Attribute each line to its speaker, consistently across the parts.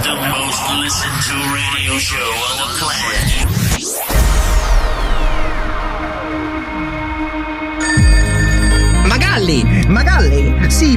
Speaker 1: most listened to radio show on the planet.
Speaker 2: Magalli! Magalli! Sì,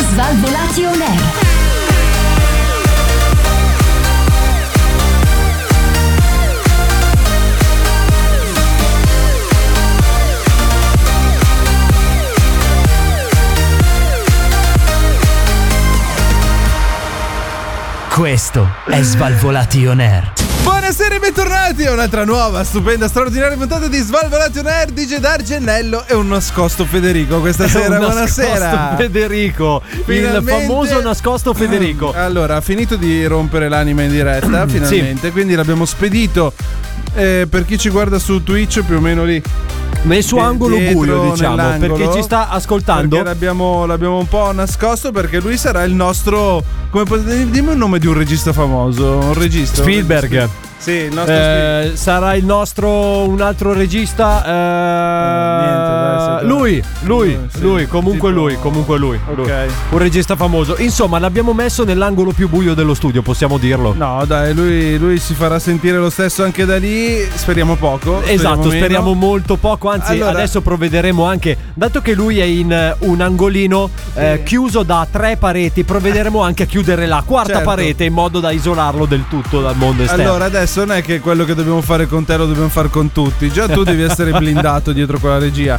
Speaker 3: Svalvolati on air.
Speaker 4: Questo è Svalvolati On Air.
Speaker 5: Buonasera e bentornati a un'altra nuova, stupenda, straordinaria puntata di Svalvolati on Air di Gedar Gennello e un nascosto Federico questa sera.
Speaker 6: Un
Speaker 5: Buonasera.
Speaker 6: nascosto Federico,
Speaker 5: Finalmente- Ah,
Speaker 6: il famoso nascosto Federico.
Speaker 5: Allora, ha finito di rompere l'anima in diretta, finalmente, quindi l'abbiamo spedito eh, per chi ci guarda su Twitch più o meno lì.
Speaker 6: Messo
Speaker 5: di-
Speaker 6: angolo
Speaker 5: dietro,
Speaker 6: buio, diciamo,
Speaker 5: nell'angolo,
Speaker 6: perché ci sta ascoltando.
Speaker 5: Perché l'abbiamo, l'abbiamo un po' nascosto perché lui sarà il nostro... Come, pot- dimmi un nome di un regista famoso, un regista. un
Speaker 6: Spielberg.
Speaker 5: regista. Sì, il nostro Spielberg.
Speaker 6: Eh, sarà il nostro un altro regista eh,
Speaker 5: niente, dai, se-
Speaker 6: lui lui
Speaker 5: Sì,
Speaker 6: lui comunque
Speaker 5: tipo-
Speaker 6: lui comunque lui,
Speaker 5: Ok.
Speaker 6: lui. un regista famoso insomma l'abbiamo messo nell'angolo più buio dello studio possiamo dirlo
Speaker 5: No, dai, lui, lui si farà sentire lo stesso anche da lì. Speriamo poco.
Speaker 6: Esatto,
Speaker 5: meno.
Speaker 6: speriamo molto poco, anzi
Speaker 5: Allora-
Speaker 6: adesso provvederemo anche, dato che lui è in eh, un angolino eh, chiuso da tre pareti, provvederemo anche a chiudere la quarta
Speaker 5: Eh. Certo.
Speaker 6: parete in modo da isolarlo del tutto dal mondo esterno.
Speaker 5: Allora, adesso non è che quello che dobbiamo fare con te lo dobbiamo fare con tutti. Già tu devi essere blindato dietro quella regia.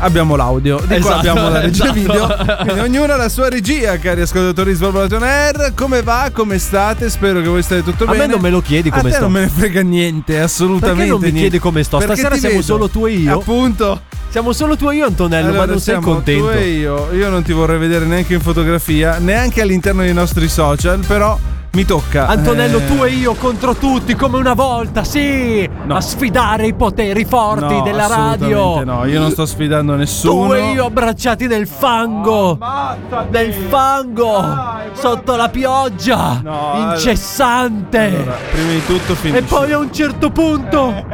Speaker 5: Abbiamo l'audio, di qua
Speaker 6: Esatto,
Speaker 5: abbiamo la regia
Speaker 6: esatto.
Speaker 5: video. Quindi ognuno ha la sua regia, cari ascoltatori di Svalvolato on Air. Come va? Come state? Spero che voi state tutto
Speaker 6: A me
Speaker 5: bene.
Speaker 6: non me lo chiedi
Speaker 5: A te
Speaker 6: come sto.
Speaker 5: non me ne frega niente, assolutamente.
Speaker 6: Perché non mi
Speaker 5: niente.
Speaker 6: chiedi come sto?
Speaker 5: Perché
Speaker 6: Stasera
Speaker 5: ti
Speaker 6: siamo
Speaker 5: vedo.
Speaker 6: solo tu e io.
Speaker 5: Appunto.
Speaker 6: Siamo solo tu e io Antonello, ma
Speaker 5: Allora,
Speaker 6: non Eh, sei
Speaker 5: siamo
Speaker 6: contento.
Speaker 5: Tu e io, io non ti vorrei vedere neanche in fotografia, neanche all'interno dei nostri social, però mi tocca.
Speaker 6: Antonello,
Speaker 5: Eh,
Speaker 6: tu e io contro tutti, come una volta, sì! A sfidare i poteri forti
Speaker 5: Eh, no,
Speaker 6: della
Speaker 5: assolutamente
Speaker 6: radio.
Speaker 5: No, io non sto sfidando nessuno.
Speaker 6: Tu e io abbracciati nel fango.
Speaker 5: Ammazzati!
Speaker 6: Nel fango.
Speaker 5: Dai,
Speaker 6: sotto la pioggia.
Speaker 5: No, eh, allora-
Speaker 6: incessante.
Speaker 5: Allora, prima di tutto finisci.
Speaker 6: e poi a un certo punto.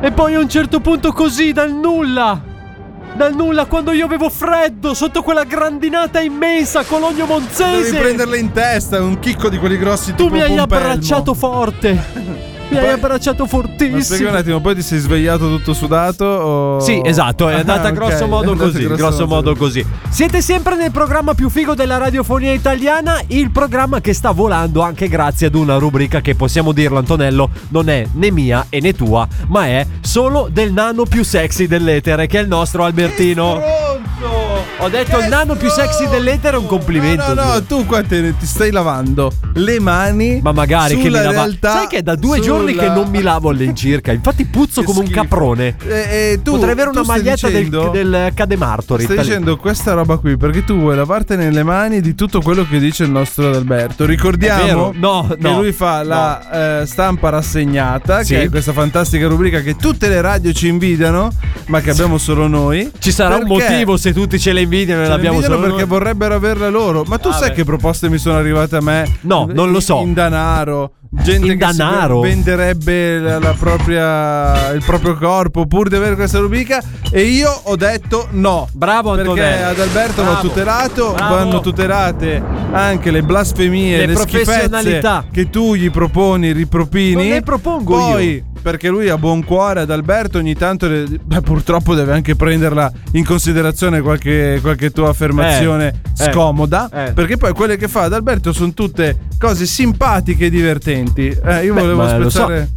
Speaker 6: e poi a un certo punto così, dal nulla. Dal nulla, quando io avevo freddo sotto quella grandinata immensa, Cologno
Speaker 5: devi
Speaker 6: Monzese.
Speaker 5: prenderle in testa, un chicco di quelli grossi
Speaker 6: Tu
Speaker 5: tipo
Speaker 6: mi hai
Speaker 5: pompelmo.
Speaker 6: abbracciato forte. Mi hai
Speaker 5: Poi-
Speaker 6: abbracciato
Speaker 5: Ma spiegami
Speaker 6: fortissimo.
Speaker 5: un attimo, poi ti sei svegliato tutto sudato o-
Speaker 6: Sì, esatto, è
Speaker 5: Ah,
Speaker 6: andata
Speaker 5: ok,
Speaker 6: grosso
Speaker 5: è
Speaker 6: modo
Speaker 5: andata
Speaker 6: così, grosso modo così. Siete sempre nel programma più figo della radiofonia italiana, il programma che sta volando anche grazie ad una rubrica che possiamo dirlo Antonello, non è né mia e né tua, ma è solo del nano più sexy dell'etere che è il nostro Albertino.
Speaker 5: Pronto!
Speaker 6: Ho detto il nano più sexy dell'etere è un
Speaker 5: No,
Speaker 6: complimento.
Speaker 5: no, no,
Speaker 6: Dio.
Speaker 5: tu qua te ne- ti stai lavando le mani.
Speaker 6: Ma magari che mi
Speaker 5: sulla
Speaker 6: lava.
Speaker 5: realtà,
Speaker 6: Sai che è da due
Speaker 5: sulla-
Speaker 6: giorni che non mi lavo all'incirca. Infatti puzzo
Speaker 5: Che
Speaker 6: come
Speaker 5: schifo.
Speaker 6: un caprone.
Speaker 5: Eh, eh, tu,
Speaker 6: Potrei avere una
Speaker 5: tu stai
Speaker 6: maglietta
Speaker 5: dicendo-
Speaker 6: del, del Cademartori.
Speaker 5: Stai dicendo questa roba qui perché tu vuoi lavarti nelle mani di tutto quello che dice il nostro Alberto.
Speaker 6: È
Speaker 5: Ricordiamo
Speaker 6: vero? No,
Speaker 5: che
Speaker 6: no,
Speaker 5: lui fa la eh, stampa rassegnata,
Speaker 6: Sì.
Speaker 5: che è questa fantastica rubrica che tutte le radio ci invidiano, ma che abbiamo solo noi.
Speaker 6: Ci sarà un
Speaker 5: Perché
Speaker 6: motivo se tutti ce le invidiano e
Speaker 5: ce
Speaker 6: le
Speaker 5: ne
Speaker 6: abbiamo
Speaker 5: invidiano
Speaker 6: solo
Speaker 5: perché
Speaker 6: noi.
Speaker 5: vorrebbero averla loro. Ma tu
Speaker 6: Ah,
Speaker 5: sai
Speaker 6: beh.
Speaker 5: che proposte mi sono arrivate a me?
Speaker 6: No, non lo so.
Speaker 5: In danaro. Gente
Speaker 6: In
Speaker 5: che si
Speaker 6: danaro?
Speaker 5: venderebbe la, la propria, il proprio corpo pur di avere questa rubrica. E io ho detto no.
Speaker 6: Bravo
Speaker 5: Perché
Speaker 6: Antonello.
Speaker 5: ad Alberto va
Speaker 6: Bravo.
Speaker 5: tutelato,
Speaker 6: Bravo.
Speaker 5: vanno tutelate anche le blasfemie,
Speaker 6: Le
Speaker 5: le, schifezze
Speaker 6: professionalità.
Speaker 5: che tu gli proponi, ripropini.
Speaker 6: Non le propongo
Speaker 5: Poi,
Speaker 6: io.
Speaker 5: perché lui ha buon cuore ad Alberto, ogni tanto le- beh, purtroppo deve anche prenderla in considerazione qualche, qualche tua affermazione
Speaker 6: Eh, eh,
Speaker 5: scomoda,
Speaker 6: eh.
Speaker 5: perché poi quelle che fa ad Alberto sono tutte cose simpatiche e divertenti. Eh, io
Speaker 6: Beh,
Speaker 5: volevo
Speaker 6: ma lo so.
Speaker 5: spezzare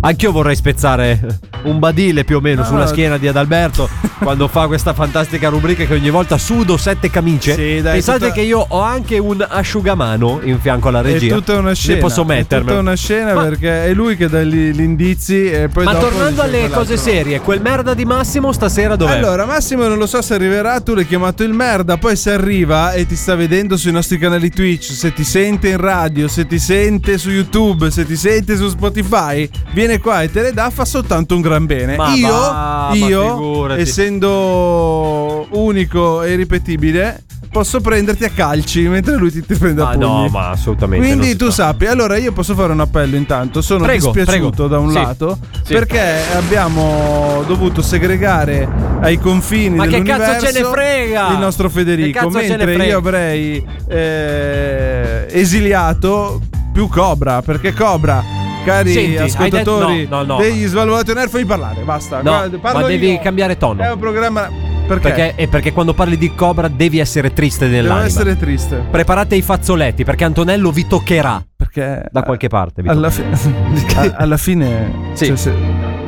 Speaker 6: Anch'io vorrei spezzare un badile più o
Speaker 5: Ah,
Speaker 6: meno sulla schiena di Adalberto quando fa questa fantastica rubrica che ogni volta sudo sette camicie.
Speaker 5: Sì, dai,
Speaker 6: Pensate
Speaker 5: tutta-
Speaker 6: che io ho anche un asciugamano in fianco alla
Speaker 5: È
Speaker 6: regia.
Speaker 5: tutta una scena.
Speaker 6: Ne posso mettermelo.
Speaker 5: È tutta una scena
Speaker 6: Ma-
Speaker 5: perché è lui che dà gli, gli indizi e poi
Speaker 6: Ma
Speaker 5: dopo dice
Speaker 6: tornando alle
Speaker 5: quell'altro.
Speaker 6: cose serie, quel merda di Massimo stasera dov'è?
Speaker 5: Allora, Massimo, non lo so se arriverà. Tu l'hai chiamato il merda. Poi, se arriva e ti sta vedendo sui nostri canali Twitch, se ti sente in radio, se ti sente su YouTube, se ti sente su Spotify, viene qua e te le dà. Fa soltanto un gran bene.
Speaker 6: Ma
Speaker 5: io,
Speaker 6: va, ma
Speaker 5: io
Speaker 6: figurati.
Speaker 5: essendo unico e irripetibile, posso prenderti a calci mentre lui ti, ti prende a
Speaker 6: ma
Speaker 5: pugni.
Speaker 6: Ah, no, ma assolutamente. non
Speaker 5: Quindi
Speaker 6: si
Speaker 5: tu
Speaker 6: fa.
Speaker 5: sappi, allora io posso fare un appello intanto, sono
Speaker 6: Prego,
Speaker 5: dispiaciuto
Speaker 6: prego.
Speaker 5: da un
Speaker 6: Sì.
Speaker 5: lato
Speaker 6: Sì.
Speaker 5: perché abbiamo dovuto segregare ai confini
Speaker 6: Ma che
Speaker 5: dell'universo
Speaker 6: cazzo ce ne frega?
Speaker 5: il nostro
Speaker 6: Che
Speaker 5: Federico,
Speaker 6: cazzo ce ne
Speaker 5: mentre
Speaker 6: frega?
Speaker 5: io avrei eh, esiliato più Cobra, perché Cobra, cari
Speaker 6: Senti, hai
Speaker 5: ascoltatori
Speaker 6: detto- no, no, no.
Speaker 5: degli Svalvolati on Air, fammi parlare, basta.
Speaker 6: No,
Speaker 5: Guarda, parlo
Speaker 6: ma devi
Speaker 5: io. Eh,
Speaker 6: cambiare tono.
Speaker 5: È un programma... Perché?
Speaker 6: Perché, è perché quando parli di Cobra devi essere triste
Speaker 5: Devo
Speaker 6: nell'anima.
Speaker 5: essere triste.
Speaker 6: Preparate i fazzoletti perché Antonello vi toccherà.
Speaker 5: Perché...
Speaker 6: Da qualche parte, vi
Speaker 5: Alla, fine a- alla fine...
Speaker 6: Sì.
Speaker 5: cioè, se-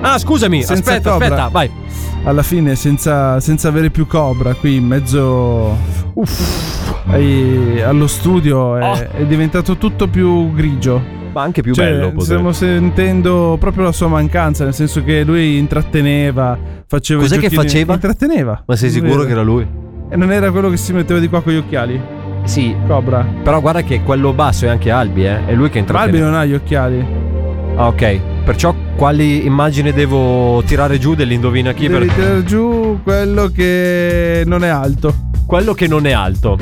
Speaker 6: Ah, scusami,
Speaker 5: Senza
Speaker 6: aspetta,
Speaker 5: Cobra.
Speaker 6: aspetta, vai.
Speaker 5: alla fine senza, senza avere più Cobra qui in mezzo ai- allo studio è,
Speaker 6: Oh.
Speaker 5: è diventato tutto più grigio.
Speaker 6: Ma anche più
Speaker 5: Cioè,
Speaker 6: bello. potrebbe.
Speaker 5: stiamo sentendo proprio la sua mancanza, nel senso che lui intratteneva, faceva i
Speaker 6: Cos'è che
Speaker 5: giochini-
Speaker 6: faceva?
Speaker 5: Intratteneva.
Speaker 6: Ma sei
Speaker 5: Non
Speaker 6: sicuro che era lui?
Speaker 5: E non era quello che si metteva di qua con gli occhiali?
Speaker 6: Sì.
Speaker 5: Cobra.
Speaker 6: Però guarda che quello basso è anche Albi, eh. È lui che entra.
Speaker 5: Albi non ha gli occhiali.
Speaker 6: Ah, ok. Perciò quali immagini devo tirare giù dell'indovina chi?
Speaker 5: Devi
Speaker 6: Per...
Speaker 5: tirare giù quello che non è alto.
Speaker 6: Quello che non è alto.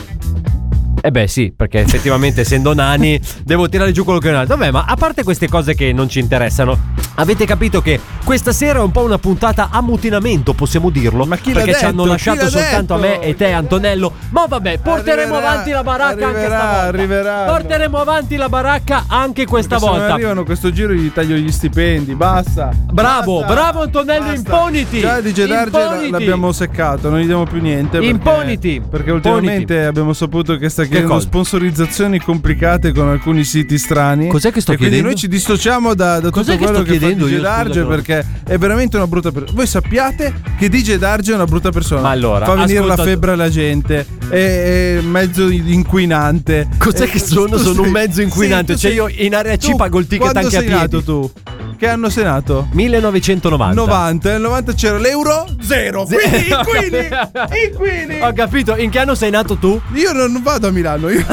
Speaker 6: Eh beh sì, perché effettivamente essendo nani devo tirare giù quello che non è alto. Vabbè, ma a parte queste cose che non ci interessano, avete capito che questa sera è un po' una puntata a mutinamento, possiamo dirlo?
Speaker 5: Ma chi l'ha
Speaker 6: Perché ci hanno
Speaker 5: detto?
Speaker 6: lasciato
Speaker 5: Chi l'ha
Speaker 6: soltanto a me
Speaker 5: detto?
Speaker 6: e te Antonello. Ma vabbè, porteremo
Speaker 5: Arriverà,
Speaker 6: avanti la baracca anche
Speaker 5: arriverà,
Speaker 6: stavolta.
Speaker 5: arriverà.
Speaker 6: Porteremo avanti la baracca anche questa
Speaker 5: Perché Se non
Speaker 6: volta.
Speaker 5: arrivano questo giro gli taglio gli stipendi, basta.
Speaker 6: Bravo,
Speaker 5: Basta.
Speaker 6: bravo Antonello,
Speaker 5: Basta.
Speaker 6: imponiti.
Speaker 5: Già di Gedarge
Speaker 6: Imponiti.
Speaker 5: l'abbiamo seccato, non gli diamo più niente. perché-
Speaker 6: Imponiti.
Speaker 5: Perché, ultimamente
Speaker 6: Imponiti.
Speaker 5: abbiamo saputo che sta chiedendo
Speaker 6: cosa?
Speaker 5: sponsorizzazioni complicate con alcuni siti strani.
Speaker 6: Cos'è che sto
Speaker 5: e
Speaker 6: chiedendo?
Speaker 5: Quindi noi ci dissociamo da, da tutto
Speaker 6: Cos'è che
Speaker 5: quello
Speaker 6: sto
Speaker 5: che fa
Speaker 6: chiedendo
Speaker 5: DJ
Speaker 6: io?
Speaker 5: Darge
Speaker 6: Scusa, però.
Speaker 5: perché è veramente una brutta persona. Voi sappiate che DJ Darge è una brutta persona.
Speaker 6: Ma allora,
Speaker 5: fa venire la
Speaker 6: ascolta-
Speaker 5: febbre alla gente, è, è mezzo inquinante.
Speaker 6: Cos'è
Speaker 5: Eh,
Speaker 6: che sono?
Speaker 5: tu
Speaker 6: Sono un
Speaker 5: sei-
Speaker 6: mezzo
Speaker 5: sì,
Speaker 6: inquinante.
Speaker 5: tu
Speaker 6: Cioè,
Speaker 5: sei-
Speaker 6: io in area C
Speaker 5: tu
Speaker 6: pago il ticket
Speaker 5: quando
Speaker 6: anche a
Speaker 5: sei
Speaker 6: piedi.
Speaker 5: nato tu? Che anno sei nato?
Speaker 6: 1990.
Speaker 5: 90, nel 90 c'era l'euro zero. Quindi,
Speaker 6: Ho
Speaker 5: inquini,
Speaker 6: cap-
Speaker 5: inquini.
Speaker 6: Ho capito, in che anno sei nato tu?
Speaker 5: Io non vado a Milano, io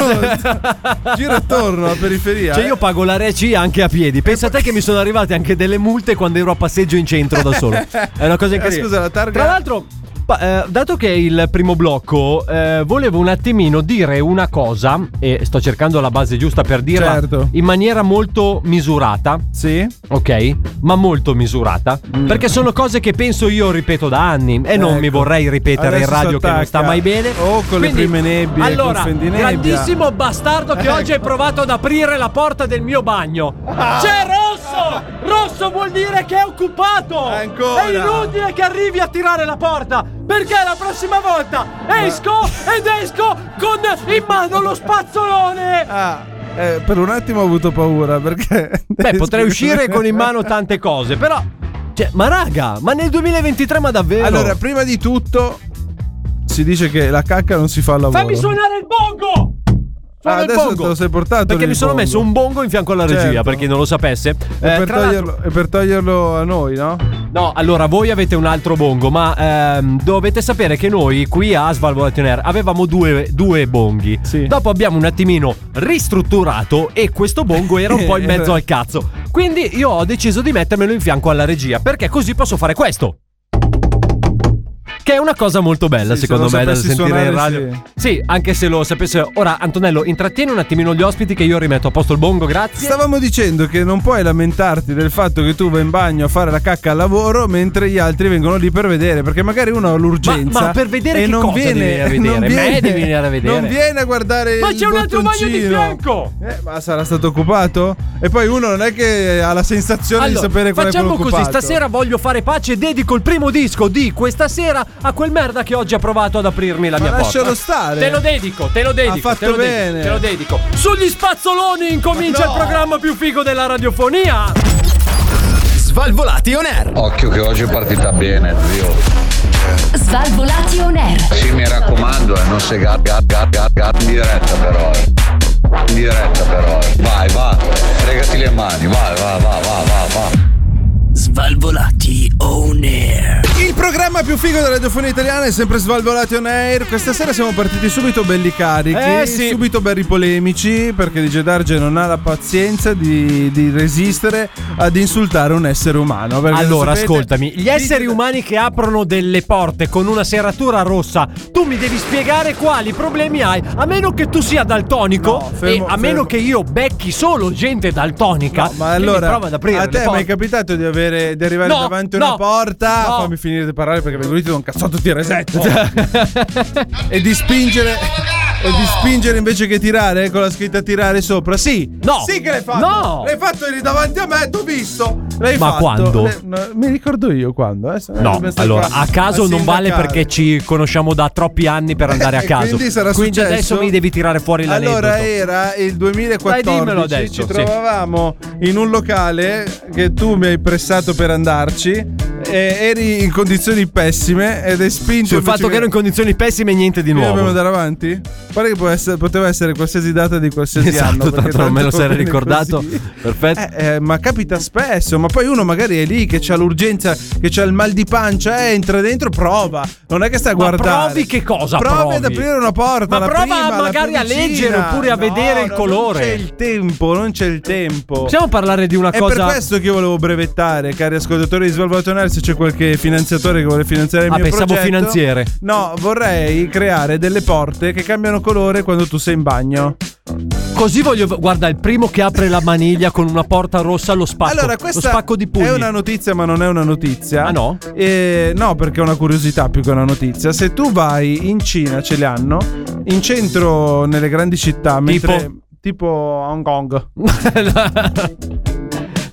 Speaker 5: giro attorno alla periferia. eh.
Speaker 6: Cioè io pago l'area C anche a piedi. Pensa a te che mi sono arrivate anche delle multe quando ero a passeggio in centro da solo. È una cosa incredibile.
Speaker 5: scusa, la targa-
Speaker 6: Tra l'altro pa- eh, dato che è il primo blocco, eh, volevo un attimino dire una cosa, e sto cercando la base giusta per dirla
Speaker 5: Certo.
Speaker 6: in maniera molto misurata,
Speaker 5: Sì?
Speaker 6: Ok, ma molto misurata. Perché sono cose che penso io ripeto da anni e non
Speaker 5: Mm. Ecco.
Speaker 6: mi vorrei ripetere in
Speaker 5: Adesso
Speaker 6: radio che non sta
Speaker 5: s'attacca.
Speaker 6: mai bene.
Speaker 5: O con Eh. le prime nebbie,
Speaker 6: Allora,
Speaker 5: col fendinebbia.
Speaker 6: grandissimo bastardo che oggi hai provato ad aprire la porta del mio bagno.
Speaker 5: Ah.
Speaker 6: C'è rosso! Rosso vuol dire che è occupato!
Speaker 5: Ancora!
Speaker 6: È inutile che arrivi a tirare la porta! Perché la prossima volta esco ed esco con in mano lo spazzolone!
Speaker 5: Ah, eh, per un attimo ho avuto paura perché...
Speaker 6: Beh, potrei uscire con in mano tante cose, però. Cioè, ma raga, ma nel 2023, ma davvero?
Speaker 5: Allora, prima di tutto si dice che la cacca non si fa al lavoro.
Speaker 6: fammi suonare il bongo! Suona
Speaker 5: Ah,
Speaker 6: il
Speaker 5: adesso
Speaker 6: bongo.
Speaker 5: te lo sei portato
Speaker 6: Perché
Speaker 5: lì
Speaker 6: mi
Speaker 5: il
Speaker 6: sono
Speaker 5: bongo.
Speaker 6: messo un bongo in fianco alla regia,
Speaker 5: Certo.
Speaker 6: per chi non lo sapesse. Eh,
Speaker 5: E per,
Speaker 6: tra l'altro-
Speaker 5: toglierlo, e per toglierlo a noi, no?
Speaker 6: No, allora voi avete un altro bongo, ma ehm, dovete sapere che noi qui a Svalvolation Air avevamo due, due bonghi.
Speaker 5: Sì.
Speaker 6: Dopo abbiamo un attimino ristrutturato e questo bongo era un po' in mezzo al cazzo. Quindi io ho deciso di mettermelo in fianco alla regia, perché così posso fare questo. Che è una cosa molto bella,
Speaker 5: Sì, se
Speaker 6: secondo
Speaker 5: lo
Speaker 6: me, da
Speaker 5: sapessi
Speaker 6: sentire in
Speaker 5: suonare,
Speaker 6: radio. Sì. anche se lo sapesse. Ora, Antonello, intrattieni un attimino gli ospiti che io rimetto a posto il bongo, grazie.
Speaker 5: Stavamo dicendo che non puoi lamentarti del fatto che tu vai in bagno a fare la cacca al lavoro mentre gli altri vengono lì per vedere, perché magari uno ha l'urgenza.
Speaker 6: Ma- ma per vedere
Speaker 5: e
Speaker 6: che
Speaker 5: non
Speaker 6: cosa
Speaker 5: viene,
Speaker 6: devi venire a vedere?
Speaker 5: non
Speaker 6: Me
Speaker 5: viene,
Speaker 6: devi venire a vedere.
Speaker 5: Non viene a guardare
Speaker 6: Ma
Speaker 5: il
Speaker 6: c'è un altro bagno di
Speaker 5: bottoncino.
Speaker 6: fianco!
Speaker 5: Eh, ma sarà stato occupato? E poi uno non è che ha la sensazione di sapere qual è quello
Speaker 6: Certo. facciamo così,
Speaker 5: occupato.
Speaker 6: stasera voglio fare pace e dedico il primo disco di questa sera a quel merda che oggi ha provato ad aprirmi la
Speaker 5: Ma
Speaker 6: mia porta.
Speaker 5: lascialo stare.
Speaker 6: Te lo dedico, te lo dedico,
Speaker 5: Ha fatto
Speaker 6: te lo dedico,
Speaker 5: bene.
Speaker 6: te lo dedico. Sugli spazzoloni incomincia
Speaker 5: Ma no.
Speaker 6: il programma più figo della radiofonia.
Speaker 4: Svalvolati on air.
Speaker 7: Occhio che oggi è partita bene, zio.
Speaker 3: Svalvolati on air.
Speaker 7: Sì, mi raccomando, eh, non sei gar, gar, gar, gar, gar, in diretta però. eh. In diretta però. eh. Vai, va. Fregati le mani, vai, va, va, va, va, va.
Speaker 1: Svalvolati on air.
Speaker 5: Il programma più figo della radiofonia italiana è sempre Svalvolati on Air. Questa sera siamo partiti subito belli carichi,
Speaker 6: Eh, sì.
Speaker 5: subito belli polemici, perché DJ Darge non ha la pazienza di, di resistere ad insultare un essere umano. perché
Speaker 6: Allora,
Speaker 5: sapete-
Speaker 6: ascoltami, gli esseri
Speaker 5: Dice-
Speaker 6: umani che aprono delle porte con una serratura rossa, tu mi devi spiegare quali problemi hai, a meno che tu sia daltonico
Speaker 5: No, fermo,
Speaker 6: e a meno
Speaker 5: fermo.
Speaker 6: che io becchi solo gente daltonica.
Speaker 5: No, ma
Speaker 6: che mi
Speaker 5: allora,
Speaker 6: prova ad aprire
Speaker 5: a
Speaker 6: le
Speaker 5: te mi
Speaker 6: porte.
Speaker 5: è capitato di, avere, di arrivare
Speaker 6: No,
Speaker 5: davanti a
Speaker 6: no,
Speaker 5: una porta?
Speaker 6: no.
Speaker 5: Fammi finire di parlare perché vengo lì ti do un cazzotto ti resetto.
Speaker 6: Oh.
Speaker 5: e di spingere. E di spingere invece che tirare con la scritta tirare sopra. Sì.
Speaker 6: No.
Speaker 5: Sì che l'hai fatto.
Speaker 6: No.
Speaker 5: L'hai fatto lì davanti a me, t'ho visto. L'hai
Speaker 6: Ma
Speaker 5: fatto.
Speaker 6: quando?
Speaker 5: Le- no, mi ricordo io quando. eh, se-
Speaker 6: No,
Speaker 5: eh, stai
Speaker 6: allora
Speaker 5: qua
Speaker 6: a caso non vale
Speaker 5: sindacare.
Speaker 6: perché ci conosciamo da troppi anni per andare a
Speaker 5: Eh,
Speaker 6: caso.
Speaker 5: Quindi sarà successo.
Speaker 6: adesso mi devi tirare fuori la
Speaker 5: Allora eh, era il 2014.
Speaker 6: Dai, dimmelo adesso,
Speaker 5: Ci
Speaker 6: sì.
Speaker 5: trovavamo in un locale che tu mi hai pressato per andarci. E eri in condizioni pessime ed hai spinto
Speaker 6: Sul
Speaker 5: invece
Speaker 6: fatto che ero in condizioni pessime niente di
Speaker 5: Quindi dobbiamo
Speaker 6: nuovo.
Speaker 5: andare avanti? Guarda che può essere- poteva essere qualsiasi data di qualsiasi
Speaker 6: Esatto,
Speaker 5: anno.
Speaker 6: tanto
Speaker 5: perché
Speaker 6: non me lo sarei
Speaker 5: viene
Speaker 6: ricordato.
Speaker 5: così.
Speaker 6: Perfetto.
Speaker 5: Eh, eh, ma capita spesso, ma poi uno magari è lì che c'ha l'urgenza, che c'ha il mal di pancia, eh, entra dentro, prova. Non è che sta a
Speaker 6: Ma
Speaker 5: guardare.
Speaker 6: provi che cosa
Speaker 5: Provi, ad
Speaker 6: provi?
Speaker 5: aprire una porta.
Speaker 6: Ma
Speaker 5: la
Speaker 6: prova
Speaker 5: prima, la
Speaker 6: magari a
Speaker 5: pedicina.
Speaker 6: leggere oppure a
Speaker 5: No,
Speaker 6: vedere il
Speaker 5: no,
Speaker 6: colore.
Speaker 5: Non c'è il tempo, non c'è il tempo.
Speaker 6: Possiamo parlare di una
Speaker 5: È Eh, per
Speaker 6: cosa.
Speaker 5: questo che io volevo brevettare, cari ascoltatori di Svalvolatonel, se c'è qualche finanziatore che vuole finanziare il
Speaker 6: Ah,
Speaker 5: mio
Speaker 6: pensavo
Speaker 5: progetto.
Speaker 6: finanziere.
Speaker 5: No, vorrei creare delle porte che cambiano colore quando tu sei in bagno.
Speaker 6: Così voglio. Guarda, il primo che apre la maniglia con una porta rossa lo spacco.
Speaker 5: allora, questa
Speaker 6: lo spacco di pugni.
Speaker 5: è una notizia, ma non è una notizia.
Speaker 6: Ah, no?
Speaker 5: Eh, no, perché è una curiosità più che una notizia. Se tu vai in Cina, ce le hanno, in centro, nelle grandi città, mentre... Tipo Hong Kong,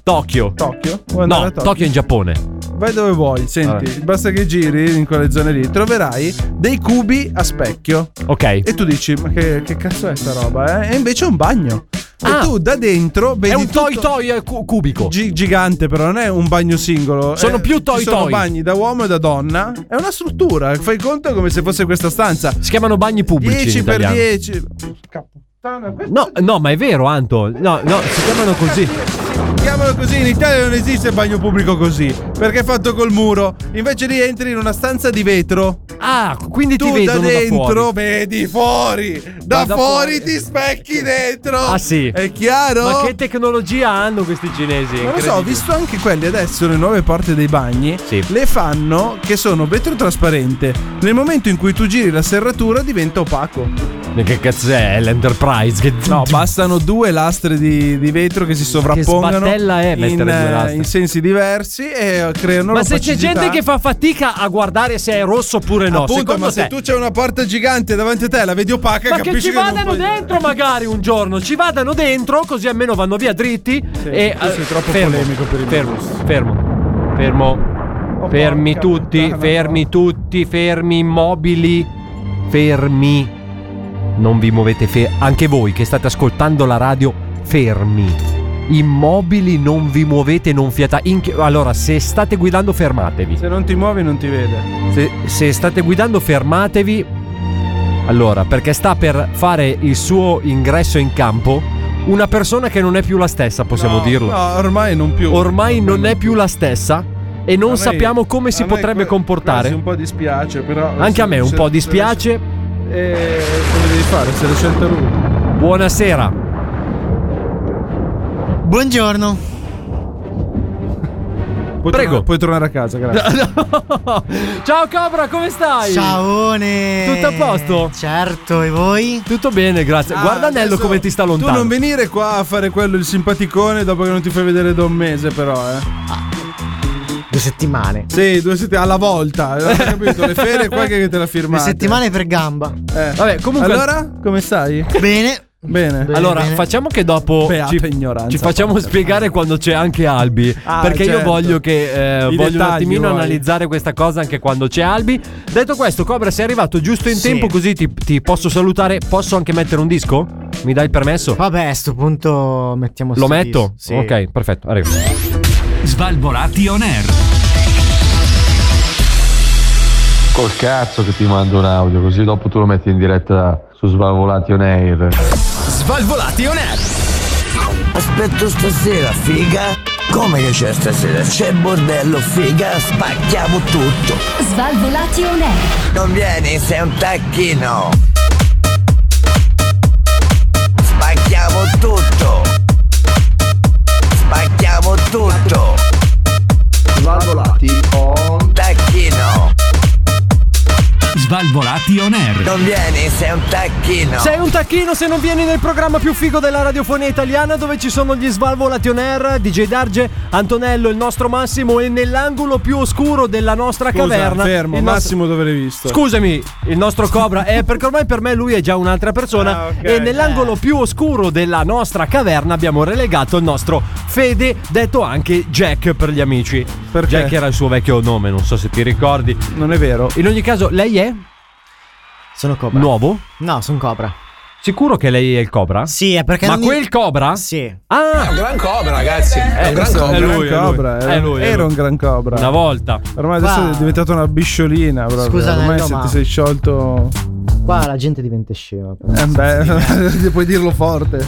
Speaker 6: Tokyo.
Speaker 5: Tokyo. Vuoi andare
Speaker 6: No,
Speaker 5: a
Speaker 6: Tokyo è in Giappone.
Speaker 5: Vai dove vuoi, senti,
Speaker 6: Vabbè.
Speaker 5: basta che giri in quelle zone lì, troverai dei cubi a specchio.
Speaker 6: Ok.
Speaker 5: E tu dici, ma che, che cazzo è sta roba? eh?" E invece è un bagno.
Speaker 6: Ah.
Speaker 5: E tu da dentro vedi
Speaker 6: È un toy
Speaker 5: tutto-
Speaker 6: toy eh, cu- cubico.
Speaker 5: gi- gigante, però non è un bagno singolo.
Speaker 6: Sono
Speaker 5: Eh,
Speaker 6: più
Speaker 5: ci
Speaker 6: toy
Speaker 5: sono
Speaker 6: toy.
Speaker 5: bagni da uomo e da donna. È una struttura, fai conto come se fosse questa stanza.
Speaker 6: si chiamano bagni pubblici.
Speaker 5: 10
Speaker 6: in
Speaker 5: per
Speaker 6: italiano.
Speaker 5: 10. Caputtana, questo
Speaker 6: No, no, ma è vero, Anto. No, no, si chiamano così.
Speaker 5: Chiamalo così, in Italia non esiste bagno pubblico così, perché è fatto col muro. Invece lì entri in una stanza di vetro
Speaker 6: Ah, quindi ti
Speaker 5: tu da
Speaker 6: vedono
Speaker 5: dentro
Speaker 6: fuori.
Speaker 5: vedi fuori, da,
Speaker 6: da
Speaker 5: fuori,
Speaker 6: fuori.
Speaker 5: ti specchi dentro.
Speaker 6: Ah, sì.
Speaker 5: È chiaro?
Speaker 6: Ma che tecnologia hanno questi cinesi?
Speaker 5: non lo so, ho
Speaker 6: Incredibile.
Speaker 5: visto anche quelli adesso, le nuove porte dei bagni,
Speaker 6: Sì.
Speaker 5: le fanno che sono vetro trasparente. Nel momento in cui tu giri la serratura diventa opaco.
Speaker 6: Ma Che cazzo è l'Enterprise? Che...
Speaker 5: No, bastano due lastre di, di vetro che si sovrappongano
Speaker 6: sbattella è mettere
Speaker 5: in,
Speaker 6: due
Speaker 5: eh,
Speaker 6: lastre?
Speaker 5: in sensi diversi e creano
Speaker 6: Ma se c'è
Speaker 5: l'opacità.
Speaker 6: gente che fa fatica a guardare se è rosso oppure no,
Speaker 5: Appunto,
Speaker 6: secondo
Speaker 5: ma se
Speaker 6: te-
Speaker 5: tu c'è una porta gigante davanti a te, la vedi opaca,
Speaker 6: ma che
Speaker 5: capisci
Speaker 6: ci
Speaker 5: non
Speaker 6: vadano
Speaker 5: puoi-
Speaker 6: dentro magari un giorno, ci vadano dentro così almeno vanno via dritti e eh,
Speaker 5: tu sei troppo
Speaker 6: fermo,
Speaker 5: polemico per il mio
Speaker 6: fermo,
Speaker 5: gusto.
Speaker 6: fermo, fermo.
Speaker 5: Oh,
Speaker 6: Fermi
Speaker 5: porca
Speaker 6: tutti,
Speaker 5: puttana,
Speaker 6: fermi
Speaker 5: no.
Speaker 6: tutti, fermi immobili, fermi. Non vi muovete fermi, anche voi che state ascoltando la radio, fermi. Immobili, non vi muovete, non fiatate. Inchi- allora, se state guidando, fermatevi.
Speaker 5: Se non ti muovi non ti vede.
Speaker 6: Se, se state guidando fermatevi. Allora, perché sta per fare il suo ingresso in campo una persona che non è più la stessa, possiamo
Speaker 5: No,
Speaker 6: dirlo.
Speaker 5: No, ormai non più.
Speaker 6: Ormai non è più la stessa e non
Speaker 5: A me-
Speaker 6: sappiamo come si
Speaker 5: a me
Speaker 6: potrebbe
Speaker 5: que-
Speaker 6: comportare.
Speaker 5: quasi Un po' dispiace, però.
Speaker 6: Anche a me un
Speaker 5: se-
Speaker 6: po'
Speaker 5: se-
Speaker 6: dispiace.
Speaker 5: Eh, cosa devi fare? Se l'ha scelta lui.
Speaker 6: Buonasera.
Speaker 8: Buongiorno.
Speaker 5: Puoi
Speaker 6: Prego.
Speaker 5: tornare- puoi tornare a casa, grazie.
Speaker 6: Ciao Cobra, come stai?
Speaker 8: Ciaone.
Speaker 6: Tutto a posto?
Speaker 8: Certo, e voi?
Speaker 6: Tutto bene, grazie. Guarda
Speaker 5: Ah,
Speaker 6: Nello
Speaker 5: adesso
Speaker 6: come ti sta lontano.
Speaker 5: Tu non venire qua a fare quello il simpaticone dopo che non ti fai vedere da un mese, però, eh.
Speaker 8: Due settimane.
Speaker 5: Sì, due settimane alla volta. eh, Ho capito? Le ferie qua che te la
Speaker 8: Due
Speaker 5: firmate.
Speaker 8: settimane per gamba.
Speaker 5: Eh.
Speaker 6: Vabbè, comunque
Speaker 5: Allora, come stai?
Speaker 8: Bene.
Speaker 5: Bene.
Speaker 8: Bene.
Speaker 6: Allora, facciamo che dopo
Speaker 5: Beata
Speaker 6: ci,
Speaker 5: ignoranza,
Speaker 6: ci facciamo
Speaker 5: porca
Speaker 6: spiegare quando c'è anche Albi.
Speaker 5: Ah,
Speaker 6: perché io
Speaker 5: certo.
Speaker 6: voglio che eh,
Speaker 5: I
Speaker 6: voglio un
Speaker 5: dettagli
Speaker 6: attimino
Speaker 5: vuoi.
Speaker 6: analizzare questa cosa anche quando c'è Albi. Detto questo, Cobra, sei arrivato giusto in
Speaker 8: Sì.
Speaker 6: tempo, così ti, ti posso salutare. Posso anche mettere un disco? Mi dai il permesso?
Speaker 8: Vabbè, a sto punto mettiamo
Speaker 6: Lo
Speaker 8: sto
Speaker 6: metto?
Speaker 8: disco. Sì.
Speaker 6: Ok, perfetto, arrivo.
Speaker 4: Svalvolati on air.
Speaker 7: Col cazzo che ti mando un audio, così dopo tu lo metti in diretta su Svalvolati on Air.
Speaker 1: Svalvolati on air. Aspetto stasera, figa. Come che c'è stasera? C'è bordello, figa, spacchiamo tutto.
Speaker 3: Svalvolati on air.
Speaker 1: Non vieni, sei un tacchino. Spacchiamo tutto. Spacchiamo tutto. Svalvolati on tacchino.
Speaker 4: Svalvolati on air.
Speaker 1: Non vieni, sei un tacchino.
Speaker 6: Sei un tacchino se non vieni nel programma più figo della radiofonia italiana dove ci sono gli Svalvolati on air, DJ Darge, Antonello, il nostro Massimo e nell'angolo più oscuro della nostra caverna.
Speaker 5: fermo,
Speaker 6: il nostro-
Speaker 5: Massimo dove l'hai visto?
Speaker 6: Scusami, il nostro Cobra è perché ormai per me lui è già un'altra persona
Speaker 5: Ah, ok.
Speaker 6: e nell'angolo più oscuro della nostra caverna abbiamo relegato il nostro Fede, detto anche Jack per gli amici.
Speaker 5: Perché?
Speaker 6: Jack era il suo vecchio nome, non so se ti ricordi.
Speaker 5: Non è vero.
Speaker 6: In ogni caso, lei è
Speaker 8: Sono Cobra.
Speaker 6: nuovo?
Speaker 8: No, sono Cobra.
Speaker 6: Sicuro che lei è il Cobra?
Speaker 8: Sì, è perché.
Speaker 6: Ma
Speaker 8: ogni-
Speaker 6: quel Cobra?
Speaker 8: Sì.
Speaker 6: Ah, Eh,
Speaker 7: Gran cobra, ragazzi. È un gran
Speaker 5: È
Speaker 7: cobra.
Speaker 5: lui,
Speaker 6: è lui.
Speaker 5: cobra, eh.
Speaker 6: È lui, è
Speaker 5: Era
Speaker 6: lui.
Speaker 5: un gran cobra.
Speaker 6: una volta.
Speaker 5: Ormai adesso
Speaker 8: Qua-
Speaker 5: è diventata una bisciolina. Proprio.
Speaker 8: Scusa,
Speaker 5: ormai
Speaker 8: Nello,
Speaker 5: se
Speaker 8: ma-
Speaker 5: ti sei sciolto.
Speaker 8: Qua la gente diventa scema.
Speaker 5: Eh, beh, puoi dirlo forte.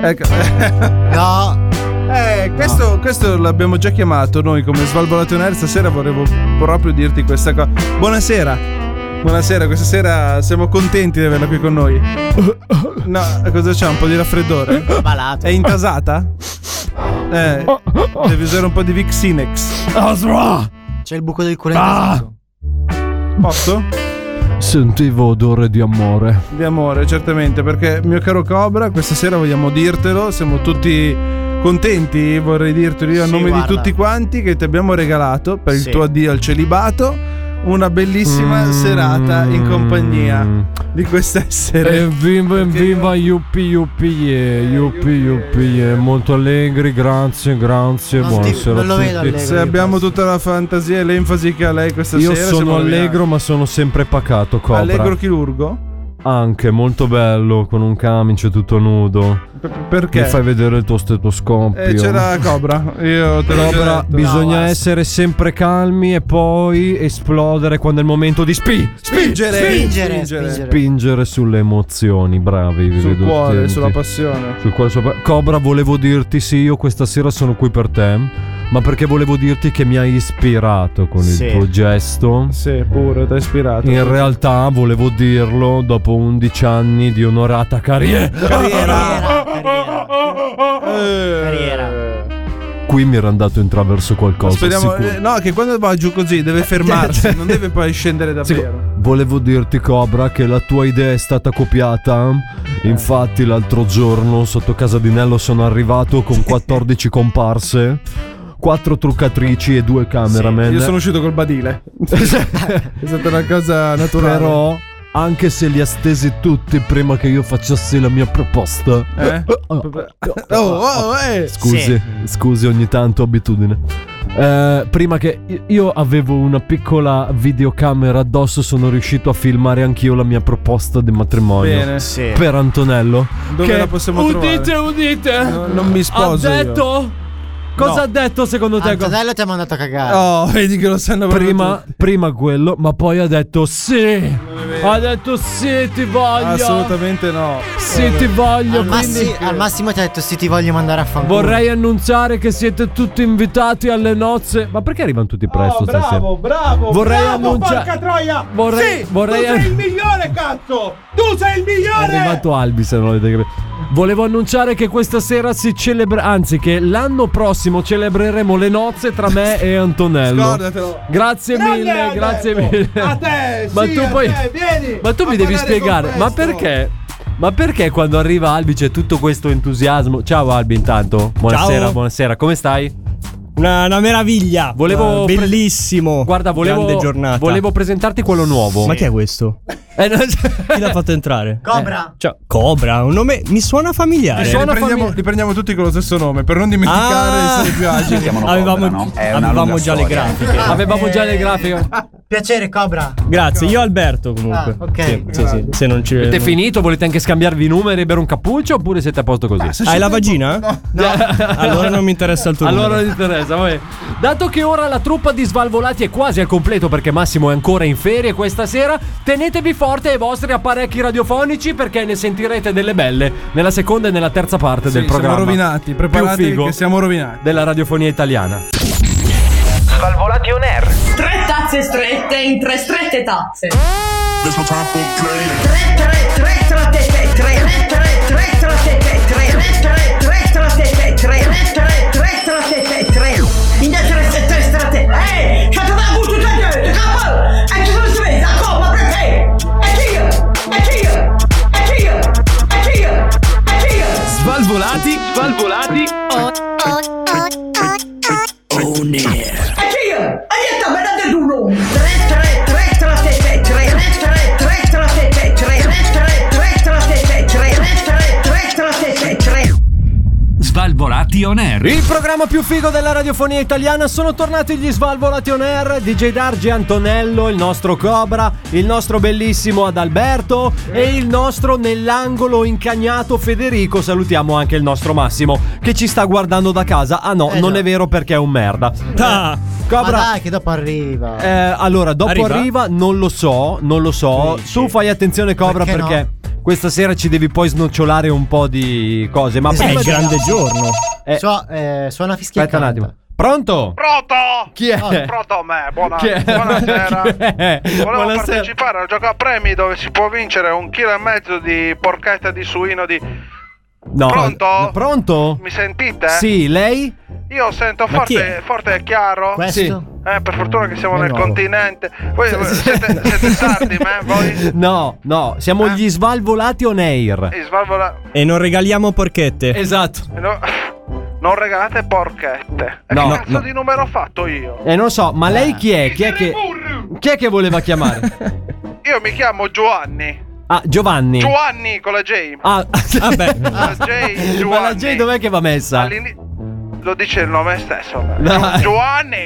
Speaker 5: Ecco.
Speaker 8: No.
Speaker 5: Eh, questo, questo l'abbiamo già chiamato noi come Svalvolato on Air. Stasera volevo proprio dirti questa cosa. Buonasera. Buonasera, questa sera siamo contenti di averla qui con noi. No, cosa c'è? Un po' di raffreddore?
Speaker 8: Malato.
Speaker 5: È intasata? Eh, devi usare un po' di Vixinex.
Speaker 8: C'è il buco del culo intasato.
Speaker 5: Posso?
Speaker 6: Sentivo odore di amore.
Speaker 5: Di amore, certamente, perché mio caro Cobra, questa sera vogliamo dirtelo, siamo tutti contenti, vorrei dirtelo io a
Speaker 8: Sì,
Speaker 5: nome
Speaker 8: guarda.
Speaker 5: di tutti quanti che ti abbiamo regalato per
Speaker 8: Sì.
Speaker 5: il tuo addio al celibato una bellissima
Speaker 6: Mm.
Speaker 5: serata in compagnia di
Speaker 6: Eh,
Speaker 5: quest'essere
Speaker 6: viva e
Speaker 5: viva,
Speaker 6: yuppi yuppi
Speaker 5: Eh, yuppi, yuppi, yeah.
Speaker 6: molto allegri, grazie, grazie,
Speaker 8: Non ti- buonasera non lo a vedo tutti. allegro.
Speaker 5: Se abbiamo tutta la fantasia e l'enfasi che ha lei questa
Speaker 6: Io
Speaker 5: sera,
Speaker 6: sono
Speaker 5: siamo
Speaker 6: allegro ma sono sempre pacato, Cobra.
Speaker 5: rovinati. Allegro chirurgo?
Speaker 6: Anche, molto bello, con un camice tutto nudo.
Speaker 5: Per-
Speaker 6: Mi fai
Speaker 5: Perché?
Speaker 6: vedere il tuo stetoscopio.
Speaker 5: Eh, c'era Cobra. Io te l'ho già
Speaker 6: Cobra,
Speaker 5: detto.
Speaker 6: bisogna essere sempre calmi e poi esplodere quando è il momento di spi,
Speaker 5: spingere,
Speaker 8: Spingere, spingere.
Speaker 6: spingere sulle emozioni, bravi. vi
Speaker 5: sul
Speaker 6: vedo
Speaker 5: cuore,
Speaker 6: attenti.
Speaker 5: sulla passione.
Speaker 6: Sul cuore, sulla pa- Cobra, volevo dirti sì, io questa sera sono qui per te, ma perché volevo dirti che mi hai ispirato con
Speaker 8: Sì.
Speaker 6: il tuo gesto.
Speaker 5: Sì, pure, ti ha ispirato.
Speaker 6: In realtà volevo dirlo dopo 11 anni di onorata carriera.
Speaker 8: Carriera, carriera.
Speaker 5: Eh.
Speaker 8: Carriera.
Speaker 6: Qui mi era andato in traverso qualcosa.
Speaker 5: Speriamo,
Speaker 6: sicuro.
Speaker 5: eh, no, che quando va giù così deve fermarsi, non deve poi scendere davvero.
Speaker 6: Sì, Volevo dirti Cobra che la tua idea è stata copiata.
Speaker 5: Eh.
Speaker 6: Infatti l'altro giorno sotto casa di Nello sono arrivato con 14 comparse, 4 truccatrici e 2 cameraman.
Speaker 5: Io sono uscito col badile. È stata una cosa naturale.
Speaker 6: Però anche se li ha stesi tutti prima che io facessi la mia proposta.
Speaker 5: Eh? Oh, oh, eh.
Speaker 6: Scusi, scusi ogni tanto abitudine. Eh, prima che io avevo una piccola videocamera addosso, sono riuscito a filmare anch'io la mia proposta di matrimonio.
Speaker 5: Bene.
Speaker 8: Sì.
Speaker 6: Per Antonello.
Speaker 5: Dove la possiamo
Speaker 6: udite,
Speaker 5: trovare?
Speaker 6: udite!
Speaker 5: No, non mi sposo
Speaker 6: Ha
Speaker 5: io.
Speaker 6: detto? Cosa ha detto secondo te?
Speaker 8: Antonello ti ha mandato a cagare.
Speaker 5: Oh, vedi che lo sanno proprio
Speaker 6: Prima,
Speaker 5: tutti.
Speaker 6: prima quello, ma poi ha detto sì!
Speaker 5: vero.
Speaker 6: Ha detto sì, ti voglio!
Speaker 5: Assolutamente no.
Speaker 6: Sì, ti voglio!
Speaker 8: al, massi-
Speaker 6: quindi-
Speaker 8: al massimo ti ha detto sì ti voglio mandare a fanculo.
Speaker 6: Vorrei annunciare che siete tutti invitati alle nozze. Ma perché arrivano tutti presto stasera?
Speaker 5: Ah, bravo.
Speaker 6: Vorrei annunciare- Vorrei- vorrei-
Speaker 5: migliore, cazzo. Tu sei il
Speaker 6: È
Speaker 5: migliore.
Speaker 6: arrivato Albi, se non l'avete capito. Volevo annunciare che questa sera si celebra, anzi che l'anno prossimo celebreremo le nozze tra me e Antonello.
Speaker 5: Scordatelo.
Speaker 6: Grazie mille, grazie mille. ma tu poi Ma tu mi devi spiegare, ma perché? Ma perché quando arriva Albi c'è tutto questo entusiasmo? Ciao Albi intanto. Buonasera, buonasera. Come stai?
Speaker 9: Una, una meraviglia.
Speaker 6: Volevo
Speaker 8: Ah,
Speaker 9: Eh,
Speaker 6: pre-
Speaker 9: bellissimo.
Speaker 6: Guarda, volevo
Speaker 9: Grande giornata.
Speaker 6: volevo presentarti quello nuovo.
Speaker 9: Ma chi è questo?
Speaker 6: Eh, no,
Speaker 9: Chi l'ha fatto entrare?
Speaker 8: Cobra.
Speaker 9: Ciao. Cobra, un nome mi suona familiare.
Speaker 6: Ti
Speaker 5: Li
Speaker 6: suona- Buona
Speaker 5: prendiamo,
Speaker 6: famiglia.
Speaker 5: li prendiamo tutti con lo stesso nome per non dimenticare
Speaker 9: Ah!
Speaker 5: di essere più agili.
Speaker 9: Avevamo, avevamo già le grafiche.
Speaker 6: Avevamo già le grafiche.
Speaker 8: Ah, eh, Piacere, Cobra.
Speaker 9: Grazie, io Alberto comunque.
Speaker 8: Ah, ok.
Speaker 9: Sì, sì, sì, se non ci
Speaker 6: Avete
Speaker 9: non-
Speaker 6: finito? Volete anche scambiarvi i numeri e bere un cappuccio? Oppure siete a posto così?
Speaker 9: Hai la vagina? Ah, No. allora non mi interessa il tuo
Speaker 6: Allora
Speaker 9: numero.
Speaker 6: non interessa, vabbè. Dato che ora la truppa di Svalvolati è quasi al completo perché Massimo è ancora in ferie questa sera, tenetevi forte ai vostri apparecchi radiofonici perché ne sentirete delle belle nella seconda e nella terza parte del
Speaker 5: siamo
Speaker 6: programma.
Speaker 5: rovinati,
Speaker 6: Più
Speaker 5: preparatevi
Speaker 6: figo
Speaker 5: che siamo rovinati.
Speaker 6: Della radiofonia italiana.
Speaker 10: Svalvolati on air.
Speaker 11: Tre tazze strette in tre strette tazze.
Speaker 4: Svalvolati, svalvolati. Svalvolati on air.
Speaker 6: Il programma più figo della radiofonia italiana sono tornati gli Svalvolati on Air, DJ Dargi Antonello, il nostro Cobra, il nostro bellissimo Adalberto e il nostro nell'angolo incagnato Federico. Salutiamo anche il nostro Massimo che ci sta guardando da casa. Ah no, non è vero perché è un merda.
Speaker 8: Eh, Ma
Speaker 6: Ah, Cobra,
Speaker 8: dai, che dopo arriva.
Speaker 6: eh, allora, dopo arriva?
Speaker 8: Arriva?
Speaker 6: non lo so, non lo so. Tu fai attenzione Cobra
Speaker 8: Perché
Speaker 6: perché,
Speaker 8: no?
Speaker 6: questa sera ci devi poi snocciolare un po' di cose, ma
Speaker 8: Esatto.
Speaker 6: prima
Speaker 8: È il
Speaker 6: di-
Speaker 8: grande giorno.
Speaker 6: Eh,
Speaker 8: So, eh, suona fischia.
Speaker 6: Aspetta un attimo. Pronto?
Speaker 12: Pronto?
Speaker 6: Chi è?
Speaker 12: Oh, pronto me, buona,
Speaker 6: Chi è?
Speaker 12: buonasera.
Speaker 6: Chi è?
Speaker 12: Volevo
Speaker 6: Buonasera.
Speaker 12: partecipare a un gioco a premi dove si può vincere un chilo e mezzo di porchetta di suino di...
Speaker 6: No.
Speaker 12: Pronto?
Speaker 6: No, Pronto?
Speaker 12: Mi sentite?
Speaker 6: Sì, lei?
Speaker 12: Io sento
Speaker 6: Ma chi è?
Speaker 12: forte, forte e chiaro.
Speaker 6: Questo? Sì.
Speaker 12: Eh, per fortuna che siamo
Speaker 6: È
Speaker 12: nel
Speaker 6: nuovo.
Speaker 12: continente. Voi siete, siete sardi, me? eh, Voi?
Speaker 6: No, no, siamo gli svalvolati on air.
Speaker 12: Eh, Svalvola...
Speaker 9: E non regaliamo
Speaker 5: Eh,
Speaker 9: porchette.
Speaker 6: Esatto.
Speaker 12: Eh no, non regalate porchette. E
Speaker 6: No,
Speaker 12: che cazzo
Speaker 6: no.
Speaker 12: di numero ho fatto io?
Speaker 6: E Eh, non so, ma
Speaker 12: Eh.
Speaker 6: lei chi è? Chi è che Chi è che voleva chiamare?
Speaker 12: Io mi chiamo Giovanni.
Speaker 6: Ah, Giovanni.
Speaker 12: Giovanni con la J.
Speaker 6: Ah, vabbè.
Speaker 12: La J,
Speaker 6: Ma la
Speaker 12: Giovanni.
Speaker 6: J dov'è che va messa?
Speaker 12: All'ini- Lo dice il nome stesso. ma-
Speaker 6: No.
Speaker 12: Giovanni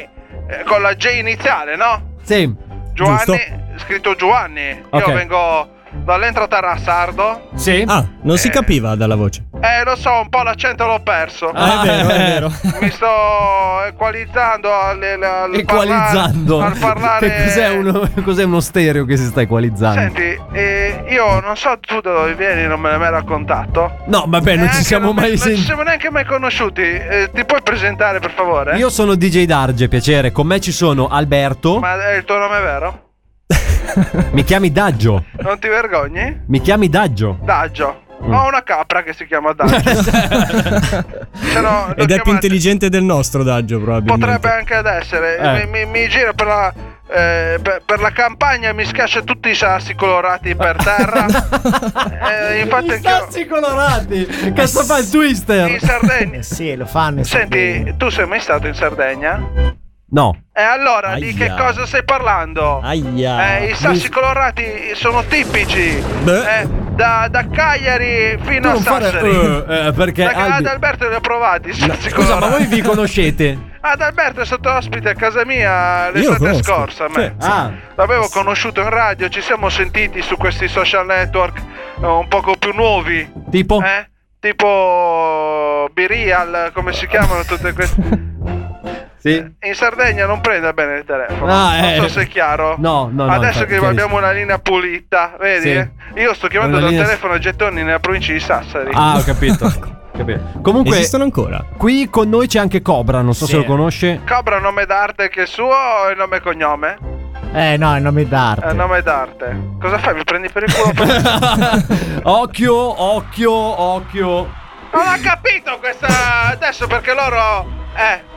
Speaker 12: eh, con la J iniziale, no?
Speaker 6: Sì.
Speaker 12: Giovanni,
Speaker 6: Giusto.
Speaker 12: scritto Giovanni.
Speaker 9: Ok.
Speaker 12: Io vengo dall'entroterra sardo.
Speaker 6: Sì.
Speaker 9: Ah, non si capiva dalla voce.
Speaker 12: Eh, lo so, un po' l'accento l'ho perso.
Speaker 9: Ah, è vero, è vero.
Speaker 12: Mi sto equalizzando al, al- al
Speaker 6: Equalizzando.
Speaker 12: parlare- al
Speaker 6: Che
Speaker 12: parlare
Speaker 6: cos'è, uno, cos'è uno stereo che si sta equalizzando?
Speaker 12: Senti, eh, io non so tu da dove vieni, non me l'hai mai raccontato.
Speaker 6: No, vabbè, Eh, non ci
Speaker 12: Neanche
Speaker 6: siamo
Speaker 12: non mi-
Speaker 6: mai
Speaker 12: Non ci
Speaker 6: sentiti.
Speaker 12: siamo neanche mai conosciuti. Eh, ti puoi presentare, per favore?
Speaker 6: Io sono DJ Darge, piacere. Con me ci sono Alberto.
Speaker 12: Ma è il tuo nome vero?
Speaker 6: Mi chiami Daggio.
Speaker 12: Non ti vergogni?
Speaker 6: Mi chiami Daggio.
Speaker 12: Daggio.
Speaker 6: Mm.
Speaker 12: Ho una capra che si chiama Daggio. Se no,
Speaker 9: Ed è più intelligente del nostro Daggio, probabilmente.
Speaker 12: potrebbe anche ad essere.
Speaker 9: Eh.
Speaker 12: Mi, mi- mi giro per la. eh, per, per la campagna mi schiaccia tutti i sassi colorati per terra. Eh, infatti, anch'io-
Speaker 6: Sassi colorati! Cazzo fa il twister?
Speaker 12: In
Speaker 5: Eh,
Speaker 12: Sardegna.
Speaker 8: sì, lo fanno. in
Speaker 12: Senti, tu sei mai stato in Sardegna?
Speaker 6: No.
Speaker 12: E allora di
Speaker 6: Aia.
Speaker 12: che cosa stai parlando?
Speaker 9: Aia.
Speaker 12: Eh, I sassi colorati sono tipici.
Speaker 6: Beh.
Speaker 12: Eh, da, da Cagliari fino a
Speaker 6: non fare-
Speaker 12: Sassari.
Speaker 6: eh, eh, perché,
Speaker 12: Perché
Speaker 6: Albi-
Speaker 12: ad Alberto li ho provati. i sassi
Speaker 6: Scusa, ma
Speaker 12: colorati.
Speaker 6: voi vi conoscete?
Speaker 12: Ad Alberto è stato ospite a casa mia
Speaker 6: Io lo
Speaker 12: l'estate
Speaker 6: conosco.
Speaker 12: scorsa. a me.
Speaker 6: Sì, sì. Ah.
Speaker 12: L'avevo conosciuto in radio, ci siamo sentiti su questi social network eh, un poco più nuovi.
Speaker 6: Tipo?
Speaker 12: Eh? Tipo Birial, come si chiamano tutte queste.
Speaker 6: Sì.
Speaker 12: In Sardegna non prende bene il telefono.
Speaker 6: Ah, eh.
Speaker 12: Non so se è chiaro.
Speaker 6: No, no, no,
Speaker 12: Adesso
Speaker 6: infatti,
Speaker 12: che abbiamo una linea pulita, vedi?
Speaker 6: Sì.
Speaker 12: eh? Io sto chiamando
Speaker 6: Una
Speaker 12: dal
Speaker 6: linea-
Speaker 12: telefono a gettoni nella provincia di Sassari.
Speaker 6: Ah, ho capito.
Speaker 12: Ecco.
Speaker 6: capito. Comunque,
Speaker 9: Esistono ancora.
Speaker 6: qui con noi c'è anche Cobra, non so
Speaker 12: Sì.
Speaker 6: se lo conosce.
Speaker 12: Cobra nome d'arte che è suo o il nome e cognome?
Speaker 8: Eh, no, il nome
Speaker 12: È
Speaker 8: d'arte.
Speaker 12: nome d'arte. Cosa fai? Mi prendi per il culo?
Speaker 6: Occhio, occhio, occhio.
Speaker 12: non ho capito questa. Adesso perché loro. Eh.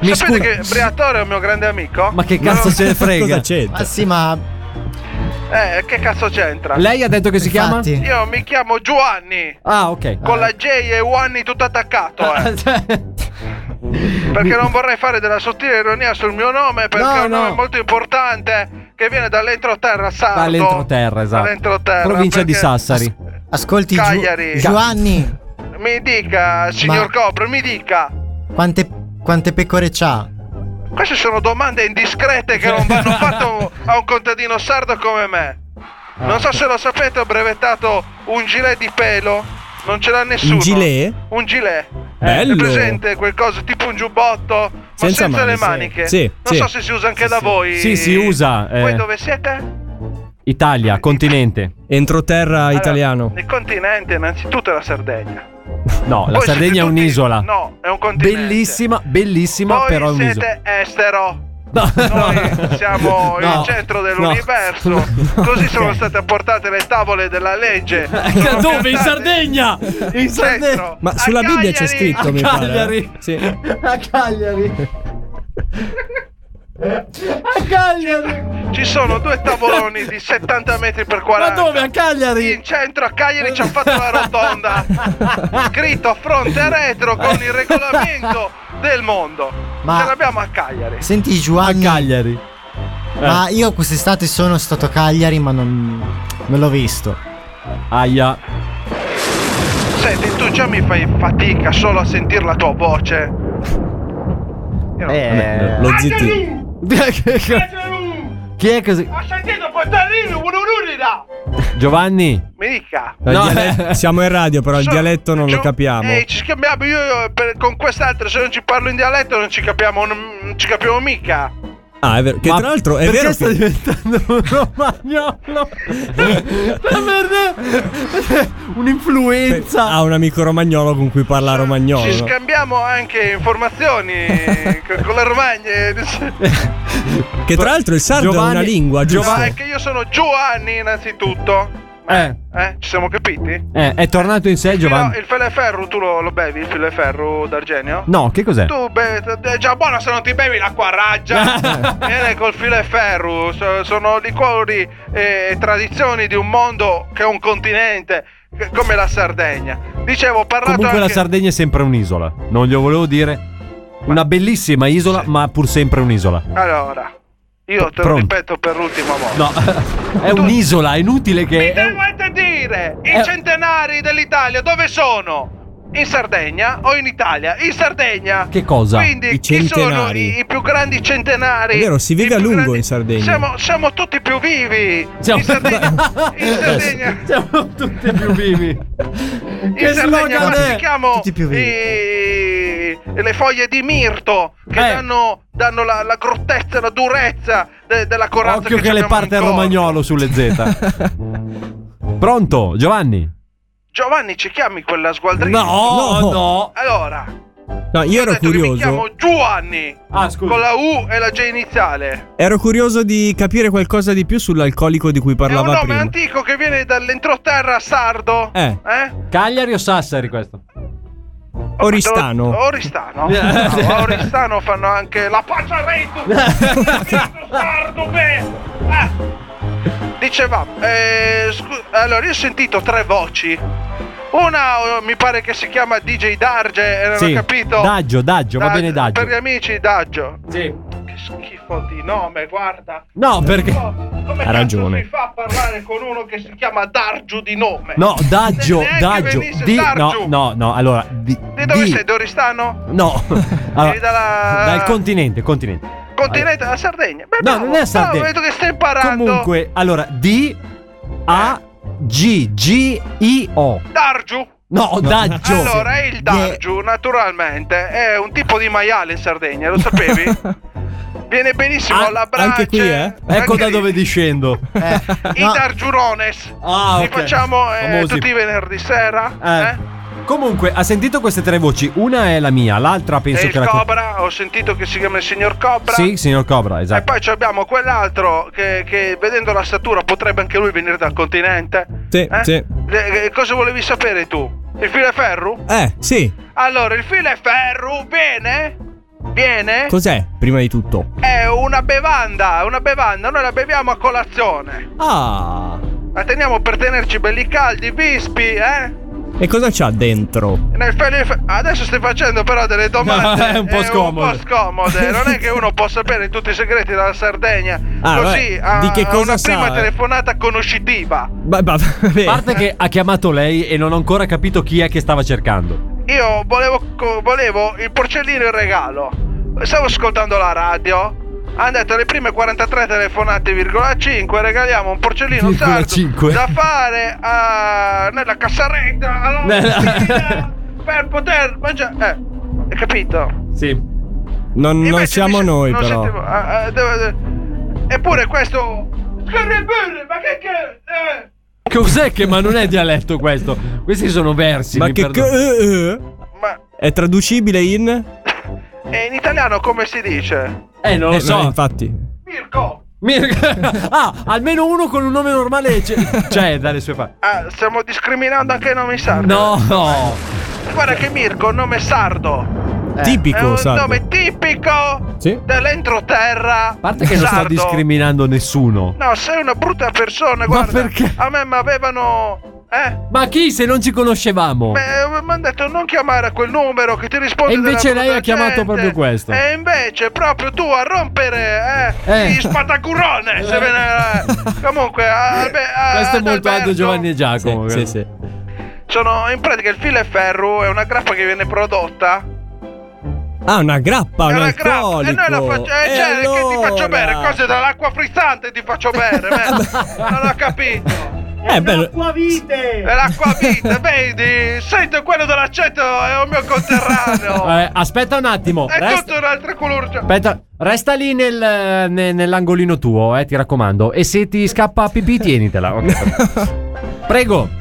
Speaker 6: Mi
Speaker 12: Sapete
Speaker 6: scusi.
Speaker 12: che Briatore è un mio grande amico?
Speaker 6: Ma che cazzo se ne frega?
Speaker 9: Cosa c'entra?
Speaker 8: Ma Ah, sì, ma.
Speaker 12: Eh, che cazzo c'entra?
Speaker 6: Lei ha detto che si chiama?
Speaker 12: Io mi chiamo Giovanni.
Speaker 6: Ah, ok.
Speaker 12: Con la J e Wanni tutto attaccato, eh. Perché non vorrei fare della sottile ironia sul mio nome, perché
Speaker 6: No,
Speaker 12: è un nome
Speaker 6: no.
Speaker 12: molto importante che viene dall'entroterra sardo.
Speaker 6: Dall'entroterra, esatto.
Speaker 12: Dall'entroterra,
Speaker 6: Provincia di
Speaker 12: perché- Eh,
Speaker 6: Sassari.
Speaker 8: Ascolti, Giu-
Speaker 12: Cagliari.
Speaker 8: Giovanni,
Speaker 12: Mi dica, signor Cobra, mi dica.
Speaker 8: quante, quante pecore c'ha?
Speaker 12: Queste sono domande indiscrete che non vanno fatte a a un contadino sardo come me. Non so se lo sapete, ho brevettato un gilet di pelo. Non ce l'ha nessuno.
Speaker 9: Un gilet?
Speaker 12: Un gilet.
Speaker 9: Bello.
Speaker 12: È presente quel coso tipo un giubbotto, ma senza,
Speaker 9: Senza
Speaker 12: le maniche.
Speaker 9: maniche, sì. Sì,
Speaker 12: non
Speaker 9: sì.
Speaker 12: so se si usa anche da voi.
Speaker 6: Sì, si usa,
Speaker 12: Voi
Speaker 6: eh.
Speaker 12: dove siete?
Speaker 6: Italia, continente.
Speaker 9: Entroterra italiano.
Speaker 12: Nel continente, innanzitutto è la Sardegna.
Speaker 6: No, la
Speaker 12: Voi siete
Speaker 6: Sardegna è
Speaker 12: tutti-
Speaker 6: un'isola.
Speaker 12: No, è un continente.
Speaker 6: Bellissima, bellissima,
Speaker 12: Voi
Speaker 6: però è un'isola.
Speaker 12: siete estero. Noi siamo
Speaker 6: No.
Speaker 12: il centro dell'universo. Così sono state apportate le tavole della legge.
Speaker 6: Dove? In Sardegna! In
Speaker 12: Sardegna!
Speaker 9: Ma sulla Bibbia c'è scritto, mi pare.
Speaker 6: Cagliari.
Speaker 9: Sì.
Speaker 10: A Cagliari. A Cagliari.
Speaker 12: Ci sono due tavoloni di 70 metri per 40. Ma dove? A
Speaker 6: Cagliari?
Speaker 12: In centro cioè, a Cagliari ci hanno fatto la rotonda. scritto a fronte e retro con il regolamento del mondo.
Speaker 8: Ma-
Speaker 12: Ce l'abbiamo a Cagliari.
Speaker 8: Senti Giovanni.
Speaker 6: Cagliari. Eh.
Speaker 8: Ma io quest'estate sono stato a Cagliari, ma non. non l'ho visto.
Speaker 6: Aia.
Speaker 12: Senti, tu già mi fai fatica solo a sentire la tua voce.
Speaker 6: Eh, lo zitti. Chi è così?
Speaker 12: Ho sentito Portarino, un'ururida!
Speaker 6: Giovanni.
Speaker 12: Mi dica!
Speaker 9: Il
Speaker 6: eh.
Speaker 9: dialetto- Siamo in radio, però il dialetto non lo capiamo.
Speaker 12: Ehi, Eh, ci scambiamo io io per- con quest'altro, se non ci parlo in dialetto non ci capiamo, non, non ci capiamo mica.
Speaker 9: Ah, è vero. Che
Speaker 6: Ma
Speaker 9: tra l'altro è
Speaker 6: perché
Speaker 9: vero.
Speaker 6: sta
Speaker 9: che-
Speaker 6: diventando un romagnolo? La merda! Un'influenza!
Speaker 9: Ha un amico romagnolo con cui parla romagnolo.
Speaker 12: Ci scambiamo anche informazioni co- con eh, le romagne.
Speaker 9: Che tra l'altro il sardo è una
Speaker 12: Giovanni-
Speaker 9: lingua, giusto?
Speaker 12: Ma è che io sono Giovanni innanzitutto.
Speaker 6: Eh,
Speaker 12: Eh, ci siamo capiti?
Speaker 6: eh, è tornato in sé
Speaker 12: No,
Speaker 6: Giovanni.
Speaker 12: il fileferro tu lo, lo bevi, il fileferro d'argenio?
Speaker 6: No, che cos'è?
Speaker 12: Tu be- è già buono se non ti bevi l'acqua raggia. Viene col filo e ferro. so- Sono liquori e tradizioni di un mondo che è un continente, che- come la Sardegna. Dicevo, ho parlato
Speaker 6: Comunque la
Speaker 12: anche.
Speaker 6: Sardegna è sempre un'isola. Non glielo volevo dire. Una bellissima isola, ma pur sempre un'isola.
Speaker 12: allora, io te lo
Speaker 6: Pronto.
Speaker 12: ripeto per l'ultima volta.
Speaker 6: No, è un'isola, è Eh, inutile
Speaker 12: Mi
Speaker 9: Eh,
Speaker 6: che.
Speaker 12: dovete dire i centenari dell'Italia dove sono? In Sardegna o in Italia? In Sardegna.
Speaker 6: Che cosa?
Speaker 12: Quindi
Speaker 9: I
Speaker 12: chi sono
Speaker 9: centenari.
Speaker 12: i, i più grandi centenari?
Speaker 9: È vero, si vive a lungo in Sardegna.
Speaker 12: Siamo, siamo tutti più vivi.
Speaker 9: Siamo-
Speaker 12: In Sardegna. In Sardegna.
Speaker 6: Siamo tutti più vivi.
Speaker 12: in Sardegna
Speaker 6: slogan è?
Speaker 12: mastichiamo
Speaker 6: Tutti più vivi.
Speaker 12: i- le foglie di mirto che
Speaker 9: Eh.
Speaker 12: danno, danno la, la grottezza, la durezza de- della corazza
Speaker 6: Occhio
Speaker 12: che,
Speaker 6: che le
Speaker 12: abbiamo
Speaker 6: parte il
Speaker 12: ancora.
Speaker 6: romagnolo sulle Z. Pronto, Giovanni?
Speaker 12: Giovanni, ci chiami quella sgualdrina?
Speaker 6: No, No. no.
Speaker 12: Allora,
Speaker 9: No, io ero
Speaker 12: mi
Speaker 9: curioso.
Speaker 12: chiamo Giovanni.
Speaker 6: Ah, scusa.
Speaker 12: Con la U e la G iniziale.
Speaker 9: Ero curioso di capire qualcosa di più sull'alcolico di cui
Speaker 12: oh È un
Speaker 9: parlava
Speaker 12: nome
Speaker 9: prima.
Speaker 12: antico che viene dall'entroterra sardo.
Speaker 9: Eh.
Speaker 6: Cagliari o Sassari questo?
Speaker 9: Oristano.
Speaker 12: Do- Oristano. No, a Oristano fanno anche la faccia a Reto. Dentro sardo, beh. Ah. Dicevamo, eh, scu- allora io ho sentito tre voci. Una eh, mi pare che si chiama DJ Darge, eh, non
Speaker 6: Sì.
Speaker 12: ho capito.
Speaker 6: Daggio, Daggio, va bene Daggio.
Speaker 12: Per gli amici Daggio.
Speaker 6: Sì.
Speaker 12: Che schifo di nome, guarda.
Speaker 6: No, perché-
Speaker 12: Come
Speaker 6: Ha
Speaker 12: cazzo
Speaker 6: ragione.
Speaker 12: si fa a parlare con uno che si chiama Dargio di nome?
Speaker 6: No, Daggio,
Speaker 12: Se neanche
Speaker 6: Daggio.
Speaker 12: venisse
Speaker 6: Di, no,
Speaker 12: Dargiu.
Speaker 6: no, no, allora. Di,
Speaker 12: Di dove
Speaker 6: di-
Speaker 12: sei? Doristano?
Speaker 6: No, Allora,
Speaker 12: dalla-
Speaker 6: dal continente, continente.
Speaker 12: Continente della Sardegna? Beh,
Speaker 6: No, non è Sardegna.
Speaker 12: vedo che stai imparando.
Speaker 6: Comunque, allora, D, A, G, G, I, O.
Speaker 12: Dargiu?
Speaker 6: No, Daggio.
Speaker 12: Allora, il Dargiu, naturalmente, è un tipo di maiale in Sardegna, lo sapevi? Viene benissimo alla brace.
Speaker 6: Ah, Anche qui, eh? Ecco da dove discendo. Eh,
Speaker 12: I Dargiurones.
Speaker 6: Ah,
Speaker 12: Li
Speaker 6: ok.
Speaker 12: facciamo eh,
Speaker 6: Famosi.
Speaker 12: tutti i venerdì sera.
Speaker 6: Eh. Comunque, ha sentito queste tre voci. Una è la mia, l'altra penso
Speaker 12: e
Speaker 6: che
Speaker 12: il
Speaker 6: la.
Speaker 12: Cobra, ho sentito che si chiama il signor Cobra.
Speaker 6: Sì, signor Cobra,
Speaker 12: E
Speaker 6: esatto.
Speaker 12: poi ci abbiamo quell'altro che, che vedendo la statura potrebbe anche lui venire dal continente.
Speaker 9: Sì,
Speaker 12: Eh?
Speaker 9: sì.
Speaker 12: Le- eh, cosa volevi sapere tu? Il filo e ferro?
Speaker 9: Eh, sì.
Speaker 12: Allora, il filo e ferro viene? Viene?
Speaker 9: Cos'è, prima di tutto?
Speaker 12: È una bevanda, è una bevanda, noi la beviamo a colazione.
Speaker 9: Ah.
Speaker 12: La teniamo per tenerci belli caldi, vispi, eh?
Speaker 9: E cosa c'ha dentro?
Speaker 12: Nel filo e fe- Adesso stai facendo però delle domande
Speaker 9: No, è un po'
Speaker 12: eh,
Speaker 9: scomode.
Speaker 12: scomode. Non è che uno può sapere tutti i segreti della Sardegna
Speaker 6: Ah,
Speaker 12: così
Speaker 6: vabbè.
Speaker 12: a,
Speaker 6: Di che
Speaker 12: a
Speaker 6: cosa
Speaker 12: una
Speaker 6: sa, eh?
Speaker 12: prima telefonata conoscitiva.
Speaker 6: A parte che ha chiamato lei e non ho ancora capito chi è che stava cercando.
Speaker 12: Io volevo, co- volevo il porcellino in regalo. Stavo ascoltando la radio. hanno detto le prime 43 telefonate, virgola 5, regaliamo un porcellino
Speaker 6: Virgola
Speaker 12: sardo
Speaker 6: cinque.
Speaker 12: da fare a- nella cassaretta alla
Speaker 6: Nella-
Speaker 12: mattina, per poter mangiare. Eh, hai capito?
Speaker 8: Sì. Non, non siamo noi,
Speaker 12: Non
Speaker 8: però.
Speaker 12: sentivo- ah, ah, devo- de- eppure questo... Scorri pure, ma che che... eh,
Speaker 6: Cos'è che ma non è dialetto questo? Questi sono versi.
Speaker 8: Ma
Speaker 6: mi
Speaker 8: che.
Speaker 6: perdono.
Speaker 8: che- eh, eh? È traducibile in.
Speaker 12: E in italiano come si dice?
Speaker 6: Eh, non lo so.
Speaker 8: infatti.
Speaker 6: Mir- ah, almeno uno con un nome normale c'è, c'è dalle sue parti.
Speaker 12: Ah, stiamo discriminando anche i nomi sardi.
Speaker 6: No, no.
Speaker 12: Guarda che Mirko è un nome sardo.
Speaker 13: Tipico
Speaker 12: Eh. è un
Speaker 13: sardo.
Speaker 12: nome tipico
Speaker 13: Sì.
Speaker 12: dell'entroterra. A
Speaker 13: parte che non sto discriminando nessuno.
Speaker 12: No, sei una brutta persona, guarda. A me mi avevano. Eh?
Speaker 6: Ma chi se non ci conoscevamo?
Speaker 12: Mi hanno detto non chiamare a quel numero che ti risponde.
Speaker 6: E invece
Speaker 12: della
Speaker 6: lei ha
Speaker 12: brutta
Speaker 6: chiamato
Speaker 12: gente.
Speaker 6: proprio questo.
Speaker 12: E invece proprio tu a rompere eh,
Speaker 6: Eh.
Speaker 12: gli spatacurone. se ve ne- eh. Comunque, Albe-
Speaker 6: questo è molto Aldo Giovanni e Giacomo.
Speaker 8: Sì,
Speaker 6: credo.
Speaker 8: sì.
Speaker 12: sono in pratica il filo e ferro è una grappa che viene prodotta
Speaker 8: Ah, una grappa, un
Speaker 12: Era grappa.
Speaker 8: alcolico.
Speaker 12: E noi la facciamo. Eh,
Speaker 8: E
Speaker 12: cioè, che ti
Speaker 8: allora?
Speaker 12: faccio bere? Cose dall'acqua frizzante ti faccio bere. merda. non ho capito.
Speaker 8: Eh, bello.
Speaker 12: È l'acqua vita, vedi? Sento quello dell'aceto, è un mio conterraneo.
Speaker 6: Eh, aspetta un attimo.
Speaker 12: È
Speaker 6: resta-
Speaker 12: tutto un altro colore.
Speaker 6: Aspetta, resta lì nel- ne- nell'angolino tuo, eh, ti raccomando. E se ti scappa a pipì, tienitela. ok. Prego.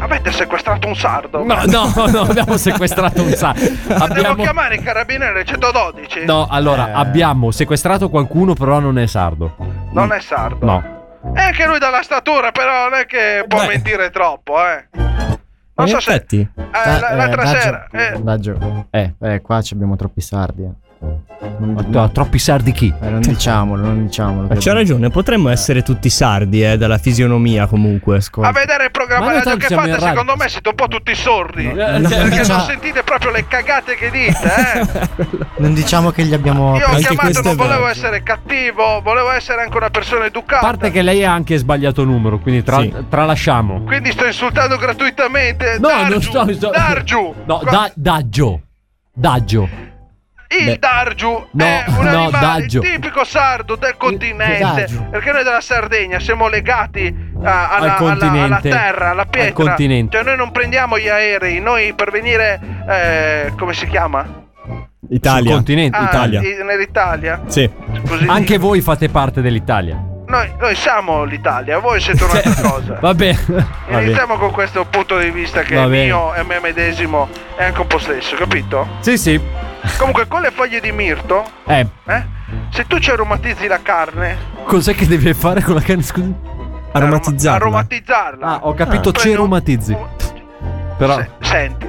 Speaker 12: Avete sequestrato un sardo?
Speaker 6: No, no, no, abbiamo sequestrato un sacco.
Speaker 12: Devo
Speaker 6: Abbiamo...
Speaker 12: chiamare i carabinieri 112?
Speaker 6: No,
Speaker 8: Eh.
Speaker 6: allora, abbiamo sequestrato qualcuno, però non è sardo.
Speaker 12: Non è sardo.
Speaker 6: No.
Speaker 12: E anche lui dalla statura, però non è che può mentire troppo, eh.
Speaker 14: Non
Speaker 12: so se-
Speaker 14: effetti.
Speaker 12: Eh, la- l'altra sera, eh.
Speaker 14: Eh. qua ci abbiamo troppi sardi. eh. Non-
Speaker 6: troppi sardi chi?
Speaker 14: Eh, non diciamolo, non diciamolo.
Speaker 8: Ma c'ha ragione, potremmo essere tutti sardi, eh, dalla fisionomia comunque.
Speaker 12: A vedere il
Speaker 8: Ma
Speaker 12: programma
Speaker 8: noi
Speaker 12: radio
Speaker 8: tanto
Speaker 12: che
Speaker 8: siamo
Speaker 12: fate,
Speaker 8: in radio.
Speaker 12: secondo me siete un po' tutti sordi.
Speaker 8: eh, no,
Speaker 12: perché
Speaker 14: cioè-
Speaker 12: non sentite proprio le cagate che dite, eh.
Speaker 14: Non diciamo che gli abbiamo
Speaker 12: Io ho
Speaker 14: preso-
Speaker 12: chiamato, non volevo essere cattivo, volevo essere anche una persona
Speaker 6: A
Speaker 12: educata.
Speaker 6: parte che lei ha anche sbagliato numero, quindi tra- tralasciamo.
Speaker 12: Quindi sto insultando gratuitamente.
Speaker 6: No,
Speaker 12: Dargiu,
Speaker 6: non sto- sto-
Speaker 12: Dargiu.
Speaker 6: No,
Speaker 12: Qua-
Speaker 6: da- Daggio. Daggio.
Speaker 12: Il
Speaker 6: Beh.
Speaker 12: Dargiu
Speaker 6: No,
Speaker 12: è un
Speaker 6: no,
Speaker 12: animale
Speaker 6: Daggio.
Speaker 12: tipico sardo del continente.
Speaker 6: Daggio.
Speaker 12: Perché noi della Sardegna siamo legati a- alla,
Speaker 6: Al continente.
Speaker 12: alla- alla terra, alla pietra.
Speaker 6: Al continente.
Speaker 12: Cioè, noi non prendiamo gli aerei, noi per venire. eh, come si chiama?
Speaker 8: Italia.
Speaker 6: continente, Eh,
Speaker 12: Ah,
Speaker 6: Italia.
Speaker 12: i- Nell'Italia.
Speaker 8: Sì.
Speaker 6: Anche voi fate parte dell'Italia. Cioè,
Speaker 12: Noi, noi siamo l'Italia, voi siete un'altra cosa.
Speaker 6: Vabbè.
Speaker 12: Iniziamo con questo punto di vista che
Speaker 6: Va
Speaker 12: è
Speaker 6: bene.
Speaker 12: mio e me medesimo e anche un po' stesso, capito?
Speaker 6: Sì, sì.
Speaker 12: Comunque con le foglie di mirto,
Speaker 6: Eh,
Speaker 12: eh, se tu ci aromatizzi la carne,
Speaker 6: cos'è che devi fare con la canna? Scusi.
Speaker 8: Aromatizzarla.
Speaker 12: aromatizzarla.
Speaker 6: Ah, ho capito,
Speaker 12: Ah.
Speaker 6: cerumatizzi. Però,
Speaker 12: Senti,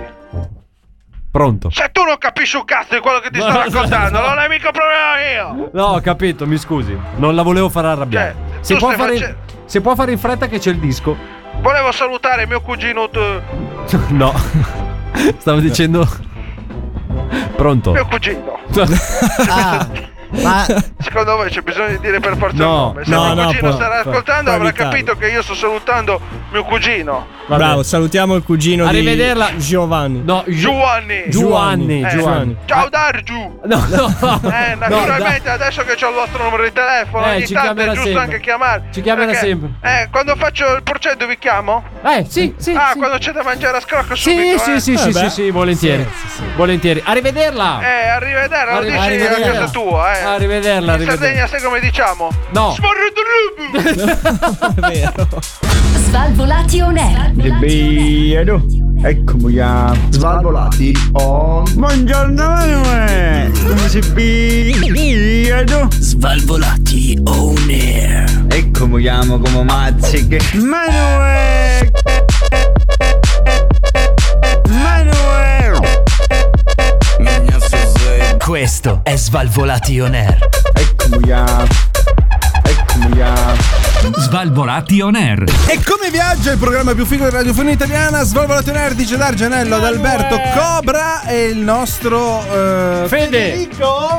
Speaker 6: pronto.
Speaker 12: se tu non capisci un cazzo di quello che ti sto
Speaker 6: No, no,
Speaker 12: raccontando,
Speaker 6: no.
Speaker 12: non è mica problema io.
Speaker 6: No, ho capito, mi scusi. Non la volevo far arrabbiare.
Speaker 12: Cioè,
Speaker 6: se,
Speaker 12: tu
Speaker 6: può
Speaker 12: stai
Speaker 6: fare,
Speaker 12: facendo-
Speaker 6: se può fare in fretta che c'è il disco.
Speaker 12: Volevo salutare mio cugino t-
Speaker 6: No. Stavo dicendo... Pronto.
Speaker 12: mio cugino. Secondo voi c'è bisogno di dire per forza
Speaker 6: No,
Speaker 12: il nome? Se
Speaker 8: no,
Speaker 12: mio
Speaker 8: no,
Speaker 12: cugino
Speaker 8: può-
Speaker 12: starà
Speaker 8: può-
Speaker 12: ascoltando
Speaker 8: può
Speaker 12: avrà
Speaker 8: evitarlo.
Speaker 12: capito che io sto salutando mio cugino.
Speaker 8: Bravo, salutiamo il cugino
Speaker 6: Arrivederla.
Speaker 8: di Giovanni.
Speaker 6: No,
Speaker 12: Giovanni.
Speaker 8: Giovanni,
Speaker 12: Eh,
Speaker 8: Giovanni.
Speaker 12: Ciao Dargiu.
Speaker 6: No, no.
Speaker 12: Eh, naturalmente adesso che ho il vostro numero di telefono,
Speaker 6: Eh,
Speaker 12: ogni
Speaker 6: ci
Speaker 12: tanto è
Speaker 6: chiamerà
Speaker 12: giusto
Speaker 6: sempre.
Speaker 12: anche chiamare.
Speaker 6: Ci chiamerà
Speaker 12: Perché,
Speaker 6: sempre.
Speaker 12: Eh, quando faccio il procedure vi chiamo?
Speaker 6: Eh, sì, sì.
Speaker 12: Ah,
Speaker 6: sì.
Speaker 12: quando c'è da mangiare a scrocco
Speaker 6: Sì,
Speaker 12: subito.
Speaker 6: sì,
Speaker 12: eh.
Speaker 6: sì, sì, sì, sì, volentieri. Volentieri. Arrivederla.
Speaker 12: Eh, arrivederla, lo
Speaker 6: Arri-
Speaker 12: dici a
Speaker 6: arrivederla.
Speaker 12: casa tua, eh.
Speaker 6: Arrivederla,
Speaker 12: In Sardegna sai come diciamo?
Speaker 6: No.
Speaker 3: Svalvolati on air.
Speaker 15: Bello, eccomi a Svalvolati on Buongiorno Bello Svalvolati on air Eccomi chiamo come mazziche Manuel Manuel
Speaker 16: Questo è Svalvolati On Air.
Speaker 15: Eccomi a Eccomi a
Speaker 17: Svalvolati on air.
Speaker 5: E come viaggia il programma più figo della radiofonia italiana? Svalvolate Nerd dice Dargianello ad Alberto Cobra e il nostro eh,
Speaker 6: Fede.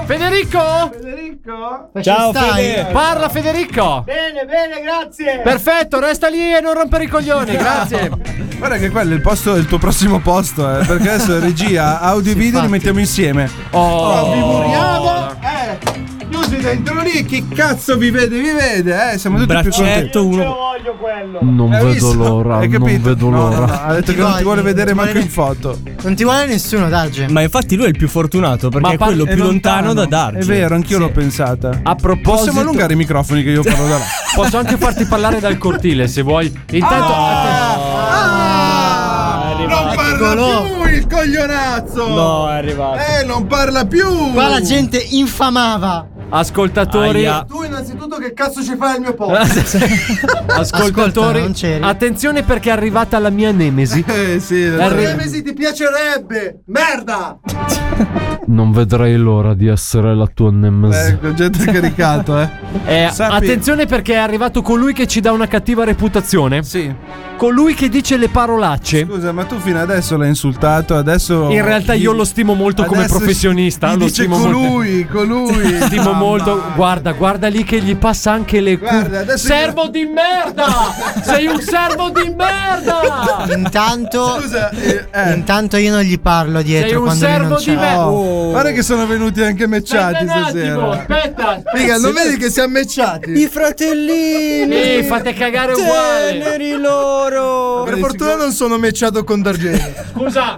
Speaker 6: Federico?
Speaker 18: Federico?
Speaker 6: Ciao,
Speaker 18: Fede.
Speaker 6: Parla Federico.
Speaker 18: Bene, bene, grazie.
Speaker 6: Perfetto, resta lì e non rompere i coglioni. Grazie.
Speaker 5: Guarda che quello è il, posto, il tuo prossimo posto, eh, perché adesso regia, audio e video li mettiamo insieme.
Speaker 6: Oh,
Speaker 18: Figuriamo. Eh, chiusi
Speaker 5: dentro lì, chi cazzo vi vede? Vi vede, eh? Siamo tutti più contenti. Eh,
Speaker 8: Braccetto, uno.
Speaker 19: voglio quello.
Speaker 20: Non
Speaker 5: Hai
Speaker 20: vedo
Speaker 5: visto?
Speaker 20: l'ora,
Speaker 5: Hai
Speaker 20: non
Speaker 5: capito?
Speaker 20: vedo
Speaker 5: No,
Speaker 20: l'ora.
Speaker 5: no, no, ha detto che non ti vuole vedere manco in foto.
Speaker 12: Non ti vuole nessuno, Darge.
Speaker 8: Ma infatti lui è il più fortunato perché è quello più lontano, da Darge.
Speaker 5: È vero, anch'io l'ho pensata.
Speaker 20: A proposito,
Speaker 5: possiamo allungare i microfoni che io parlo da là.
Speaker 6: Posso anche farti parlare dal cortile se vuoi. Intanto.
Speaker 19: Ah!
Speaker 6: Ah!
Speaker 5: Non parla
Speaker 12: Eccolo.
Speaker 5: più il coglionazzo!
Speaker 8: No, è arrivato.
Speaker 5: Eh, non parla più!
Speaker 12: Qua la gente infamava.
Speaker 6: Ascoltatori,
Speaker 20: Aia.
Speaker 19: Tu innanzitutto che cazzo ci fai al mio posto?
Speaker 6: ascoltatori,
Speaker 12: non c'eri.
Speaker 6: attenzione perché è arrivata la mia nemesi.
Speaker 5: Eh sì,
Speaker 6: È
Speaker 19: Tre
Speaker 6: arri-
Speaker 19: mesi ti piacerebbe! Merda!
Speaker 6: non vedrei l'ora di essere la tua nemesi.
Speaker 5: Ecco, gente caricato, eh.
Speaker 6: Eh,
Speaker 5: Sappi-
Speaker 6: attenzione perché è arrivato colui che ci dà una cattiva reputazione.
Speaker 5: Sì.
Speaker 6: Colui che dice le parolacce.
Speaker 5: Scusa, ma tu fino adesso l'hai insultato, adesso.
Speaker 6: In realtà io lo stimo molto come
Speaker 5: Adesso
Speaker 6: professionista,
Speaker 5: gli
Speaker 6: lo
Speaker 5: dice
Speaker 6: stimo molto.
Speaker 5: colui, colui.
Speaker 6: Stimo
Speaker 5: Mamma.
Speaker 6: molto. Guarda, guarda lì che gli passa anche le cu-
Speaker 5: Guarda, adesso-
Speaker 6: Servo di merda! Sei un servo di merda!
Speaker 12: Intanto,
Speaker 5: Scusa, eh, eh.
Speaker 12: intanto io non gli parlo
Speaker 6: Sei
Speaker 12: dietro
Speaker 6: un
Speaker 12: quando lui
Speaker 6: servo
Speaker 12: non
Speaker 6: di
Speaker 12: c'è.
Speaker 6: merda!
Speaker 5: Oh, Guarda che sono venuti anche mecciati
Speaker 6: Aspetta un attimo,
Speaker 5: stasera.
Speaker 6: aspetta!
Speaker 21: Figa, non vedi che siamo mecciati?
Speaker 8: I fratellini!
Speaker 6: Ehi, fate cagare uguale!
Speaker 8: Teneri loro!
Speaker 21: Per fortuna non sono mecciato con Dargene.
Speaker 6: Scusa!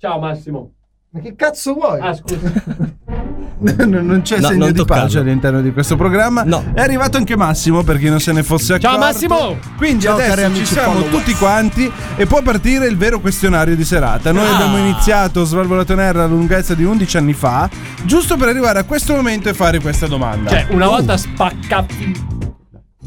Speaker 6: Ciao Massimo.
Speaker 19: Ma che cazzo vuoi?
Speaker 6: Ah, scusa.
Speaker 5: non non c'è
Speaker 8: No,
Speaker 5: segno
Speaker 8: non
Speaker 5: di
Speaker 8: toccarlo.
Speaker 5: pace all'interno di questo programma.
Speaker 8: No.
Speaker 5: È arrivato anche Massimo per chi non se ne fosse accorto.
Speaker 6: Ciao, Massimo!
Speaker 5: Quindi
Speaker 21: Ciao, cari
Speaker 5: adesso ci
Speaker 21: amici
Speaker 5: siamo
Speaker 21: followers.
Speaker 5: tutti quanti e può partire il vero questionario di serata. Noi
Speaker 8: Ah.
Speaker 5: abbiamo iniziato Svalvolato Nerd alla lunghezza di 11 anni fa, giusto per arrivare a questo momento e fare questa domanda.
Speaker 6: Cioè, una volta spacca.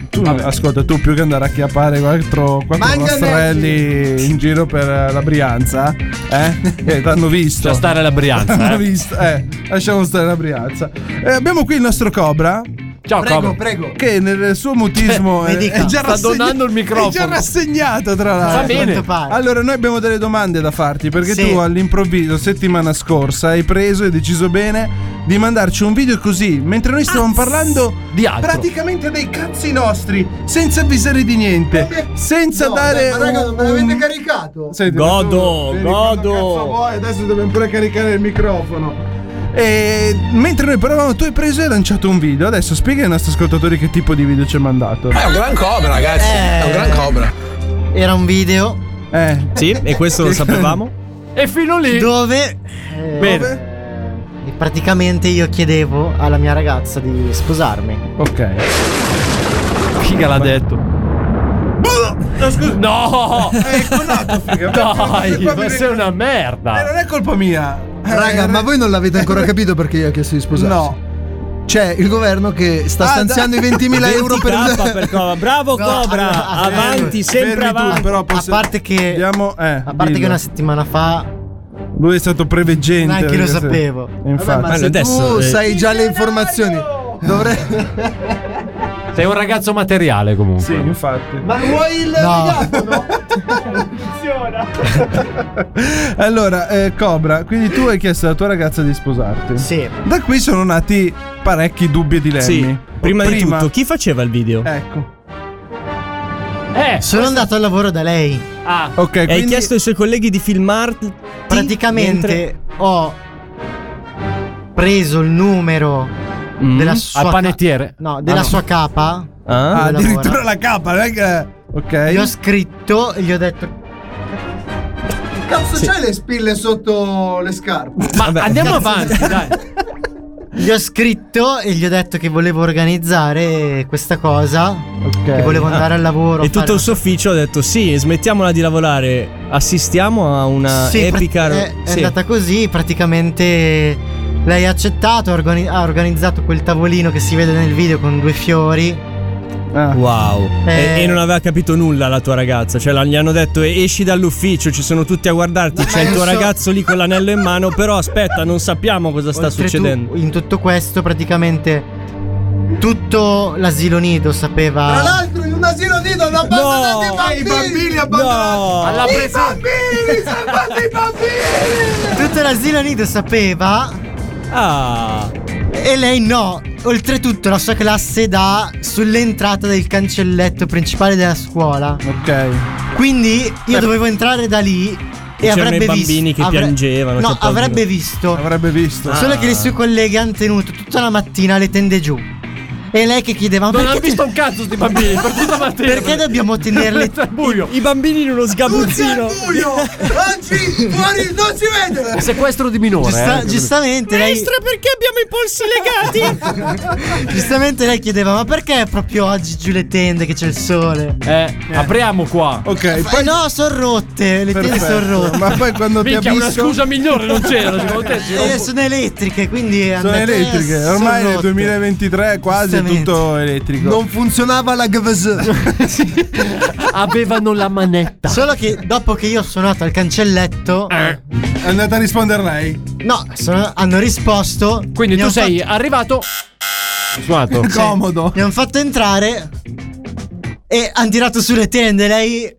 Speaker 5: tu, ascolta, tu più che andare a chiappare quattro, quattro
Speaker 21: Mangia
Speaker 5: rastrelli in giro per eh, la Brianza, eh? Eh, T'hanno visto.
Speaker 6: Lascia stare la Brianza.
Speaker 5: L'ho
Speaker 6: eh.
Speaker 5: visto, eh, lasciamo stare la Brianza. Eh, abbiamo qui il nostro Cobra
Speaker 6: Ciao,
Speaker 19: Prego,
Speaker 6: Cobra.
Speaker 19: prego.
Speaker 5: che nel suo mutismo
Speaker 12: Eh, mi
Speaker 5: è,
Speaker 12: dica,
Speaker 5: è già
Speaker 6: Cioè, sta
Speaker 5: rassegna-
Speaker 6: donando il microfono.
Speaker 5: È già rassegnato tra
Speaker 6: Fa
Speaker 5: l'altro.
Speaker 6: bene.
Speaker 12: Quanto pare.
Speaker 5: Allora, noi abbiamo delle domande da farti perché
Speaker 12: Sì.
Speaker 5: tu all'improvviso, settimana scorsa, hai preso e deciso bene di mandarci un video così mentre noi
Speaker 19: Ah,
Speaker 5: stavamo parlando
Speaker 6: Di altro.
Speaker 5: praticamente dei cazzi nostri, senza avvisare di niente, senza
Speaker 19: No,
Speaker 5: dare.
Speaker 19: Ma raga,
Speaker 5: un-
Speaker 19: non me l'avete
Speaker 5: un-
Speaker 19: caricato?
Speaker 5: Senti,
Speaker 8: Godo,
Speaker 5: ma vedi
Speaker 8: godo.
Speaker 5: quando cazzo vuoi, adesso dobbiamo pure caricare il microfono. E mentre noi parlavamo, tu hai preso e hai lanciato un video. Adesso spiega ai nostri ascoltatori che tipo di video ci hai mandato.
Speaker 22: È un gran cobra, ragazzi. È un gran cobra.
Speaker 12: Era un video
Speaker 5: Eh,
Speaker 8: Sì, e questo lo sapevamo.
Speaker 6: E fino lì.
Speaker 12: dove eh,
Speaker 8: Bene.
Speaker 12: e praticamente io chiedevo alla mia ragazza di sposarmi.
Speaker 5: ok.
Speaker 6: Figa l'ha detto.
Speaker 5: Oh,
Speaker 6: No! Dai, ma sei una
Speaker 5: Eh,
Speaker 6: merda.
Speaker 5: non è colpa mia. Eh,
Speaker 21: Raga,
Speaker 5: eh,
Speaker 21: ma voi non l'avete ancora capito perché io ho chiesto di sposarsi?
Speaker 5: No.
Speaker 21: C'è il governo che sta
Speaker 5: Ah,
Speaker 21: stanziando i 20.000 euro
Speaker 8: K per
Speaker 21: per...
Speaker 8: Cobra. Bravo Cobra!
Speaker 12: allora,
Speaker 8: avanti,
Speaker 12: eh,
Speaker 8: sempre
Speaker 5: fermi tu,
Speaker 8: avanti.
Speaker 5: però
Speaker 12: A
Speaker 5: posso-
Speaker 12: parte che
Speaker 5: Andiamo, eh,
Speaker 12: a parte
Speaker 5: dillo.
Speaker 12: che una settimana fa
Speaker 5: Lui è stato preveggente.
Speaker 12: Neanche lo
Speaker 5: perché-
Speaker 12: sapevo.
Speaker 5: Infatti.
Speaker 21: Ma
Speaker 8: Allora,
Speaker 21: se
Speaker 8: adesso,
Speaker 21: tu
Speaker 8: eh,
Speaker 21: sai già le informazioni, dovrei...
Speaker 6: Sei un ragazzo materiale comunque.
Speaker 5: Sì, infatti.
Speaker 19: Ma vuoi il
Speaker 12: No.
Speaker 19: megafono? Funziona.
Speaker 5: allora, eh, Cobra, quindi tu hai chiesto alla tua ragazza di sposarti.
Speaker 12: sì,
Speaker 5: Da qui sono nati parecchi dubbi e dilemmi.
Speaker 8: Sì, prima, di tutto, chi faceva il video?
Speaker 5: Ecco. Cioè,
Speaker 6: Eh,
Speaker 12: sono andato al lavoro da lei.
Speaker 6: ah,
Speaker 5: Ok,
Speaker 8: E Hai
Speaker 5: quindi
Speaker 8: chiesto ai suoi colleghi di filmarti
Speaker 12: Praticamente
Speaker 8: mentre-
Speaker 12: ho preso il numero
Speaker 8: Mm.
Speaker 12: della sua
Speaker 6: al
Speaker 12: ca-
Speaker 6: panettiere.
Speaker 12: No, della
Speaker 6: Ah,
Speaker 12: sua capa.
Speaker 8: Ah?
Speaker 5: Ah,
Speaker 12: Dove
Speaker 5: addirittura
Speaker 12: lavora.
Speaker 5: la K, non è che
Speaker 12: Gli ho
Speaker 5: Ok.
Speaker 12: scritto e gli ho detto
Speaker 19: Che cazzo c'hai le spille sotto le scarpe?
Speaker 6: Ma
Speaker 8: Vabbè.
Speaker 6: andiamo
Speaker 12: Cazzo.
Speaker 6: avanti, dai.
Speaker 12: gli ho scritto e gli ho detto che volevo organizzare questa cosa,
Speaker 6: Eh.
Speaker 12: che volevo andare al lavoro.
Speaker 8: E tutto il
Speaker 12: suo
Speaker 8: suo ufficio ha detto sì, smettiamola di lavorare, assistiamo a una
Speaker 12: sì, pra-
Speaker 8: epica...
Speaker 12: è, è
Speaker 8: sì.
Speaker 12: andata così, praticamente lei ha accettato, ha organi- ha organizzato quel tavolino che si vede nel video con due fiori.
Speaker 5: Ah.
Speaker 8: Wow.
Speaker 12: Eh.
Speaker 8: E, e non aveva capito nulla la tua ragazza. Cioè, la- gli hanno detto "E- esci dall'ufficio, ci sono tutti a guardarti. C'è il tuo ragazzo lì con l'anello in mano. Però aspetta, non sappiamo cosa sta
Speaker 12: Oltretutto,
Speaker 8: succedendo.
Speaker 12: In tutto questo praticamente tutto l'asilo nido
Speaker 19: Tra
Speaker 12: sapeva...
Speaker 19: l'altro in un asilo nido hanno abbandonato Ah, i bambini!
Speaker 8: No!
Speaker 6: Alla
Speaker 19: I
Speaker 6: presa.
Speaker 19: bambini! Salvate i bambini!
Speaker 12: Tutto l'asilo nido sapeva
Speaker 8: Ah!
Speaker 12: e lei no. Oltretutto la sua classe dà sull'entrata del cancelletto principale della scuola.
Speaker 5: Ok.
Speaker 12: Quindi io dovevo entrare da lì e
Speaker 8: Eh. c'erano
Speaker 12: avrebbe
Speaker 8: i bambini
Speaker 12: visto-
Speaker 8: che piangevano,
Speaker 12: No,
Speaker 8: c'è poco- Ah.
Speaker 12: avrebbe visto.
Speaker 19: Ah.
Speaker 5: Avrebbe visto.
Speaker 12: Solo che le sue colleghe hanno tenuto tutta la mattina le tende giù. E lei che chiedeva: "Ma
Speaker 6: Non hanno
Speaker 12: perché
Speaker 6: visto un cazzo sti bambini per tutta mattina.
Speaker 12: Perché dobbiamo tenerli
Speaker 6: buio?
Speaker 8: I bambini in uno sgabuzzino.
Speaker 23: buio! Oggi fuori non si vede!
Speaker 6: Sequestro di minore.
Speaker 12: Giusta-
Speaker 6: eh.
Speaker 12: giustamente lei,
Speaker 8: perché abbiamo i polsi legati?
Speaker 12: giustamente lei chiedeva: Ma perché proprio oggi giù le tende che c'è il sole?
Speaker 6: Eh, apriamo qua.
Speaker 19: Eh,
Speaker 5: Ok,
Speaker 12: poi no, sono rotte. Le tende
Speaker 5: Perfetto.
Speaker 12: sono rotte.
Speaker 5: Ma poi quando ti
Speaker 6: Minchia, una
Speaker 5: abisso-
Speaker 6: scusa migliore non c'era, secondo te? ci
Speaker 12: Eh, sono elettriche, quindi
Speaker 5: Sono
Speaker 12: andate-
Speaker 5: elettriche,
Speaker 12: eh,
Speaker 5: ormai
Speaker 12: sono
Speaker 5: nel
Speaker 12: rotte.
Speaker 5: 2023 quasi è
Speaker 12: Giustamente.
Speaker 5: tutto elettrico.
Speaker 24: Non funzionava la GVS.
Speaker 6: Avevano la manetta.
Speaker 12: Solo che dopo che io ho suonato al cancelletto,
Speaker 5: È andata a rispondere lei?
Speaker 12: no, sono- hanno risposto.
Speaker 6: Quindi
Speaker 12: mi
Speaker 6: tu
Speaker 12: han
Speaker 6: sei
Speaker 12: fatto-
Speaker 6: arrivato. Suonato.
Speaker 12: Sì, Mi hanno fatto entrare e hanno tirato su le tende. Lei,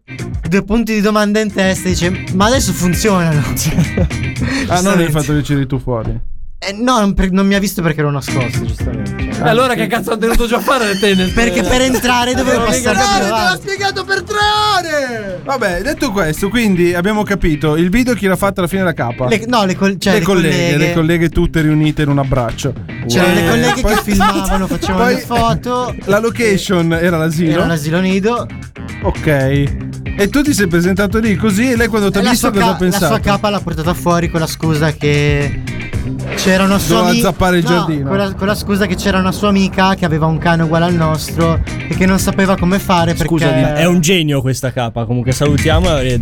Speaker 12: due punti di domanda in testa, dice: Ma adesso funzionano.
Speaker 5: Ah, non l'hai
Speaker 12: Giustamente.
Speaker 5: fatto che ci eri tu fuori.
Speaker 12: Eh, no, non, per- non mi ha visto perché ero nascosto, giustamente.
Speaker 6: E allora che cazzo hanno tenuto già a fare le tennis?
Speaker 12: Perché per entrare dovevo
Speaker 23: Per
Speaker 12: passare
Speaker 23: tre ore, te l'ha
Speaker 12: più
Speaker 6: Esatto.
Speaker 12: avanti.
Speaker 23: spiegato per tre ore!
Speaker 5: Vabbè, detto questo, quindi abbiamo capito il video chi l'ha fatto alla fine la capa.
Speaker 12: Le- no, le, col- cioè, le colleghe.
Speaker 5: le colleghe tutte riunite in un abbraccio.
Speaker 12: C'erano
Speaker 5: Eh,
Speaker 12: le colleghe
Speaker 5: poi-
Speaker 12: che filmavano, facevano
Speaker 5: poi-
Speaker 12: le foto.
Speaker 5: La location era l'asilo.
Speaker 12: Era un asilo nido.
Speaker 5: Ok. E tu ti sei presentato lì così e lei quando ti ha
Speaker 12: La
Speaker 5: visto
Speaker 12: sua,
Speaker 5: cosa
Speaker 12: ca-
Speaker 5: ha
Speaker 12: la
Speaker 5: pensato?
Speaker 12: sua capa l'ha portata fuori con la scusa che c'era una sua
Speaker 5: Doveva
Speaker 12: ami-
Speaker 5: zappare il
Speaker 12: No,
Speaker 5: giardino.
Speaker 12: Con la, con la scusa che c'era una sua amica che aveva un cane uguale al nostro e che non sapeva come fare perché.
Speaker 8: È un genio questa capa. Comunque salutiamo. e-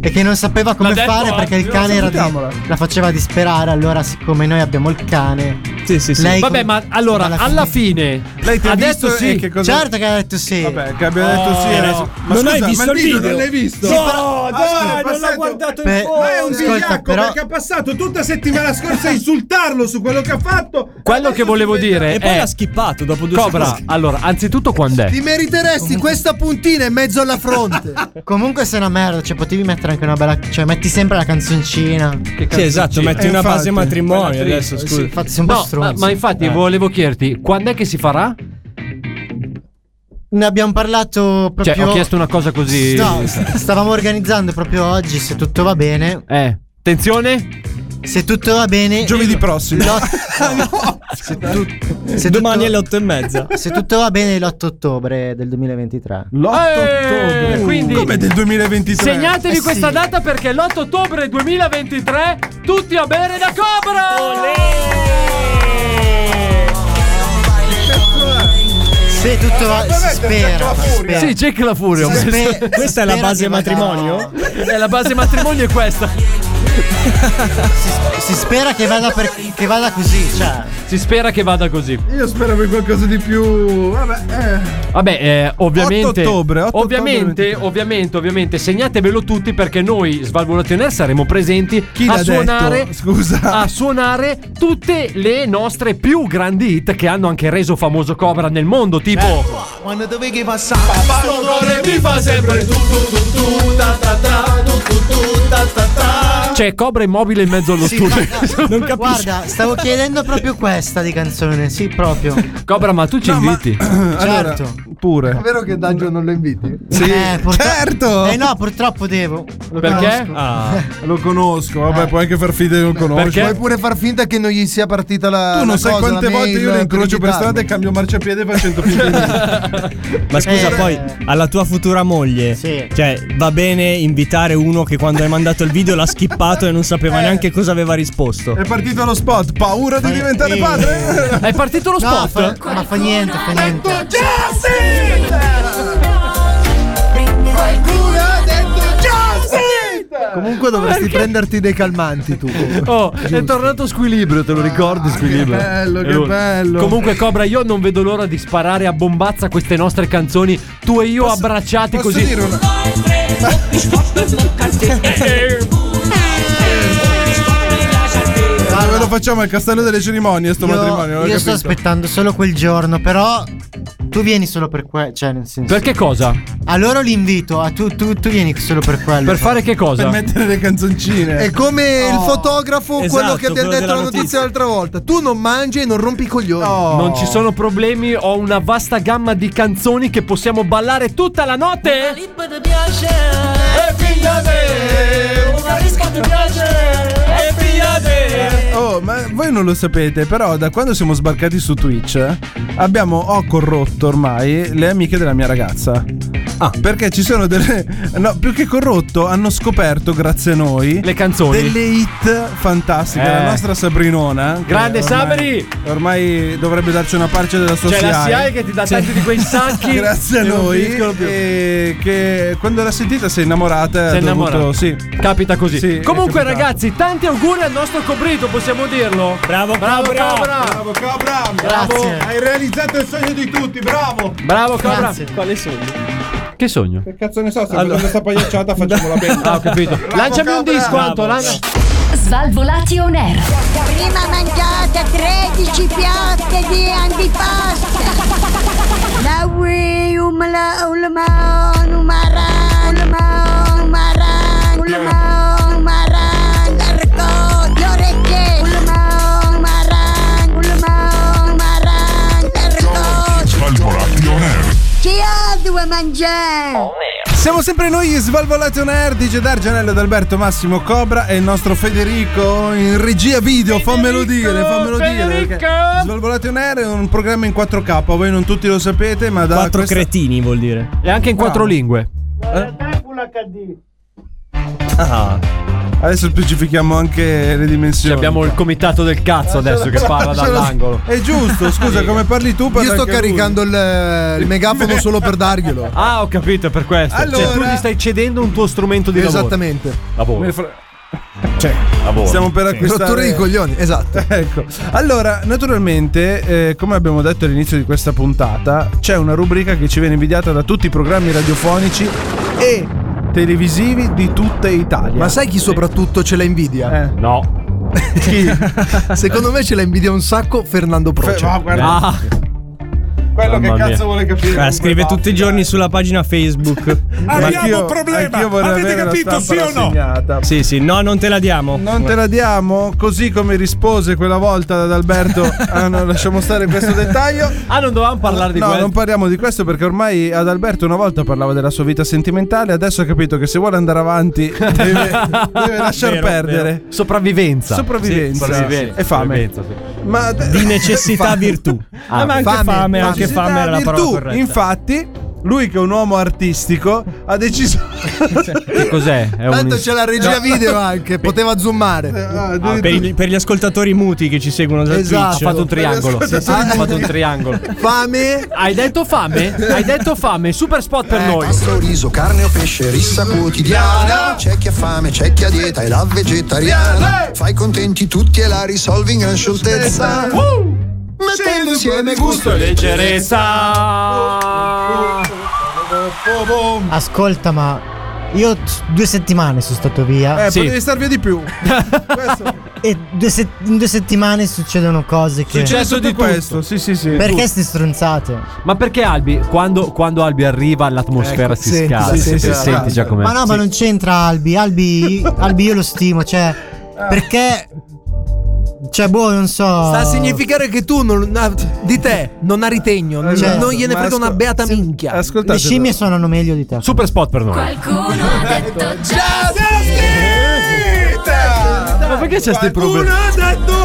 Speaker 12: E che non sapeva come
Speaker 8: L'ha detto
Speaker 12: fare perché il
Speaker 8: anzi,
Speaker 12: cane era di-
Speaker 8: salutiamola.
Speaker 12: la faceva disperare. Allora, siccome noi abbiamo il cane.
Speaker 8: Sì, sì, sì.
Speaker 12: lei
Speaker 6: Vabbè,
Speaker 12: come-
Speaker 6: ma allora,
Speaker 12: alla
Speaker 6: alla fine.
Speaker 5: Lei ti ha
Speaker 6: Adesso
Speaker 5: visto e
Speaker 6: sì.
Speaker 5: che cosa-
Speaker 12: Certo che ha detto sì.
Speaker 5: Vabbè, che
Speaker 12: Oh.
Speaker 5: abbia detto sì.
Speaker 8: Eh,
Speaker 5: era-
Speaker 8: no.
Speaker 5: Ma
Speaker 8: non
Speaker 5: scusa,
Speaker 8: hai
Speaker 5: ma
Speaker 8: visto il video?
Speaker 5: non l'hai visto?
Speaker 8: No,
Speaker 5: Ah, scusa,
Speaker 8: dai, non l'ha
Speaker 5: passato-
Speaker 8: guardato in
Speaker 12: Beh,
Speaker 8: fondo.
Speaker 12: ma
Speaker 5: è un
Speaker 12: Ascolta,
Speaker 5: vigliacco
Speaker 12: però-
Speaker 5: perché ha passato tutta settimana scorsa a insultarlo su quello che ha fatto.
Speaker 6: Quello che volevo dire
Speaker 8: E poi
Speaker 6: è.
Speaker 8: l'ha schippato dopo due
Speaker 6: Cobra,
Speaker 8: secondi.
Speaker 6: allora, anzitutto quando è?
Speaker 24: Ti meriteresti questa puntina in mezzo alla fronte.
Speaker 12: Comunque sei una merda, cioè potevi mettere anche una bella. Cioè, metti sempre la canzoncina.
Speaker 8: Sì, esatto, metti
Speaker 5: Eh,
Speaker 8: una
Speaker 5: infatti.
Speaker 8: base matrimonio
Speaker 5: Quella eh,
Speaker 8: adesso,
Speaker 5: triste,
Speaker 8: scusa.
Speaker 12: Infatti, sei un po'
Speaker 6: No, ma,
Speaker 12: stronzo.
Speaker 6: ma infatti
Speaker 8: Eh.
Speaker 6: volevo chiederti, quando è che si farà?
Speaker 12: Ne abbiamo parlato proprio.
Speaker 6: Cioè, ho chiesto una cosa così.
Speaker 12: No, st- stavamo organizzando proprio oggi, se tutto va bene.
Speaker 6: Eh, attenzione.
Speaker 12: Se tutto va bene.
Speaker 5: Giovedì prossimo.
Speaker 12: l'ot- Se tu- se
Speaker 8: Domani
Speaker 12: tutto-
Speaker 8: alle otto e mezza.
Speaker 12: Se tutto va bene, l'8 ottobre del 2023.
Speaker 5: L'8
Speaker 6: Eh,
Speaker 5: ottobre.
Speaker 6: quindi-
Speaker 5: Come del 2023.
Speaker 6: Segnatevi
Speaker 12: Eh,
Speaker 6: questa
Speaker 12: sì.
Speaker 6: data perché l'8 ottobre 2023 tutti a bere da Cobra!
Speaker 12: Se tutto va. Si spera. si spera.
Speaker 6: Sì, c'è che la furia. ho
Speaker 12: Si
Speaker 6: messo.
Speaker 12: spe-
Speaker 8: Questa è la
Speaker 12: spera
Speaker 8: base
Speaker 12: che vada-
Speaker 8: matrimonio?
Speaker 6: Eh, la base matrimonio è questa.
Speaker 12: Si spera che vada, per- che vada così. Cioè,
Speaker 6: Si spera che vada così.
Speaker 5: Io speravo in qualcosa di più. Vabbè, eh.
Speaker 6: Vabbè, eh,
Speaker 5: 8
Speaker 6: ovviamente,
Speaker 5: ottobre, 8 ottobre
Speaker 6: ovviamente,
Speaker 5: 23.
Speaker 6: ovviamente, ovviamente, segnatevelo tutti perché noi Svalvolationer saremo presenti
Speaker 5: Chi
Speaker 6: a
Speaker 5: l'ha
Speaker 6: suonare
Speaker 5: detto? Scusa.
Speaker 6: a suonare tutte le nostre più grandi hit che hanno anche reso famoso Cobra nel mondo, tipo
Speaker 25: Quando dovevi passare
Speaker 6: c'è Cobra immobile in mezzo allo studio.
Speaker 8: Non capisco.
Speaker 12: guarda, stavo chiedendo proprio questa di canzone. Sì, proprio.
Speaker 6: Cobra, ma tu ci inviti?
Speaker 5: Allora,
Speaker 12: Certo.
Speaker 5: pure.
Speaker 23: È vero che Daggio non lo inviti?
Speaker 5: Sì,
Speaker 12: Eh, purtro-
Speaker 5: certo.
Speaker 12: Eh no, purtroppo devo. Lo
Speaker 6: Perché?
Speaker 12: conosco.
Speaker 8: Ah,
Speaker 5: Lo conosco, vabbè,
Speaker 12: Eh.
Speaker 5: puoi anche far finta che non conosci.
Speaker 6: Perché?
Speaker 5: Poi
Speaker 23: Puoi pure far finta che non gli sia partita la.
Speaker 5: Tu non
Speaker 23: la
Speaker 5: sai
Speaker 23: cosa,
Speaker 5: quante
Speaker 23: la
Speaker 5: volte
Speaker 23: mail
Speaker 5: io lo incrocio
Speaker 23: invitarmi.
Speaker 5: per strada e cambio marciapiede facendo finta di niente.
Speaker 8: ma scusa,
Speaker 12: Eh.
Speaker 8: poi alla tua futura moglie,
Speaker 12: Sì.
Speaker 8: cioè, va bene invitare uno che quando hai mandato il video l'ha schippato e non
Speaker 6: Eh.
Speaker 8: sapeva neanche cosa aveva risposto.
Speaker 5: È partito lo spot, paura di diventare
Speaker 12: eh.
Speaker 5: padre.
Speaker 6: È partito lo
Speaker 12: No,
Speaker 6: spot?
Speaker 12: fa- ma fa niente, fa niente.
Speaker 23: Qualcuno ha detto Joseph! Comunque dovresti prenderti dei calmanti tu.
Speaker 6: Oh, è tornato squilibrio, te lo
Speaker 8: Ah,
Speaker 6: ricordi? Squilibrio.
Speaker 5: che bello,
Speaker 6: È
Speaker 5: che
Speaker 6: lui.
Speaker 5: bello.
Speaker 6: Comunque, Cobra, io non vedo l'ora di sparare a bombazza queste nostre canzoni, tu e io abbracciati
Speaker 5: Posso
Speaker 6: così.
Speaker 5: dire una- Dove lo facciamo al castello delle cerimonie sto matrimonio?
Speaker 12: Io,
Speaker 5: non ho
Speaker 12: io sto
Speaker 5: capito.
Speaker 12: aspettando solo quel giorno, però
Speaker 8: Tu vieni solo per quello. Cioè, nel senso.
Speaker 6: Perché cosa?
Speaker 8: A loro l'invito, a tu, tu, tu vieni solo per quello.
Speaker 6: Per fare che cosa?
Speaker 5: Per mettere le canzoncine.
Speaker 10: È come il
Speaker 8: Oh.
Speaker 10: fotografo, quello
Speaker 8: Esatto,
Speaker 10: che abbiamo
Speaker 8: quello
Speaker 10: detto
Speaker 8: della
Speaker 10: la notizia
Speaker 8: notizia.
Speaker 10: l'altra volta. Tu non mangi e non rompi i coglioni.
Speaker 6: Non ci sono problemi, ho una vasta gamma di canzoni che possiamo ballare tutta la notte.
Speaker 5: Oh, ma voi non lo sapete, però da quando siamo sbarcati su Twitch eh, abbiamo ho corrotto ormai le amiche della mia ragazza. Ah, perché ci sono delle. No, più che corrotto, hanno scoperto, grazie a noi, le
Speaker 6: canzoni.
Speaker 5: Delle hit fantastiche.
Speaker 6: Eh.
Speaker 5: La nostra Sabrinona. che
Speaker 6: Grande
Speaker 5: ormai-
Speaker 6: Sabri!
Speaker 5: Ormai dovrebbe darci una parte della sua
Speaker 6: C'è la
Speaker 5: SIAE.
Speaker 6: SIAE che ti dà
Speaker 5: Sì.
Speaker 6: tanti di quei sacchi.
Speaker 5: Grazie a
Speaker 6: che non
Speaker 5: noi. Eh,
Speaker 6: finiscono più.
Speaker 5: E che quando l'ha sentita sei innamorata.
Speaker 6: Sei
Speaker 5: ha dovuto-
Speaker 6: innamorata.
Speaker 5: Sì.
Speaker 6: Capita così.
Speaker 5: Sì, è
Speaker 6: Comunque,
Speaker 5: capitato.
Speaker 6: ragazzi, tanti auguri al nostro cobrito, possiamo dirlo. Bravo, bravo,
Speaker 26: Cobra.
Speaker 6: Cobra.
Speaker 26: Bravo Cobra!
Speaker 6: Grazie.
Speaker 26: Bravo! Hai realizzato il sogno di tutti, bravo!
Speaker 6: Bravo, Cobra.
Speaker 26: Grazie.
Speaker 6: Quale sogno? Che sogno?
Speaker 26: Che cazzo ne so, se allora. questa pagliacciata facciamo la bella.
Speaker 6: Ah, ho capito. Lanciami un disco, Anto. lancia-
Speaker 3: Svalvolati on air.
Speaker 27: Prima mangiate 13 piatte di antipasto. La ui umla ulma umara ulma umara ulma umara l'arco le orecchie ulma umara ulma umara l'arco
Speaker 28: Svalvolati on air.
Speaker 27: chi ha due mangiare?
Speaker 5: Siamo sempre noi, Svalvolati on Air, DJ Dar, Gianello d'Alberto, Massimo Cobra e il nostro Federico in regia video, fammelo dire, fammelo dire. perché Svalvolati on Air è un programma in 4K, voi non tutti lo sapete, ma da...
Speaker 9: Quattro
Speaker 5: questa-
Speaker 9: cretini vuol dire.
Speaker 6: E anche in quattro lingue.
Speaker 5: Ah. Adesso specifichiamo anche le dimensioni.
Speaker 6: Abbiamo il comitato del cazzo adesso che parla dall'angolo.
Speaker 5: È giusto, scusa, come parli tu? parla
Speaker 10: Io sto
Speaker 5: anche lui.
Speaker 10: caricando il, il megafono solo per darglielo.
Speaker 6: Ah, ho capito, è per questo. Cioè, tu
Speaker 10: Allora-
Speaker 6: gli stai cedendo un tuo strumento di lavoro.
Speaker 10: Esattamente.
Speaker 6: Lavoro.
Speaker 5: Nel fra- Cioè, stiamo per acquistare
Speaker 10: Rotture di coglioni, esatto.
Speaker 5: ecco. Allora, naturalmente, eh, come abbiamo detto all'inizio di questa puntata, c'è una rubrica che ci viene invidiata da tutti i programmi radiofonici e televisivi di tutta Italia. Eh.
Speaker 10: Ma sai chi soprattutto ce la invidia?
Speaker 6: No.
Speaker 10: Chi? Secondo me ce la invidia un sacco Fernando Proce.
Speaker 26: Ah, guarda. Quello che
Speaker 9: Mamma
Speaker 26: cazzo
Speaker 9: mia.
Speaker 26: vuole capire?
Speaker 9: Ah, scrive tutti i giorni sulla pagina Facebook.
Speaker 26: Abbiamo un problema. Avete capito sì o no?
Speaker 9: Sì, sì, no, non te la diamo.
Speaker 5: Non te la diamo? Così come rispose quella volta ad Alberto. Ah, no, lasciamo stare questo dettaglio.
Speaker 6: Ah, non dovevamo parlare di
Speaker 5: no,
Speaker 6: questo.
Speaker 5: non parliamo di questo perché ormai ad Alberto una volta parlava della sua vita sentimentale, adesso ha capito che se vuole andare avanti deve, deve lasciar
Speaker 6: Ah, Vero,
Speaker 5: perdere.
Speaker 6: vero. Sopravvivenza.
Speaker 5: Sopravvivenza.
Speaker 6: Sì,
Speaker 5: E fame.
Speaker 6: Sopravvivenza, sì.
Speaker 5: Ma
Speaker 9: Di necessità virtù.
Speaker 5: Ah,
Speaker 6: Eh,
Speaker 9: Ah, ma anche fame, anche
Speaker 5: Necessità,
Speaker 9: fame era la parola
Speaker 5: virtù.
Speaker 9: corretta.
Speaker 5: Infatti, lui che è un uomo artistico ha deciso
Speaker 6: Che cos'è? È un-
Speaker 10: Tanto c'è la regia
Speaker 9: No.
Speaker 10: video anche, poteva zoomare.
Speaker 9: Ah, per, gli, per gli ascoltatori muti che ci seguono da
Speaker 10: Esatto.
Speaker 9: Twitch.
Speaker 6: Ha fatto un triangolo.
Speaker 9: Sì, sì,
Speaker 6: Ha fatto un triangolo.
Speaker 10: Fame.
Speaker 6: Hai detto fame? Hai detto fame? Super spot
Speaker 8: Eh,
Speaker 6: per noi.
Speaker 29: Pasta, riso, carne o pesce, rissa quotidiana. C'è chi ha fame, c'è chi ha dieta e la vegetariana. Fai contenti tutti e la risolvi in gran scioltezza. Mettendo insieme gusto e
Speaker 6: leggerezza.
Speaker 8: Ascolta, ma io t- due settimane sono stato via.
Speaker 5: Eh, potevi star via di più. Eh.
Speaker 8: E due se- in due settimane succedono cose che.
Speaker 5: Successo di questo. Sì, sì, sì.
Speaker 8: Perché
Speaker 5: Tutto.
Speaker 8: sti stronzate?
Speaker 6: Ma perché Albi? Quando, quando Albi arriva l'atmosfera
Speaker 8: Ecco,
Speaker 6: si
Speaker 8: senti,
Speaker 6: scalda.
Speaker 8: sì, sì,
Speaker 6: senti,
Speaker 8: sì,
Speaker 6: senti già com'è.
Speaker 8: Ma no, ma non c'entra Albi. Albi, Albi io lo stimo, cioè. Perché. Cioè, boh, non so.
Speaker 30: Ah. Sta a significare che tu non, na- di te non ha ritegno, non-
Speaker 8: Cioè,
Speaker 30: non gliene
Speaker 8: ma
Speaker 30: frega una
Speaker 8: ascol-
Speaker 30: beata minchia.
Speaker 8: Le scimmie suonano meglio di te.
Speaker 6: Super spot per noi.
Speaker 3: Qualcuno ha detto
Speaker 26: già
Speaker 6: Ma perché c'è sti problemi?
Speaker 26: ha detto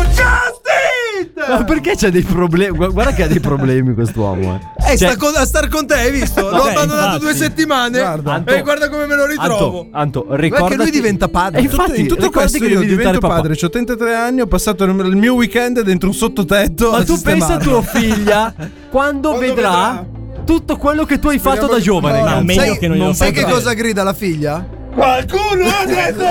Speaker 6: Ma perché c'è dei problemi? Gu- Guarda che ha dei problemi quest'uomo. Eh,
Speaker 30: Eh, sta con- a star con te, hai visto? L'ho
Speaker 6: Vabbè,
Speaker 30: abbandonato
Speaker 6: infatti.
Speaker 30: due settimane.
Speaker 6: Guarda. Anto-
Speaker 30: e guarda come me lo ritrovo.
Speaker 6: Anto, Anto
Speaker 30: Guarda
Speaker 6: ricordati
Speaker 30: che lui diventa padre.
Speaker 6: Eh,
Speaker 30: In tutto-
Speaker 6: infatti,
Speaker 30: in tutto
Speaker 6: ricordati
Speaker 5: questo
Speaker 6: che
Speaker 5: io
Speaker 6: devi diventare
Speaker 5: divento
Speaker 6: papà.
Speaker 5: padre, ho 33 anni, ho passato il il mio weekend dentro un sottotetto.
Speaker 6: Ma
Speaker 5: a
Speaker 6: tu pensa a
Speaker 5: sistemarlo.
Speaker 6: tua figlia quando, vedrà, tutto quello che tu hai fatto da giovane.
Speaker 10: No,
Speaker 6: cazzo.
Speaker 10: sai, non sai che cosa grida la figlia? Qualcuno ha detto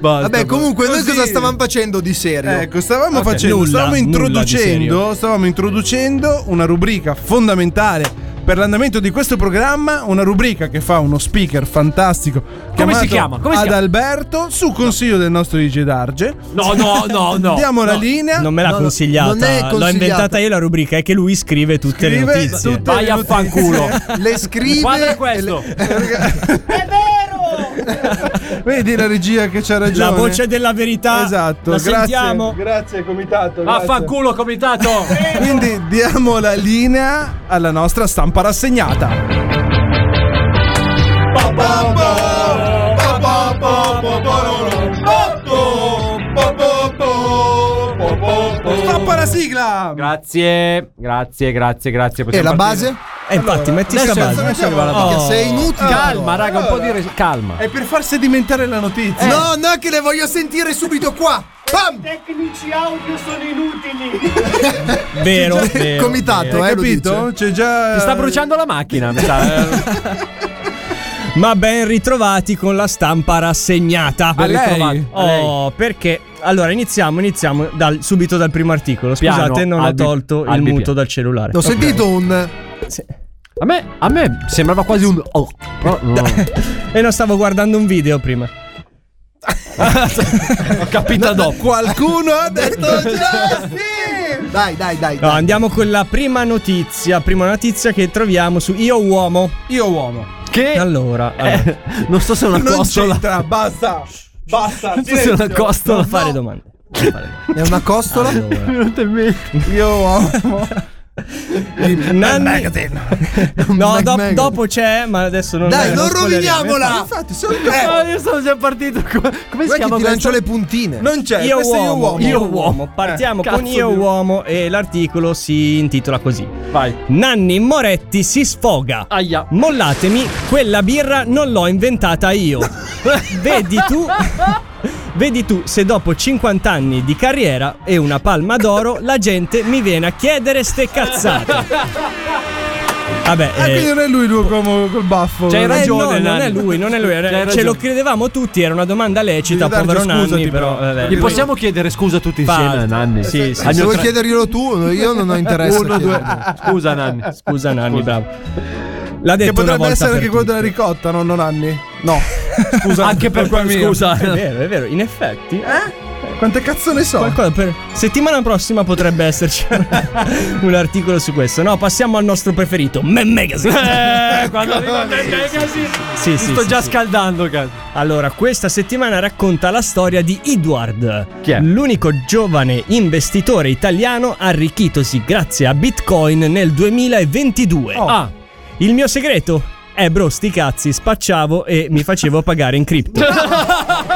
Speaker 6: Basta,
Speaker 10: Vabbè, comunque, noi cosa stavamo facendo di serio?
Speaker 5: Ecco, stavamo facendo, stavamo introducendo, stavamo introducendo una rubrica fondamentale per l'andamento di questo programma una rubrica che fa uno speaker fantastico
Speaker 12: Come
Speaker 5: chiamato
Speaker 12: si chiama? Come si
Speaker 5: ad
Speaker 12: chiama?
Speaker 5: Alberto su consiglio del nostro DJ Darge.
Speaker 12: No, no, no, no.
Speaker 5: Diamo la
Speaker 6: No,
Speaker 5: linea.
Speaker 6: Non me l'ha
Speaker 5: No, no,
Speaker 6: consigliata.
Speaker 5: non è
Speaker 6: L'ho
Speaker 5: consigliata.
Speaker 6: inventata io la rubrica, è che lui scrive tutte
Speaker 5: Scrive
Speaker 6: le notizie.
Speaker 5: tutte Vai le a notizie. fanculo. Le scrive
Speaker 12: Guarda questo.
Speaker 5: Vedi la regia che c'ha ragione.
Speaker 6: La voce della verità.
Speaker 5: Esatto,
Speaker 6: La
Speaker 5: grazie.
Speaker 6: sentiamo.
Speaker 5: Grazie comitato. grazie.
Speaker 12: Vaffanculo, comitato.
Speaker 5: Quindi diamo la linea alla nostra stampa rassegnata. Stoppa la sigla!
Speaker 12: Grazie, grazie, grazie,
Speaker 6: Eh,
Speaker 12: grazie.
Speaker 31: E la base?
Speaker 6: E Eh, infatti, metti sta
Speaker 31: Adesso-
Speaker 6: base. Oh.
Speaker 31: adesso arriva la base. Perché sei inutile.
Speaker 12: Calma, raga, un po' di res- calma.
Speaker 5: È per far sedimentare la notizia.
Speaker 31: No, no, che le voglio sentire subito qua. Bam!
Speaker 32: Tecnici audio sono inutili.
Speaker 6: Vero,
Speaker 5: C'è già-
Speaker 6: vero,
Speaker 5: comitato,
Speaker 6: vero.
Speaker 5: eh, Hai capito? lo dice. C'è già-
Speaker 12: Ti sta bruciando la macchina. mi sa. eh.
Speaker 6: Ma ben ritrovati con la stampa rassegnata.
Speaker 12: Ben
Speaker 6: lei?
Speaker 12: ritrovati, a lei.
Speaker 6: Oh, perché? Allora, iniziamo, iniziamo dal- subito dal primo articolo. Scusate,
Speaker 12: Piano,
Speaker 6: non
Speaker 12: Albi-
Speaker 6: ho tolto il
Speaker 12: Albi
Speaker 6: muto
Speaker 12: piano.
Speaker 6: dal cellulare.
Speaker 33: Ho
Speaker 6: Ok.
Speaker 33: sentito un.
Speaker 12: A me, a me sembrava quasi un. Oh, però no.
Speaker 6: E non stavo guardando un video prima.
Speaker 12: Ho capito dopo.
Speaker 5: Qualcuno ha detto
Speaker 33: Dai, dai, dai.
Speaker 6: No, andiamo con la prima notizia. Prima notizia che troviamo su Io Uomo.
Speaker 5: Io uomo.
Speaker 12: Che.
Speaker 6: Allora,
Speaker 5: Eh,
Speaker 6: allora.
Speaker 12: non so se è una
Speaker 5: Non
Speaker 12: costola.
Speaker 5: c'entra, basta. Basta.
Speaker 6: Non so se è una costola. Non fare domande. Non fare domande. Ah,
Speaker 33: È una costola?
Speaker 6: Allora.
Speaker 5: Io uomo.
Speaker 6: Nanni... No, do- dopo c'è, ma adesso non Eh,
Speaker 33: Dai, non
Speaker 6: spoileriamo.
Speaker 33: roviniamola!
Speaker 5: Infatti, sono
Speaker 12: No, io sono già partito. Come come si
Speaker 33: Guarda
Speaker 12: chiama
Speaker 33: che ti lancio
Speaker 12: questo?
Speaker 33: le puntine.
Speaker 5: Non c'è.
Speaker 6: Io
Speaker 5: questo è
Speaker 6: uomo,
Speaker 5: Io uomo.
Speaker 6: Partiamo
Speaker 12: Eh,
Speaker 6: con
Speaker 12: cazzo
Speaker 6: Io
Speaker 12: di-
Speaker 6: uomo e l'articolo si intitola così.
Speaker 12: Vai.
Speaker 6: Nanni Moretti si sfoga.
Speaker 12: Aia.
Speaker 6: Mollatemi, quella birra non l'ho inventata io. Vedi tu Vedi tu se dopo 50 anni di carriera e una palma d'oro la gente mi viene a chiedere ste cazzate. Vabbè,
Speaker 5: Ah,
Speaker 6: eh,
Speaker 5: quindi non è lui l'uomo col baffo.
Speaker 6: eh,
Speaker 12: C'hai ragione.
Speaker 6: no, non
Speaker 12: Nanni.
Speaker 6: è lui, non è lui.
Speaker 12: C'hai
Speaker 6: Ce
Speaker 12: ragione.
Speaker 6: lo credevamo tutti, era una domanda lecita,
Speaker 5: Devi darci
Speaker 6: povero
Speaker 5: scusati,
Speaker 6: Nanni, però.
Speaker 5: però.
Speaker 6: vabbè.
Speaker 12: Gli possiamo chiedere scusa tutti insieme,
Speaker 6: Fa-
Speaker 12: Nanni?
Speaker 6: Sì, sì.
Speaker 33: Se
Speaker 12: Al mio
Speaker 33: vuoi
Speaker 12: tra-
Speaker 33: chiederglielo tu, io non ho interesse. a
Speaker 5: Uno, due.
Speaker 33: chiederlo.
Speaker 12: Scusa, Nanni.
Speaker 6: Scusa Nanni, bravo. L'ha
Speaker 5: Che
Speaker 6: detto una
Speaker 5: potrebbe
Speaker 6: volta
Speaker 5: essere
Speaker 6: per
Speaker 5: anche quello
Speaker 6: tutte.
Speaker 5: della ricotta, no? Non anni. No. Scusa.
Speaker 12: Anche per
Speaker 5: colpa mia.
Speaker 12: scusa.
Speaker 6: Esatto, È vero, è vero, in effetti. Eh?
Speaker 5: Quante cazzo ne so?
Speaker 6: Qualcosa per settimana prossima potrebbe esserci un articolo su questo. No, passiamo al nostro preferito, Man Magazine.
Speaker 12: Eh, quando arriva il Legacy,
Speaker 6: sì,
Speaker 12: mi
Speaker 6: sì,
Speaker 12: sto
Speaker 6: sì,
Speaker 12: già
Speaker 6: sì.
Speaker 12: scaldando, cazzo.
Speaker 6: Allora, questa settimana racconta la storia di Edward,
Speaker 12: Chi è?
Speaker 6: l'unico giovane investitore italiano arricchitosi grazie a Bitcoin nel 2022.
Speaker 12: Ah,
Speaker 6: Il mio segreto? Eh bro, sti cazzi, spacciavo e mi facevo pagare in cripto.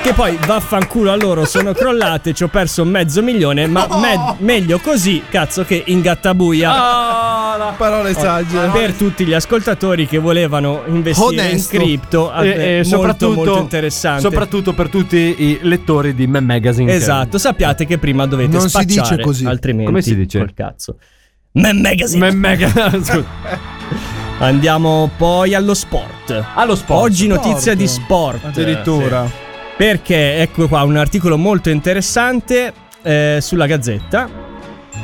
Speaker 6: che poi vaffanculo a loro, sono crollate, ci ho perso mezzo milione, ma me- meglio così, cazzo, che in gattabuia.
Speaker 12: ah, la-
Speaker 5: Parole sagge.
Speaker 6: Per tutti gli ascoltatori che volevano investire
Speaker 33: Onesto.
Speaker 6: in cripto, eh,
Speaker 12: e, e
Speaker 6: molto,
Speaker 12: soprattutto,
Speaker 6: molto interessante.
Speaker 12: soprattutto per tutti i lettori di Man Magazine. che-
Speaker 6: Esatto, sappiate che prima dovete
Speaker 33: Non si
Speaker 6: spacciare,
Speaker 33: dice così.
Speaker 6: altrimenti
Speaker 12: Come si dice?
Speaker 6: col cazzo. Man Magazine.
Speaker 12: Man Magazine. scusa.
Speaker 6: Andiamo poi allo sport.
Speaker 12: Allo sport.
Speaker 6: Oggi notizia di sport.
Speaker 5: Addirittura.
Speaker 6: Eh, Sì. Perché ecco qua un articolo molto interessante eh, sulla Gazzetta.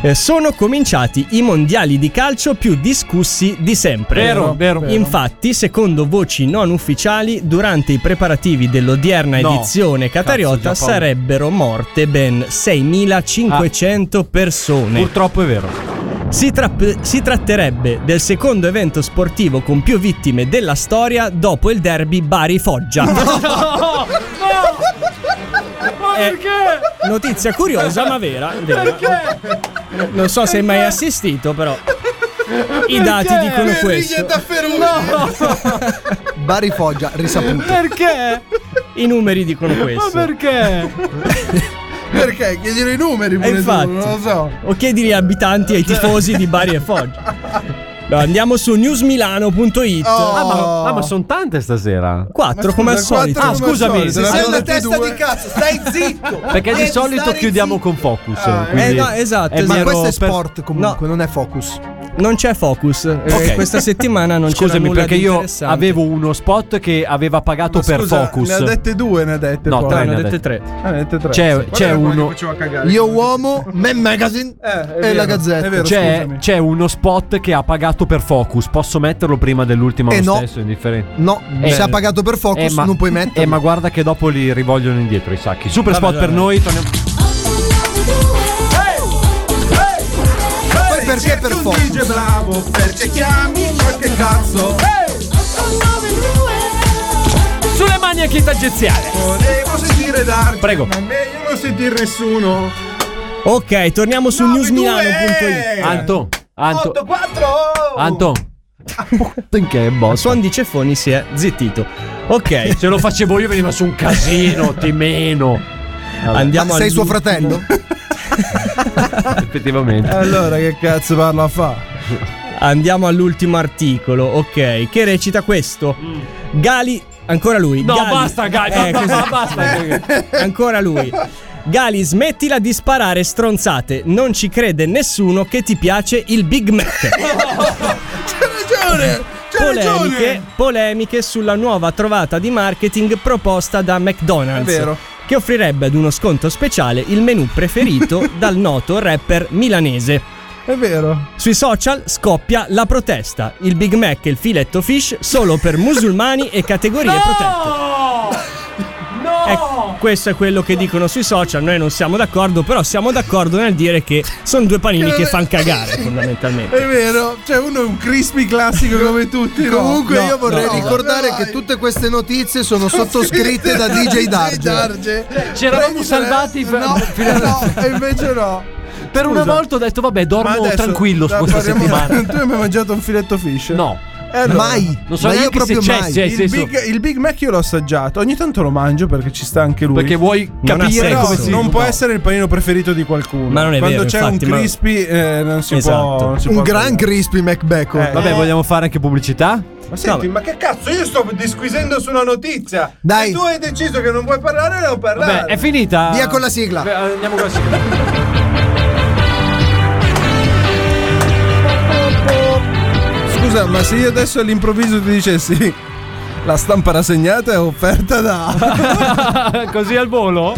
Speaker 6: Eh, sono cominciati i mondiali di calcio più discussi di sempre.
Speaker 12: Vero, vero.
Speaker 6: Infatti, secondo voci non ufficiali, durante i preparativi dell'odierna
Speaker 12: No.
Speaker 6: edizione catariota
Speaker 12: Cazzo, già paura.
Speaker 6: sarebbero morte ben 6.500 persone.
Speaker 12: Purtroppo è vero.
Speaker 6: Si, trapp- si tratterebbe del secondo evento sportivo con più vittime della storia dopo il derby Bari-Foggia. Eh, Notizia curiosa ma vera. vera. Non so se hai mai assistito però. I dati dicono questo.
Speaker 33: Bari Foggia, risaputo.
Speaker 6: Perché? I numeri dicono questo.
Speaker 12: Perché?
Speaker 5: Perché? Chiedere i numeri.
Speaker 6: E
Speaker 5: pure tu,
Speaker 6: Eh, infatti,
Speaker 5: Non lo so. Cioè.
Speaker 6: o chiedi agli abitanti e ai tifosi di Bari e Foggia. No, andiamo su newsmilano.it.
Speaker 12: Ah, ma, ah, ma sono tante stasera.
Speaker 6: 4 come al
Speaker 5: Da Oh. quattro
Speaker 6: solito. Ah,
Speaker 5: come al
Speaker 12: scusami,
Speaker 5: solito,
Speaker 12: se
Speaker 5: ne
Speaker 12: sei
Speaker 5: abbiamo
Speaker 12: una
Speaker 5: dati due.
Speaker 33: cazzo, stai Eh, zitto.
Speaker 12: Perché di solito chiudiamo con Focus.
Speaker 5: Ah,
Speaker 6: eh, no, esatto,
Speaker 12: eh,
Speaker 6: esatto.
Speaker 33: Ma
Speaker 12: ero
Speaker 33: questo è
Speaker 12: per-
Speaker 33: sport comunque, non è focus.
Speaker 9: Non c'è focus. Eh,
Speaker 6: Ok.
Speaker 9: questa settimana non c'è
Speaker 6: Scusami,
Speaker 9: nulla
Speaker 6: perché
Speaker 9: di
Speaker 6: io
Speaker 9: interessante.
Speaker 6: avevo uno spot che aveva pagato
Speaker 5: Ma
Speaker 6: per
Speaker 5: scusa,
Speaker 6: Focus.
Speaker 5: Ne ha dette due, ne ha dette
Speaker 6: No,
Speaker 5: poi.
Speaker 6: tre, ne ha dette
Speaker 9: tre.
Speaker 5: Ah, ne ha dette tre.
Speaker 6: C'è-
Speaker 5: Guarda
Speaker 6: c'è
Speaker 5: quello che
Speaker 6: uno-
Speaker 5: faceva cagare.
Speaker 30: Io uomo, Man Magazine
Speaker 26: Eh,
Speaker 30: e
Speaker 5: vero,
Speaker 30: la Gazzetta.
Speaker 5: è vero,
Speaker 9: Cioè,
Speaker 6: c'è,
Speaker 5: scusami.
Speaker 6: c'è uno spot che ha pagato per Focus. Posso metterlo prima dell'ultimo?
Speaker 30: Eh
Speaker 6: lo
Speaker 30: no.
Speaker 6: stesso, è indifferente.
Speaker 30: No,
Speaker 6: Eh,
Speaker 30: se ha pagato per Focus
Speaker 6: eh, ma-
Speaker 30: non puoi mettere.
Speaker 6: Eh, ma guarda che dopo li rivogliono indietro i sacchi. Super
Speaker 30: Vabbè,
Speaker 6: spot
Speaker 30: vabbè.
Speaker 6: per noi. torniamo-
Speaker 9: eh,
Speaker 30: Poi perché per Focus?
Speaker 26: bravo, perché chiami qualche cazzo.
Speaker 6: Sulle mani a chi tangenziale.
Speaker 26: Volevo sentire Dark.
Speaker 6: Prego.
Speaker 26: Ma meglio non sentire nessuno.
Speaker 9: Ok, torniamo su
Speaker 26: eh.
Speaker 9: newsmilano.it.
Speaker 6: Anto, Anto,
Speaker 26: 8-4.
Speaker 6: Anto. Perché è boss?
Speaker 9: Suon di Ceffoni si è zittito. Ok.
Speaker 6: Se lo facevo io veniva su un casino, ti meno.
Speaker 9: Andiamo
Speaker 30: Ma
Speaker 9: al-
Speaker 30: sei suo fratello?
Speaker 6: Effettivamente.
Speaker 5: Allora, che cazzo parla fa?
Speaker 9: Andiamo all'ultimo articolo, ok, che recita questo. Gali, ancora lui.
Speaker 6: Mm. No, basta, Gali,
Speaker 9: Eh,
Speaker 6: basta,
Speaker 9: così.
Speaker 30: Eh.
Speaker 6: basta.
Speaker 9: ancora lui. Gali, smettila di sparare stronzate. Non ci crede nessuno che ti piace il Big Mac.
Speaker 26: ragione. C'è
Speaker 5: Cioè,
Speaker 9: polemiche,
Speaker 26: ragione.
Speaker 9: polemiche sulla nuova trovata di marketing proposta da McDonald's.
Speaker 5: È vero.
Speaker 9: Che offrirebbe ad uno sconto speciale il menù preferito dal noto rapper milanese.
Speaker 5: È vero.
Speaker 9: Sui social scoppia la protesta. Il Big Mac e il filetto fish solo per musulmani e categorie protette.
Speaker 6: Eh,
Speaker 9: Ecco, questo è quello che dicono sui social. Noi non siamo d'accordo, però siamo d'accordo nel dire che sono due panini che fanno cagare, fondamentalmente.
Speaker 5: È vero, cioè uno è un crispy classico come tutti. no?
Speaker 30: Comunque
Speaker 5: No,
Speaker 30: io vorrei
Speaker 5: no.
Speaker 30: ricordare che tutte queste notizie sono sottoscritte da DJ Darge.
Speaker 6: C'eravamo
Speaker 5: Prendi
Speaker 6: Cioè, salvati per,
Speaker 5: Cioè, No, no, e invece no.
Speaker 6: per una
Speaker 5: Scusa.
Speaker 6: volta ho detto vabbè
Speaker 5: Ma
Speaker 6: dormo
Speaker 5: adesso,
Speaker 6: tranquillo su
Speaker 5: la
Speaker 6: questa
Speaker 5: parliamo-
Speaker 6: settimana.
Speaker 5: Tu hai mai mangiato un filetto fish?
Speaker 6: No.
Speaker 5: Eh, allora.
Speaker 30: Mai.
Speaker 6: Non so
Speaker 30: Ma io
Speaker 6: neanche se
Speaker 30: proprio
Speaker 6: c'è,
Speaker 30: mai.
Speaker 6: se-
Speaker 5: il,
Speaker 6: senso-
Speaker 5: Big, il Big Mac io l'ho assaggiato. Ogni tanto lo mangio perché ci sta anche lui.
Speaker 6: Perché vuoi
Speaker 9: Non ha
Speaker 6: capire
Speaker 9: senso.
Speaker 6: come
Speaker 5: No,
Speaker 6: si
Speaker 5: non può essere il panino preferito di qualcuno.
Speaker 9: Ma non è
Speaker 5: Quando
Speaker 9: vero,
Speaker 5: c'è
Speaker 9: infatti,
Speaker 5: un
Speaker 9: ma-
Speaker 5: crispy, eh, non si
Speaker 9: Esatto.
Speaker 5: può. non si
Speaker 30: Un
Speaker 5: può
Speaker 30: gran
Speaker 5: tagliare.
Speaker 30: crispy McBacon.
Speaker 5: Eh.
Speaker 6: Vabbè, vogliamo fare anche pubblicità?
Speaker 5: Ma senti, ma che cazzo? Io sto disquisendo su una notizia.
Speaker 30: Dai.
Speaker 5: E tu hai deciso che non vuoi parlare, non parlare.
Speaker 6: Vabbè, è finita.
Speaker 30: Via con la sigla.
Speaker 6: Beh, Andiamo con la sigla.
Speaker 5: Scusa, ma se io adesso all'improvviso ti dicessi la stampa rassegnata è offerta da
Speaker 6: Così al volo?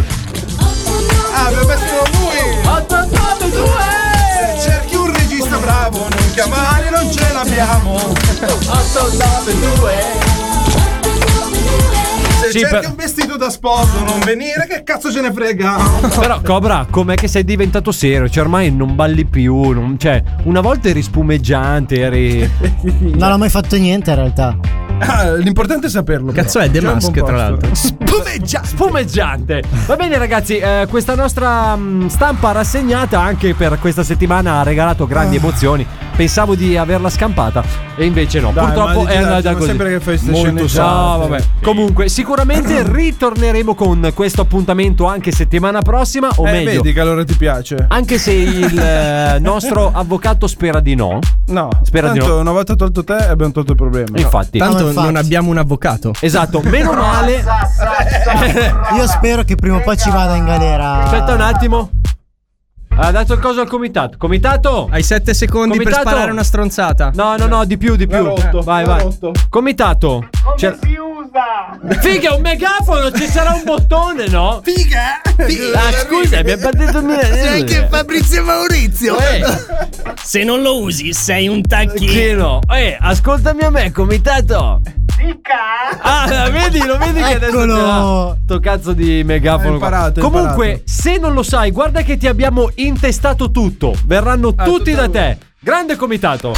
Speaker 26: Ah, mi ha messo lui. Se cerchi un regista bravo, non chiamare, non ce l'abbiamo. Se
Speaker 6: Sì,
Speaker 26: cerchi
Speaker 6: per-
Speaker 26: un vestito da sposo, non venire, che cazzo ce ne frega?
Speaker 6: Però Cobra, com'è che sei diventato serio? Cioè ormai non balli più, non- cioè una volta eri spumeggiante, eri...
Speaker 8: Non l'ho mai fatto niente in realtà.
Speaker 5: Ah, l'importante è saperlo.
Speaker 9: Cazzo è The Mask, tra l'altro.
Speaker 6: Spumeggia- spumeggiante. Va bene ragazzi, eh, questa nostra mh, stampa rassegnata anche per questa settimana ha regalato
Speaker 5: Ah.
Speaker 6: grandi emozioni. Pensavo di averla scampata e invece no. Purtroppo è andata così.
Speaker 5: sempre che fai ste
Speaker 6: Molto
Speaker 5: sceneggiate.
Speaker 6: no, vabbè. Comunque, sicuramente ritorneremo con questo appuntamento anche settimana prossima. O
Speaker 5: Eh,
Speaker 6: meglio,
Speaker 5: vedi che allora ti piace.
Speaker 6: anche se il eh, nostro avvocato spera di no.
Speaker 5: No,
Speaker 6: Spera di
Speaker 5: tanto
Speaker 6: no.
Speaker 5: una volta tolto te abbiamo tolto il problema.
Speaker 6: Infatti,
Speaker 9: Tanto
Speaker 8: infatti.
Speaker 9: non abbiamo un avvocato.
Speaker 6: esatto, meno male.
Speaker 8: Io spero che prima o poi ci vada in galera.
Speaker 6: Aspetta un attimo. Ha dato il coso al comitato. Comitato!
Speaker 9: Hai 7 secondi
Speaker 6: Comitato?
Speaker 9: per sparare una stronzata.
Speaker 6: No, no, no, di più, di più.
Speaker 5: rotto,
Speaker 6: vai,
Speaker 5: l'ha
Speaker 6: vai.
Speaker 5: rotto.
Speaker 6: Comitato.
Speaker 12: Cioè-
Speaker 6: C'era-
Speaker 34: Si usa!
Speaker 6: Figa, è un megafono, ci sarà un bottone, no?
Speaker 30: Figa!
Speaker 6: Ah, scusa, mi ha battuto il mio. Eh.
Speaker 30: Fabrizio Maurizio.
Speaker 9: Se non lo usi, sei un tacchino.
Speaker 6: Che no. Eh, ascoltami a me, comitato.
Speaker 34: Dica!
Speaker 6: Ah, vedi, lo vedi che adesso
Speaker 8: Eccolo.
Speaker 6: ce l'ha. Sto cazzo di megafono.
Speaker 5: Hai imparato,
Speaker 6: qua.
Speaker 5: hai
Speaker 6: Comunque,
Speaker 5: imparato.
Speaker 6: se non lo sai, guarda che ti abbiamo intestato tutto. Verranno tutti
Speaker 5: Ah, tutto
Speaker 6: da
Speaker 5: lui.
Speaker 6: te. Grande comitato.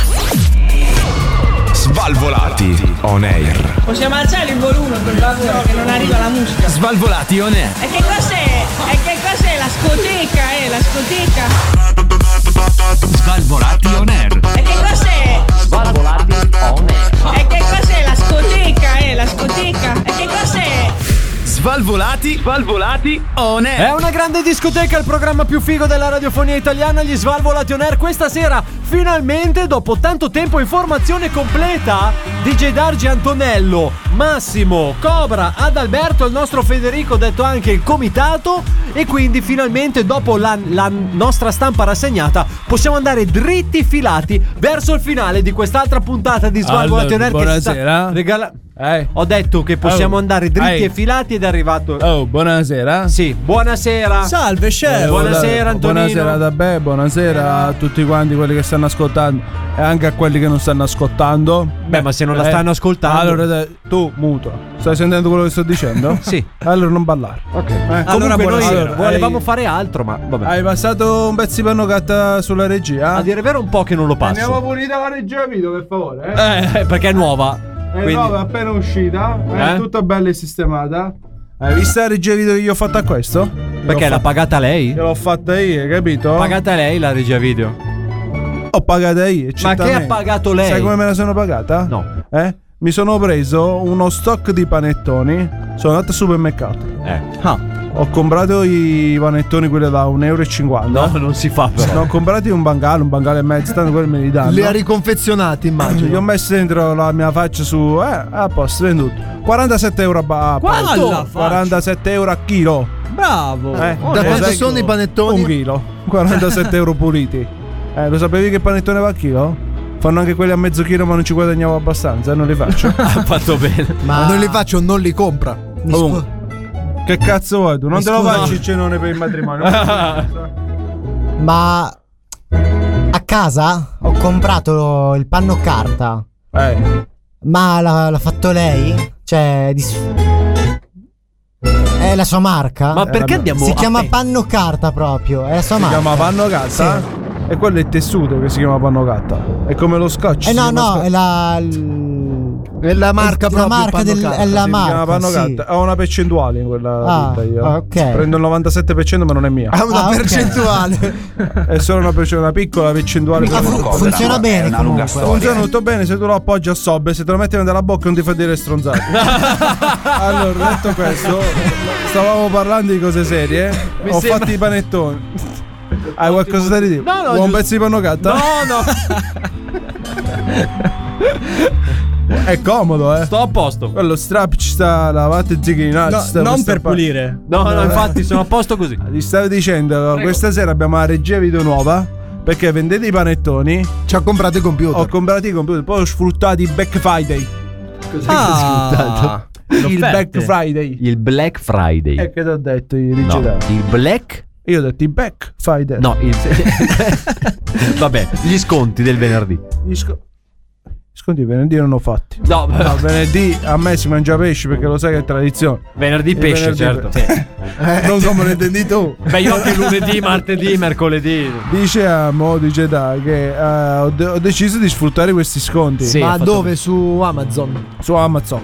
Speaker 28: Svalvolati on air.
Speaker 11: Possiamo alzare il volume per favore che non arriva la musica.
Speaker 35: Svalvolati on air.
Speaker 11: E che cos'è? E che cos'è la scoteca, eh? La scoteca.
Speaker 4: Svalvolati on air.
Speaker 11: E che cos'è?
Speaker 35: Svalvolati on air.
Speaker 11: E che cos'è la scoteca, eh? La scoteca. E che cos'è?
Speaker 35: Svalvolati, svalvolati on air.
Speaker 6: È una grande discoteca, il programma più figo della radiofonia italiana, gli Svalvolati On Air. Questa sera Finalmente, dopo tanto tempo, informazione completa. DJ Dargi Antonello, Massimo, Cobra, Adalberto, il nostro Federico, detto anche il comitato. E quindi, finalmente, dopo la, la nostra stampa rassegnata, possiamo andare dritti filati verso il finale di quest'altra puntata di Svalvo
Speaker 5: Allora,
Speaker 6: Nationer.
Speaker 5: buonasera.
Speaker 6: Regala...
Speaker 5: Eh.
Speaker 6: Ho detto che possiamo
Speaker 5: Oh.
Speaker 6: andare dritti
Speaker 5: Eh.
Speaker 6: e filati ed è arrivato.
Speaker 5: Oh, buonasera.
Speaker 6: Sì, buonasera. Eh,
Speaker 36: Salve, chef.
Speaker 6: Buonasera, Antonino.
Speaker 5: Cioè,
Speaker 6: Eh,
Speaker 5: Buonasera da Be, buonasera a tutti quanti quelli che stanno ascoltando e anche a quelli che non stanno ascoltando. Eh,
Speaker 6: Beh, ma se non la stanno ascoltando-
Speaker 5: Allora, dai, tu, muto, stai sentendo quello che sto dicendo?
Speaker 6: sì.
Speaker 5: Allora non ballare. Ok.
Speaker 6: Allora, noi volevamo fare altro, ma vabbè.
Speaker 5: Hai passato un pezzo di pannocatta sulla regia?
Speaker 6: A dire il vero, un po' che non lo
Speaker 37: Andiamo
Speaker 6: passo.
Speaker 37: pulita la regia video, per favore. Eh,
Speaker 6: Eh, perché è nuova.
Speaker 37: Eh,
Speaker 6: Quindi-
Speaker 37: no, è appena uscita. È
Speaker 5: Eh?
Speaker 37: tutta bella e sistemata.
Speaker 5: Hai visto la regia video che gli ho fatta a questo?
Speaker 6: Perché l'ha pagata lei?
Speaker 5: L'ho fatta io, hai capito?
Speaker 6: Pagata lei la regia video.
Speaker 5: Ho pagata io.
Speaker 6: Ma che ha
Speaker 5: certamente.
Speaker 6: pagato lei?
Speaker 5: Sai come me la sono pagata?
Speaker 6: No.
Speaker 5: Eh? Mi sono preso uno stock di panettoni. Sono andato al supermercato.
Speaker 6: Eh.
Speaker 5: Ho comprato i panettoni quelli da 1,50 euro.
Speaker 6: No, non si fa
Speaker 5: Ne ho
Speaker 6: però.
Speaker 5: comprati un bangalo, un bangalo e mezzo, tanto quelli me li danno. Cioè,
Speaker 8: Li ha riconfezionati, immagino.
Speaker 5: Gli ho messo dentro la mia faccia su. Eh, a posto, venduto. 47 euro a ba- a
Speaker 36: Quanto?
Speaker 5: pezzo.
Speaker 36: Alla faccia.
Speaker 5: 47 euro a chilo.
Speaker 36: Bravo.
Speaker 5: Eh,
Speaker 8: Da quanto sono i panettoni?
Speaker 5: Un chilo. 47 euro puliti. Eh, lo sapevi che il panettone va a chilo? Fanno anche quelli a mezzo chilo, ma non ci guadagniamo abbastanza, eh, non li faccio.
Speaker 6: Ha fatto bene.
Speaker 8: Ma non li faccio, non li compra.
Speaker 5: Comunque. Che cazzo vuoi tu? Non
Speaker 8: Mi
Speaker 5: te lo
Speaker 8: scusi.
Speaker 5: faccio il cenone per il matrimonio.
Speaker 12: Ma a casa ho comprato il panno carta.
Speaker 5: Eh.
Speaker 12: Ma l'ha, l'ha fatto lei? Cioè, di su- è la sua marca?
Speaker 6: Ma perché andiamo
Speaker 12: Si
Speaker 6: a
Speaker 12: chiama
Speaker 6: pe-
Speaker 12: panno carta proprio, è la sua
Speaker 5: Si
Speaker 12: marca.
Speaker 5: chiama panno gatta? E quello è il tessuto che si chiama panno gatta. È come lo scotch.
Speaker 12: Eh
Speaker 5: si
Speaker 12: no,
Speaker 5: chiama
Speaker 12: no,
Speaker 5: scotch.
Speaker 12: è la. È la
Speaker 8: marca
Speaker 12: la
Speaker 8: proprio,
Speaker 12: marca
Speaker 8: panno
Speaker 12: del,
Speaker 8: carta,
Speaker 12: è la
Speaker 5: si chiama
Speaker 12: marca.
Speaker 5: panno
Speaker 12: sì.
Speaker 5: gatta. Ho una percentuale in quella
Speaker 12: Ah,
Speaker 5: ditta io.
Speaker 12: ok.
Speaker 5: Prendo il 97%, ma non è mia.
Speaker 8: Ha una
Speaker 12: Ah, ok.
Speaker 8: percentuale.
Speaker 5: È solo una, perce- una piccola percentuale.
Speaker 12: Ah, fun-
Speaker 5: Funziona
Speaker 12: funziona bene. comunque.
Speaker 5: tutto bene se tu lo appoggi a sobbe, se te lo metti nella bocca non ti fa dire stronzate. allora, detto questo, stavamo parlando di cose serie. Ho
Speaker 6: sembra-
Speaker 5: fatto i panettoni. Hai qualcosa da ridire?
Speaker 6: No, no,
Speaker 5: Vuoi un
Speaker 6: giusto.
Speaker 5: pezzo di panno gatta?
Speaker 6: No, no,
Speaker 5: È comodo, eh.
Speaker 6: sto a posto.
Speaker 5: Quello strap ci sta, la vatte zichina.
Speaker 36: No, non per pulire.
Speaker 6: No, no, infatti sono a posto così.
Speaker 5: Ti stavo dicendo, questa sera abbiamo la regia video nuova. Perché vendete i panettoni,
Speaker 8: Ci ha comprato i computer.
Speaker 5: ho comprato i computer, poi ho sfruttato i Black Friday.
Speaker 36: Ah,
Speaker 5: Il Black Ecco,
Speaker 36: Friday.
Speaker 5: Friday.
Speaker 38: Il Black Friday.
Speaker 5: E che ti ho detto i
Speaker 38: No,
Speaker 5: rigidati?
Speaker 38: il Black.
Speaker 5: Io ho detto i back fighter.
Speaker 38: No, il. Vabbè, gli sconti del venerdì.
Speaker 5: Gli sc- sconti venerdì non ho fatti.
Speaker 38: No,
Speaker 5: No, venerdì a me si mangia pesce perché lo sai che è tradizione.
Speaker 38: venerdì
Speaker 5: Il
Speaker 38: pesce, certo.
Speaker 5: venerdì pe- Eh, non come ne intendi tu.
Speaker 38: Beh, io anche lunedì, martedì, mercoledì.
Speaker 5: Dice a Modi Jedi che eh, ho, de- ho deciso di sfruttare questi sconti
Speaker 38: Sì, ha
Speaker 8: Ma
Speaker 38: fatto
Speaker 8: dove? Su Amazon.
Speaker 5: su Amazon.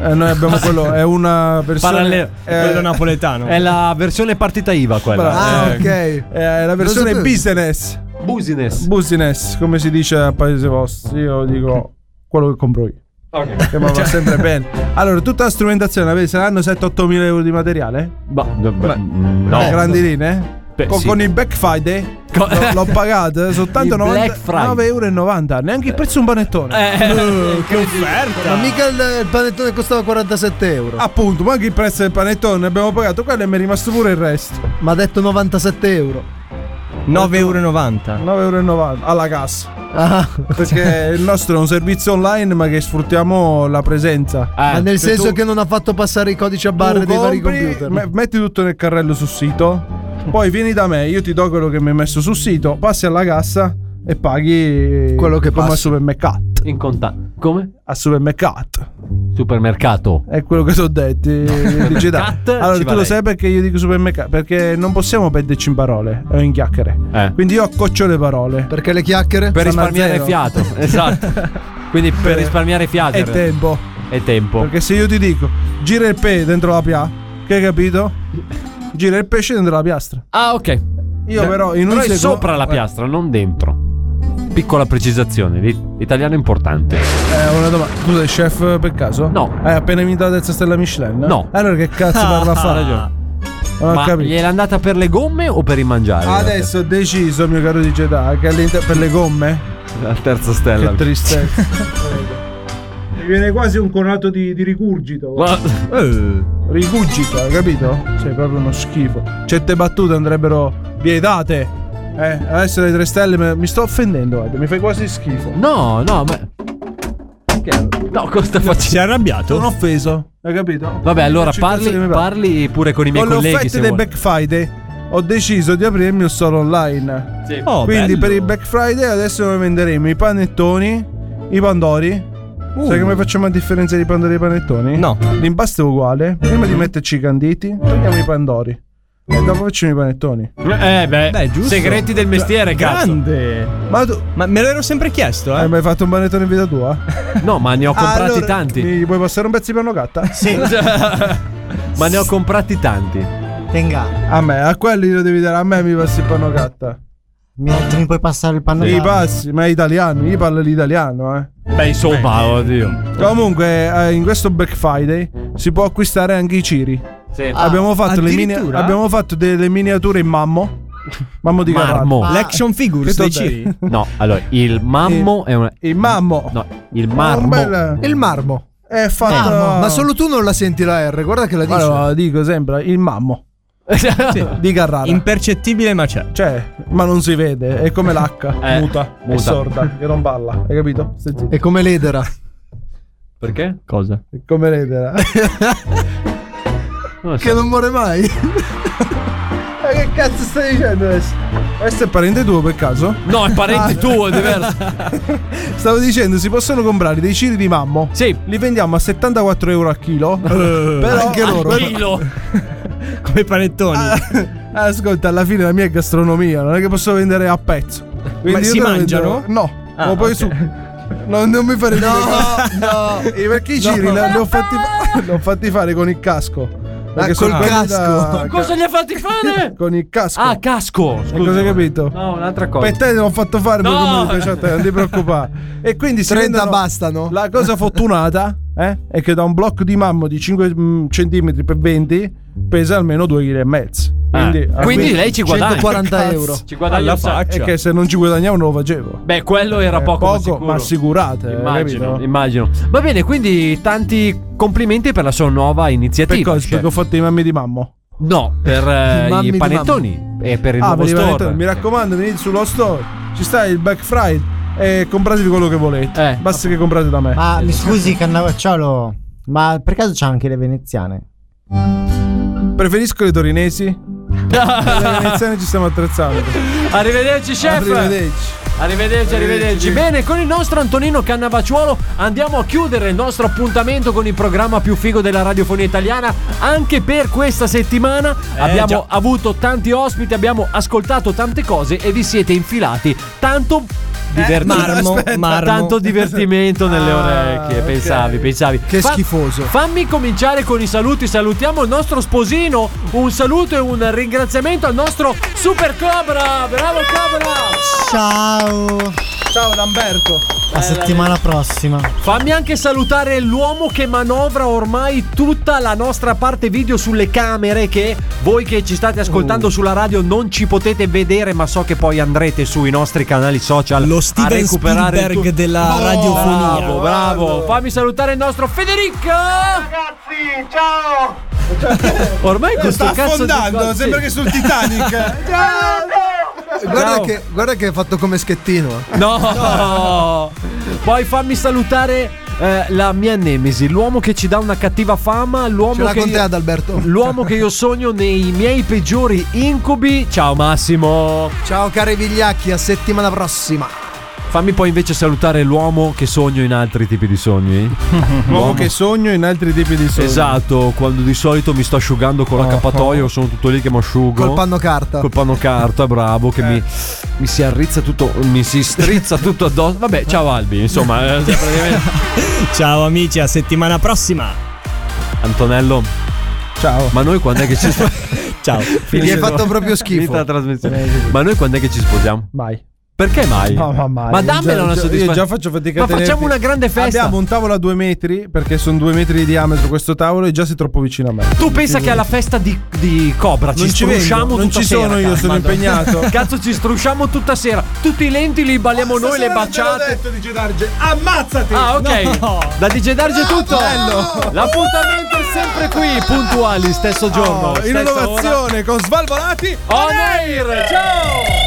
Speaker 5: Eh, noi abbiamo quello, è una versione
Speaker 36: Parallelo.
Speaker 5: eh,
Speaker 36: Quello napoletano.
Speaker 38: È la versione partita IVA quella.
Speaker 8: Ah,
Speaker 5: eh,
Speaker 8: ok.
Speaker 5: è la versione
Speaker 8: sapevo.
Speaker 5: business.
Speaker 38: Business.
Speaker 5: Business, come si dice a paese vostro, io dico quello che compro io. Che mi
Speaker 8: Cioè.
Speaker 5: va sempre bene. Allora, tutta la strumentazione, avete, saranno 7-8 mila euro di materiale?
Speaker 38: Ma-
Speaker 5: Beh,
Speaker 8: Eh,
Speaker 38: no.
Speaker 5: a Eh, grandi linee?
Speaker 38: Beh,
Speaker 5: con,
Speaker 38: sì.
Speaker 5: con il Black Friday
Speaker 38: Co-
Speaker 5: l'ho- l'ho pagato eh, soltanto
Speaker 38: Il Black Friday.
Speaker 5: 9,90 euro.
Speaker 8: Eh.
Speaker 5: Neanche il prezzo di un panettone. Uh,
Speaker 36: che offerta.
Speaker 8: Ma mica il, il panettone costava 47 euro.
Speaker 5: Appunto, ma anche il prezzo del panettone abbiamo pagato quello e mi è rimasto pure il resto.
Speaker 8: Ma ha detto 97 euro.
Speaker 36: 9,90 euro.
Speaker 38: Eh,
Speaker 5: 9,90 euro alla cassa.
Speaker 8: Ah.
Speaker 5: Perché il nostro è un servizio online, ma che sfruttiamo la presenza.
Speaker 8: Ma
Speaker 38: Eh,
Speaker 8: nel
Speaker 5: se
Speaker 8: senso
Speaker 5: tu-
Speaker 8: che non ha fatto passare i codici a
Speaker 5: Tu
Speaker 8: barre dei vari
Speaker 5: compri,
Speaker 8: computer.
Speaker 5: me- metti tutto nel carrello sul sito. Poi vieni da me, io ti do quello che mi hai messo sul sito, passi alla cassa e paghi
Speaker 8: Quello che
Speaker 5: come
Speaker 8: passa.
Speaker 5: al supermercato.
Speaker 38: in contatto. Come?
Speaker 5: Al supermercato.
Speaker 38: Supermercato.
Speaker 5: È quello che ti ho detto. dice dai.
Speaker 38: Cat,
Speaker 5: allora,
Speaker 38: ci
Speaker 5: tu
Speaker 38: va
Speaker 5: lo
Speaker 38: lei.
Speaker 5: sai perché io dico supermercato? Perché non possiamo perderci in parole o in chiacchiere.
Speaker 38: Eh.
Speaker 5: Quindi io accoccio le parole.
Speaker 8: Perché le chiacchiere?
Speaker 38: Per
Speaker 5: Sono a
Speaker 38: risparmiare
Speaker 5: zero.
Speaker 38: fiato. Esatto. Quindi per risparmiare fiato.
Speaker 5: E Eh. tempo.
Speaker 38: E tempo.
Speaker 5: Perché se io ti dico gira il P dentro la PA, che hai capito? Gira il pesce dentro la piastra.
Speaker 38: Ah, ok.
Speaker 5: Io però in un
Speaker 38: Però
Speaker 5: Eh.
Speaker 38: è
Speaker 5: secondo-
Speaker 38: sopra la piastra, non dentro. Piccola precisazione, l'it- l'italiano è importante.
Speaker 5: Eh, una domanda. Tu sei chef per caso?
Speaker 38: No.
Speaker 5: Hai appena vinto la terza stella Michelin?
Speaker 38: No.
Speaker 5: Allora che cazzo parla a fare? Non ho
Speaker 6: Ah, Ma
Speaker 5: capito.
Speaker 6: gliel'è andata per le gomme o per il mangiare?
Speaker 5: Adesso ho deciso, mio caro di Jedi, che all'inter- per le gomme.
Speaker 6: La terza stella.
Speaker 5: Che tristezza. Mi viene quasi un conato di, di rigurgito. Eh, rigurgito, hai capito? Sei proprio uno schifo. Certe battute andrebbero vietate. Eh, adesso le tre stelle me- mi sto offendendo, guarda, mi fai quasi schifo.
Speaker 6: No, no, ma. No, cosa facendo?
Speaker 8: Si è arrabbiato?
Speaker 5: Sono offeso, hai capito?
Speaker 6: Vabbè, allora
Speaker 5: Faccio il cazzo
Speaker 6: parli,
Speaker 5: che mi pare.
Speaker 6: parli pure con i miei
Speaker 5: Con le
Speaker 6: colleghi.
Speaker 5: offerte
Speaker 6: Se
Speaker 5: dei
Speaker 6: vuoi.
Speaker 5: Black Friday ho deciso di aprirmi un solo online.
Speaker 6: Sì.
Speaker 8: Oh,
Speaker 5: Quindi
Speaker 8: bello.
Speaker 5: per il Black Friday adesso noi venderemo i panettoni, i pandori.
Speaker 8: Uh.
Speaker 5: Sai come facciamo a differenza di pandori e panettoni?
Speaker 8: No.
Speaker 5: L'impasto è uguale. Prima di metterci i canditi, togliamo i pandori. E dopo facciamo i panettoni.
Speaker 6: Eh, beh,
Speaker 8: Beh, giusto.
Speaker 6: segreti del mestiere, cazzo.
Speaker 8: Grande.
Speaker 5: Ma tu
Speaker 8: Ma me l'ero sempre chiesto, eh.
Speaker 5: hai mai fatto un panettone in vita tua?
Speaker 6: No, ma ne ho comprati
Speaker 5: Allora,
Speaker 6: tanti.
Speaker 5: Mi puoi passare un pezzo di panno gatta? Sì.
Speaker 6: ma ne ho comprati tanti.
Speaker 39: Tenga,
Speaker 5: a me, a quelli lo devi dare, a me mi passi il panno gatta.
Speaker 39: mi, mi puoi passare il panno?
Speaker 5: Sì,
Speaker 39: caldo?
Speaker 5: passi, ma è italiano, io parlo l'italiano, eh.
Speaker 6: Beh, insomma, oddio.
Speaker 5: Comunque, eh, in questo Black Friday si può acquistare anche i Ciri.
Speaker 6: Sì.
Speaker 5: abbiamo, fatto le mini-
Speaker 8: addirittura?
Speaker 5: abbiamo fatto delle miniature in mammo. Mammo di
Speaker 6: Marmo.
Speaker 5: Carrara.
Speaker 8: L'action figures
Speaker 5: Che
Speaker 8: dei
Speaker 5: t'ho detto?
Speaker 8: Ciri.
Speaker 6: No, allora, il mammo è una.
Speaker 5: Il mammo.
Speaker 6: No, il
Speaker 5: Un
Speaker 6: marmo.
Speaker 5: bel-
Speaker 40: Il marmo.
Speaker 5: È fatto.
Speaker 40: Ma solo tu non la senti la R, guarda che la dici.
Speaker 5: Allora, dico sempre il mammo di Carrara.
Speaker 8: Impercettibile, ma c'è.
Speaker 5: cioè, ma non si vede, è come l'H,
Speaker 6: Eh,
Speaker 5: muta, è
Speaker 6: muta.
Speaker 5: sorda, che non balla, hai capito? Stai zitto.
Speaker 40: È come l'edera.
Speaker 6: Perché? Cosa?
Speaker 5: È come l'edera.
Speaker 40: che non muore mai.
Speaker 5: Ma che cazzo stai dicendo adesso? Questo è parente tuo per caso?
Speaker 6: No, è parente tuo, è diverso.
Speaker 5: Stavo dicendo, si possono comprare dei ciri di mammo.
Speaker 6: Sì.
Speaker 5: Li vendiamo a 74 euro al chilo. però ah, anche loro.
Speaker 6: Chilo.
Speaker 8: Come i panettoni.
Speaker 6: Ah,
Speaker 5: Eh, Ascolta, alla fine la mia è gastronomia, non è che posso vendere a pezzo. Quindi
Speaker 8: Ma
Speaker 5: io
Speaker 8: si
Speaker 5: te lo
Speaker 8: mangiano?
Speaker 5: venderò- No,
Speaker 8: Ah,
Speaker 5: lo puoi
Speaker 8: ok.
Speaker 5: su. No, non mi fare No, no. Eh, Perché i giri
Speaker 40: No.
Speaker 5: li ho fatti, fa- li ho fatti fare con il casco. Perché
Speaker 40: col
Speaker 5: sono quelli
Speaker 40: casco.
Speaker 6: Cosa gli ha fatti fare?
Speaker 5: Con il casco.
Speaker 6: Ah, casco.
Speaker 5: E cosa hai
Speaker 6: Scusa.
Speaker 5: capito?
Speaker 6: No, un'altra cosa.
Speaker 5: Per te l'ho fatto fare,
Speaker 6: No.
Speaker 5: poi come mi piace a te, non ti preoccupare. E quindi si
Speaker 40: 30
Speaker 5: vendono-
Speaker 40: bastano.
Speaker 5: La cosa fortunata eh, è che da un blocco di mammo di 5 cm per 20 pesa almeno 2,5 kg.
Speaker 6: Ah.
Speaker 5: Quindi, ah,
Speaker 6: Quindi lei ci guadagna.
Speaker 40: 140 euro.
Speaker 6: Ci guadagna
Speaker 8: Alla
Speaker 6: un sacco.
Speaker 5: È
Speaker 8: faccia.
Speaker 5: che se non ci guadagnavo non lo facevo.
Speaker 6: Beh, quello era
Speaker 5: Eh,
Speaker 6: poco, ma sicuro.
Speaker 5: ma assicurate. eh,
Speaker 6: Immagino,
Speaker 5: capito?
Speaker 6: immagino. Va bene, quindi tanti complimenti per la sua nuova
Speaker 5: Per
Speaker 6: iniziativa.
Speaker 5: cosa?
Speaker 6: chef.
Speaker 5: Perché ho fatto i mammi di mammo.
Speaker 6: No, per eh,
Speaker 40: Mammi
Speaker 6: i
Speaker 40: di
Speaker 6: panettoni e per il
Speaker 5: Ah,
Speaker 6: nuovo
Speaker 5: per i
Speaker 6: store.
Speaker 5: panettoni, mi raccomando, venite sullo store. Ci sta il Black Friday e compratevi quello che volete.
Speaker 6: Eh. Esatto.
Speaker 5: Basta che comprate da me.
Speaker 39: Ma mi scusi, Cannavacciolo, ma per caso c'è anche le veneziane?
Speaker 5: Preferisco le torinesi. Le veneziane ci stiamo attrezzando.
Speaker 6: Arrivederci, chef.
Speaker 5: Arrivederci.
Speaker 6: Arrivederci, arrivederci. Bene, con il nostro Antonino Cannavacciuolo andiamo a chiudere il nostro appuntamento con il programma più figo della radiofonia italiana. Anche per questa settimana abbiamo
Speaker 8: già.
Speaker 6: avuto tanti ospiti, abbiamo ascoltato tante cose e vi siete infilati tanto divertimento.
Speaker 8: marmo, marmo.
Speaker 6: Tanto divertimento nelle
Speaker 5: Ah,
Speaker 6: orecchie.
Speaker 5: ok.
Speaker 6: Pensavi, pensavi.
Speaker 40: Che schifoso.
Speaker 6: Fammi cominciare con i saluti. Salutiamo il nostro sposino. Un saluto e un ringraziamento al nostro Super Cobra. Bravo Cobra!
Speaker 39: Ciao!
Speaker 5: Ciao Lamberto.
Speaker 39: La settimana prossima.
Speaker 6: Fammi anche salutare l'uomo che manovra ormai tutta la nostra parte video sulle camere che voi che ci state ascoltando sulla radio non ci potete vedere ma so che poi andrete sui nostri canali social
Speaker 8: Lo
Speaker 6: a
Speaker 8: Steven
Speaker 6: recuperare il
Speaker 8: Spielberg
Speaker 6: tuo-
Speaker 8: della
Speaker 6: Oh,
Speaker 8: radiofonia.
Speaker 6: Bravo, bravo. Fammi salutare il nostro Federico.
Speaker 41: Ragazzi, ciao!
Speaker 6: Ormai
Speaker 40: Eh,
Speaker 6: questo
Speaker 5: Sta
Speaker 6: cazzo di
Speaker 5: affondando,
Speaker 6: cose-
Speaker 5: sembra che sul Titanic.
Speaker 40: Guarda
Speaker 6: Ciao.
Speaker 40: che, guarda che è fatto come schettino. eh.
Speaker 6: No! Poi fammi salutare eh, la mia nemesi, l'uomo che ci dà una cattiva fama,
Speaker 40: Ce
Speaker 6: l'uomo
Speaker 40: l'ha
Speaker 6: che
Speaker 40: con te,
Speaker 6: io-
Speaker 40: Adalberto.
Speaker 6: L'uomo che io sogno nei miei peggiori incubi. Ciao Massimo.
Speaker 40: Ciao cari vigliacchi, a settimana prossima.
Speaker 6: Fammi poi invece salutare l'uomo che sogno in altri tipi di sogni.
Speaker 5: L'uomo che sogno in altri tipi di sogni.
Speaker 6: Esatto, quando di solito mi sto asciugando con l'accappatoio, sono tutto lì che mi asciugo.
Speaker 40: Col panno carta.
Speaker 6: Col panno carta, bravo, che mi, mi si arrizza tutto, mi si strizza tutto addosso. Vabbè, ciao Albi, insomma, eh, praticamente-
Speaker 8: Ciao amici, a settimana prossima.
Speaker 6: Antonello,
Speaker 5: Ciao.
Speaker 6: ma noi quando è che ci sposiamo?
Speaker 8: Ciao.
Speaker 40: Mi hai fatto proprio
Speaker 6: Finita la
Speaker 40: schifo.
Speaker 6: trasmissione. Ma noi quando è che ci sposiamo?
Speaker 5: Mai.
Speaker 6: Perché mai?
Speaker 7: No, ma mai.
Speaker 6: Ma dammela
Speaker 5: Già-
Speaker 6: una
Speaker 5: già-
Speaker 6: soddisfazione.
Speaker 5: Cioè, Io già faccio fatica a
Speaker 6: Ma facciamo
Speaker 5: tenerti.
Speaker 6: una grande festa.
Speaker 5: Abbiamo un tavolo a due metri, perché sono due metri di diametro questo tavolo e già sei troppo vicino a me.
Speaker 6: Tu pensa che alla festa di, di Cobra ci
Speaker 5: Non ci vengo,
Speaker 6: strusciamo
Speaker 5: non
Speaker 6: tutta
Speaker 5: ci
Speaker 6: sera,
Speaker 5: sono io,
Speaker 6: cazzo.
Speaker 5: sono impegnato.
Speaker 6: Cazzo, ci strusciamo tutta sera. Tutti i lenti li balliamo noi, le baciate.
Speaker 7: detto di Gedarge, ammazzati!
Speaker 6: Ah, ok.
Speaker 7: No.
Speaker 6: Da DJ Darge è tutto.
Speaker 7: Bello.
Speaker 6: L'appuntamento è sempre qui, puntuali, stesso giorno.
Speaker 5: Oh,
Speaker 6: stessa ora.
Speaker 5: innovazione con Svalvolati
Speaker 6: On air. Ciao.